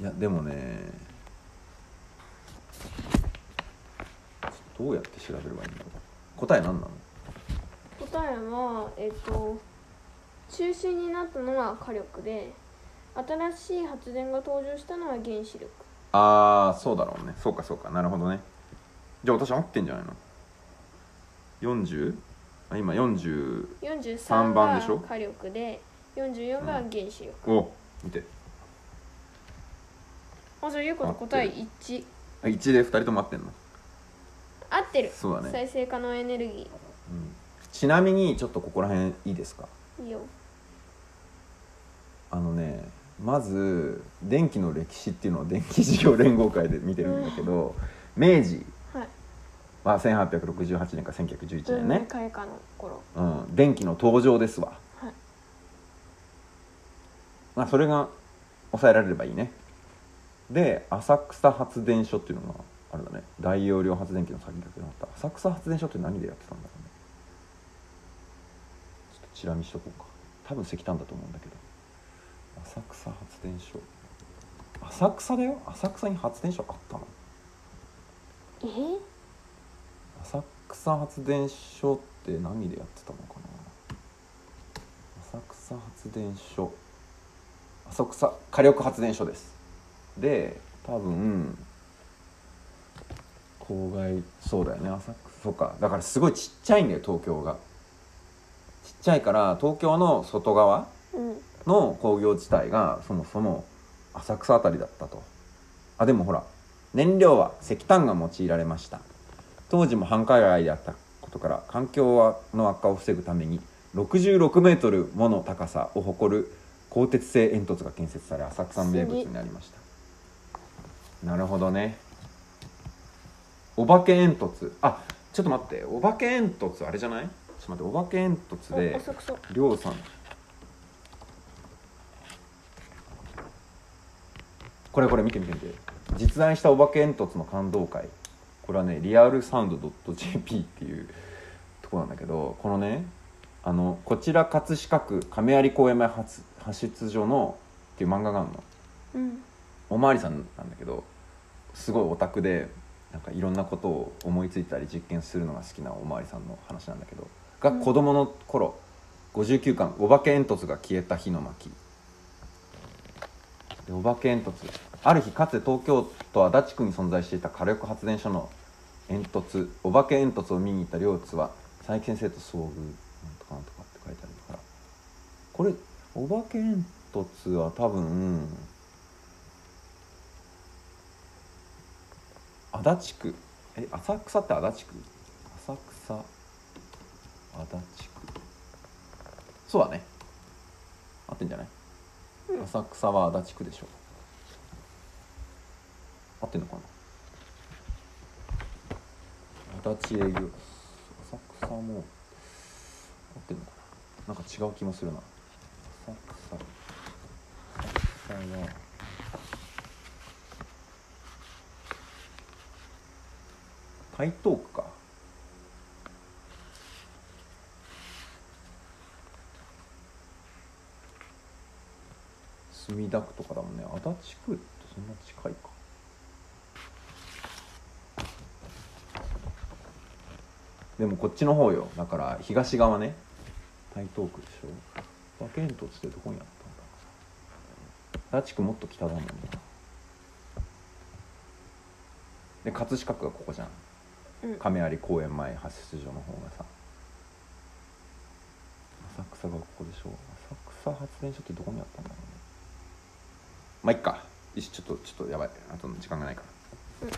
A: いやでもねどうやって調べればいいんだろう答え何なの
B: 答えはえっ、と中心になったのは火力で新しい発電が登場したのは原子力
A: ああそうだろうねそうかそうかなるほどねじゃあ私合ってんじゃないの 40? あ今40
B: 43
A: 番
B: が
A: でしょ
B: 火力で44が原子力、
A: お見て
B: あじゃあゆうこと答え1
A: あ1で2人とも合ってんの
B: 合ってる
A: そうだね
B: 再生可能エネルギ
A: ちなみにちょっとここら辺いいですか
B: ーいいよ
A: あのねまず電気の歴史っていうのを電気事業連合会で見てるんだけど明治
B: はい
A: は1868年から1911年ね、
B: 開花の頃
A: うん、電気の登場ですわ、
B: はい
A: まあ、それが抑えられればいいねで浅草発電所っていうのがあれだね大容量発電機の先駆けになった浅草発電所って何でやってたんだろうねちょっとチラ見しとこうか多分石炭だと思うんだけど浅草発電所浅草だよ浅草に発電所あったの
B: え
A: 浅草発電所って何でやってたのかな浅草発電所浅草火力発電所ですで多分郊外そうだよね浅草そうかだからすごいちっちゃいんだよ東京がちっちゃいから東京の外側
B: うん
A: の工業地帯がそもそも浅草あたりだったとあでもほら燃料は石炭が用いられました当時も繁華街であったことから環境の悪化を防ぐために66メートルもの高さを誇る鋼鉄製煙突が建設され浅草の名物になりましたなるほどねお化け煙突あちょっと待ってお化け煙突あれじゃないちょっと待ってお化け煙突で
B: お遅くそう
A: りょうさんこれこれ見て見て見て実在したお化け煙突の感動会これはねリアルサウンド .jp っていうとこなんだけどこのねあのこちら葛飾区亀有公園前発発出所のっていう漫画があるの
B: うん
A: おまわりさんなんだけどすごいオタクでなんかいろんなことを思いついたり実験するのが好きなおまわりさんの話なんだけどが
B: うん
A: 子供の頃、59巻「お化け煙突が消えた火の巻」でお化け煙突ある日かつて東京都足立区に存在していた火力発電所の煙突お化け煙突を見に行った両津は佐伯先生と遭遇なんとかなんとかって書いてあるからこれお化け煙突は多分足立区え浅草って足立区浅草足立区そうだね合ってんじゃない、
B: うん
A: 浅草は足立区でしょ合ってんのかな足立営業浅草も合ってんのかななんか違う気もするな浅草浅草は台東区か墨田区とかだもんね足立区ってそんな近いかでもこっちの方よだから東側ね台東区でしょ馬券突ってどこにあったんだ足立区もっと北だもんなで葛飾区がここじゃん
B: うん
A: 亀有公園前発出所の方がさ浅草がここでしょ浅草発電所ってどこにあったんだろうねまあいっかよしちょっとちょっとやばいあとの時間がないから、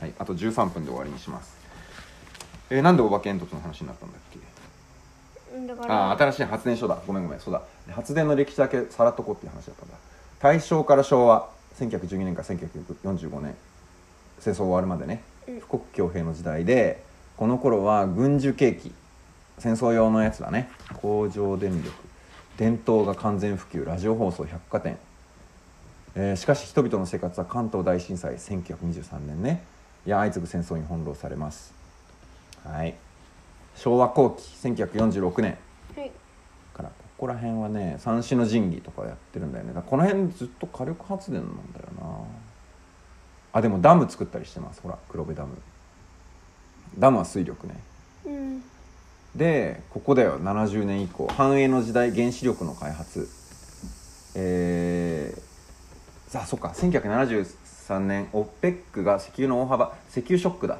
A: はいあと13分で終わりにしますえーなんでお化け煙突の話になったんだっけ
B: うんだか
A: あ
B: ら
A: あー新しい発電所だごめんごめんそうだ発電の歴史だけさらっとこうっていう話だったんだ大正から昭和1912年から1945年戦争終わるまでね
B: うん
A: 富国強兵の時代でこの頃は軍需景気戦争用のやつだね工場電力伝統が完全普及ラジオ放送百貨店、えーしかし人々の生活は関東大震災1923年ねいや相次ぐ戦争に翻弄されますはい昭和後期1946年
B: はい
A: からここら辺はね三種の神器とかやってるんだよねだからこの辺ずっと火力発電なんだよなあでもダム作ったりしてますほら黒部ダムダムは水力ね
B: うん
A: でここだよ70年以降繁栄の時代原子力の開発えーさあそっか1973年 OPEC が石油の大幅石油ショックだ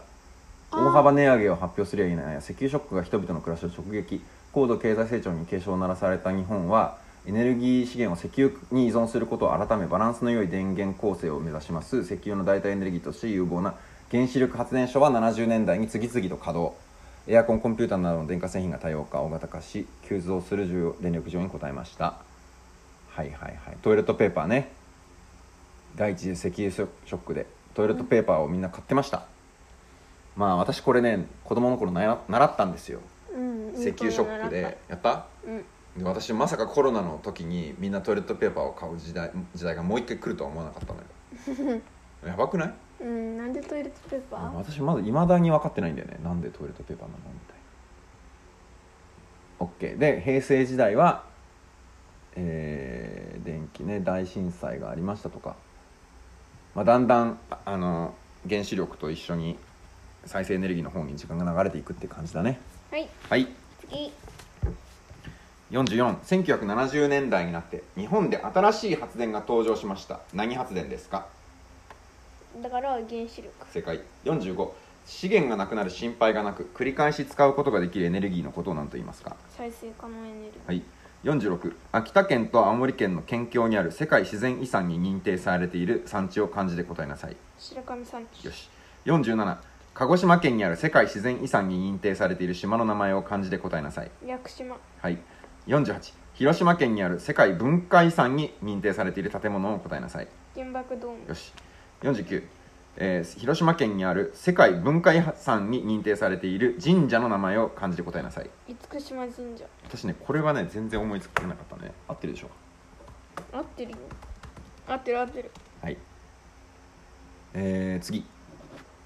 B: あー
A: 大幅値上げを発表すりゃいいない石油ショックが人々の暮らしを直撃高度経済成長に警鐘を鳴らされた日本はエネルギー資源を石油に依存することを改めバランスの良い電源構成を目指します石油の代替エネルギーとして有望な原子力発電所は70年代に次々と稼働エアコンコンピューターなどの電化製品が多様化大型化し急増する需要電力需要に応えましたはいはいはいトイレットペーパーね第一次石油ショックでトイレットペーパーをみんな買ってました、まあ私これね子供の頃なや習ったんですよ
B: うん
A: 石油ショックでやった
B: うん
A: で私まさかコロナの時にみんなトイレットペーパーを買う時代時代がもう一回来るとは思わなかったのよ
B: <laughs>
A: やばくない
B: うんなんでトイレットペーパー
A: 私まだいまだに分かってないんだよねなんでトイレットペーパーなのみたいな OK で平成時代はえー電気ね大震災がありましたとか、まあ、だんだんああの原子力と一緒に再生エネルギーの方に時間が流れていくって感じだね
B: はい
A: はい
B: 次
A: 441970年代になって日本で新しい発電が登場しました何発電ですか
B: だから原子力
A: 正解45資源がなくなる心配がなく繰り返し使うことができるエネルギーのことを何と言いますか
B: 再生可能エネルギー
A: はい46秋田県と青森県の県境にある世界自然遺産に認定されている産地を漢字で答えなさい
B: 白神山地
A: よし47鹿児島県にある世界自然遺産に認定されている島の名前を漢字で答えなさい
B: 屋久島
A: はい48広島県にある世界文化遺産に認定されている建物を答えなさい
B: 原爆ドーム
A: よし49、えー広島県にある世界文化遺産に認定されている神社の名前を漢字で答えなさい
B: 厳島神社
A: 私ねこれはね全然思いつかなかったね合ってるでしょ
B: 合ってるよ合ってる合ってる
A: はいえー、次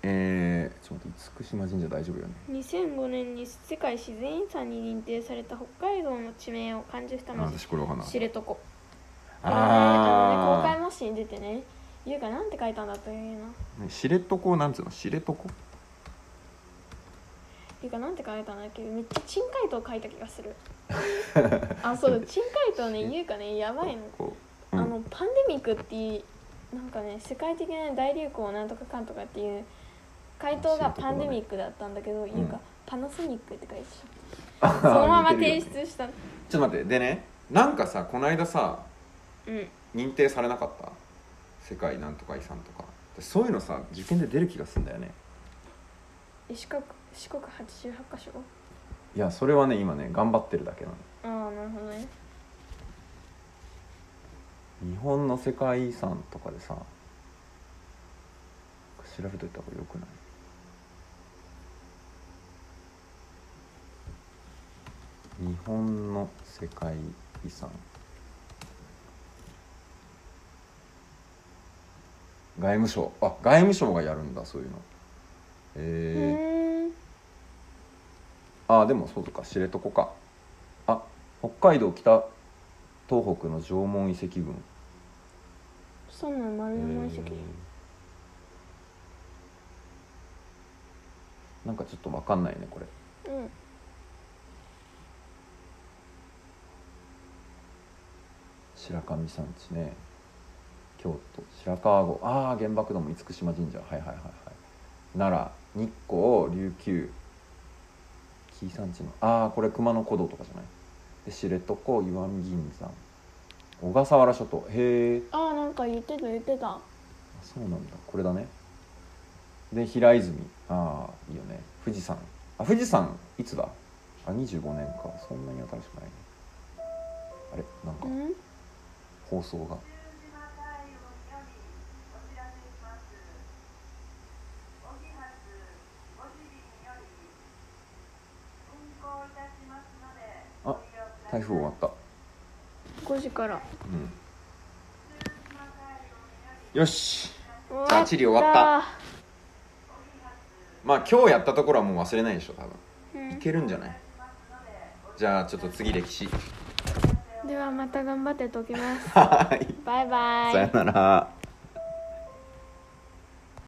A: えー、ちょっと待って厳島神社大丈夫よね
B: 2005年に世界自然遺産に認定された北海道の地名を漢字二
A: あ
B: 文字
A: 私これわかんなかっ
B: 知床こ
A: た
B: れねあ
A: あ
B: のね公開模試に出てね優香なんて書いたんだったっけな
A: ーね知床なんつうの知床
B: 優香なんて書いたんだっけめっちゃ珍解答書いた気が <laughs> するあそう珍解答ね優香ねやばいの
A: こう、うん、
B: あのパンデミックっていうなんかね世界的な大流行なんとかかんとかっていう回答がパンデミックだったんだけど、いうかパナソニックって書いてたそのまま
A: <laughs> 似てるよ
B: 提
A: ね
B: 出した、
A: ちょっと待ってでねなんかさこの間さ
B: うん
A: 認定されなかった世界なんとか遺産とかそういうのさ受験で出る気がするんだよね
B: え四国四国88箇所
A: いやそれはね今ね頑張ってるだけなの
B: ああなるほどね
A: 日本の世界遺産とかでさ調べといた方がよくない日本の世界遺産外務省あ外務省がやるんだそういうの
B: う
A: えー
B: ーん
A: あでもそうか知床かあ北海道北東北の縄文遺跡群
B: そんなん丸山遺跡
A: なんかちょっとわかんないねこれ
B: うん
A: 白神山地ね京都白川郷ああ原爆ドーム厳島神社はいはいはいはい奈良日光琉球紀伊山地のああこれ熊野古道とかじゃないで知床石見銀山小笠原諸島へえ
B: ああなんか言ってた言ってた
A: あそうなんだこれだねで平泉ああいいよね富士山あ富士山いつだあ25年かそんなに新しくないねあれなん
B: う
A: か
B: ん
A: 放送があ台風終わった
B: 5時から
A: うんよし
B: 終
A: あ地理終わったまあ今日やったところはもう忘れないでしょ多
B: う
A: 分い
B: ん
A: けるんじゃないじゃあちょっと次歴史 <laughs>
B: ではまた頑張って解きます
A: はい
B: バイバイ
A: さよなら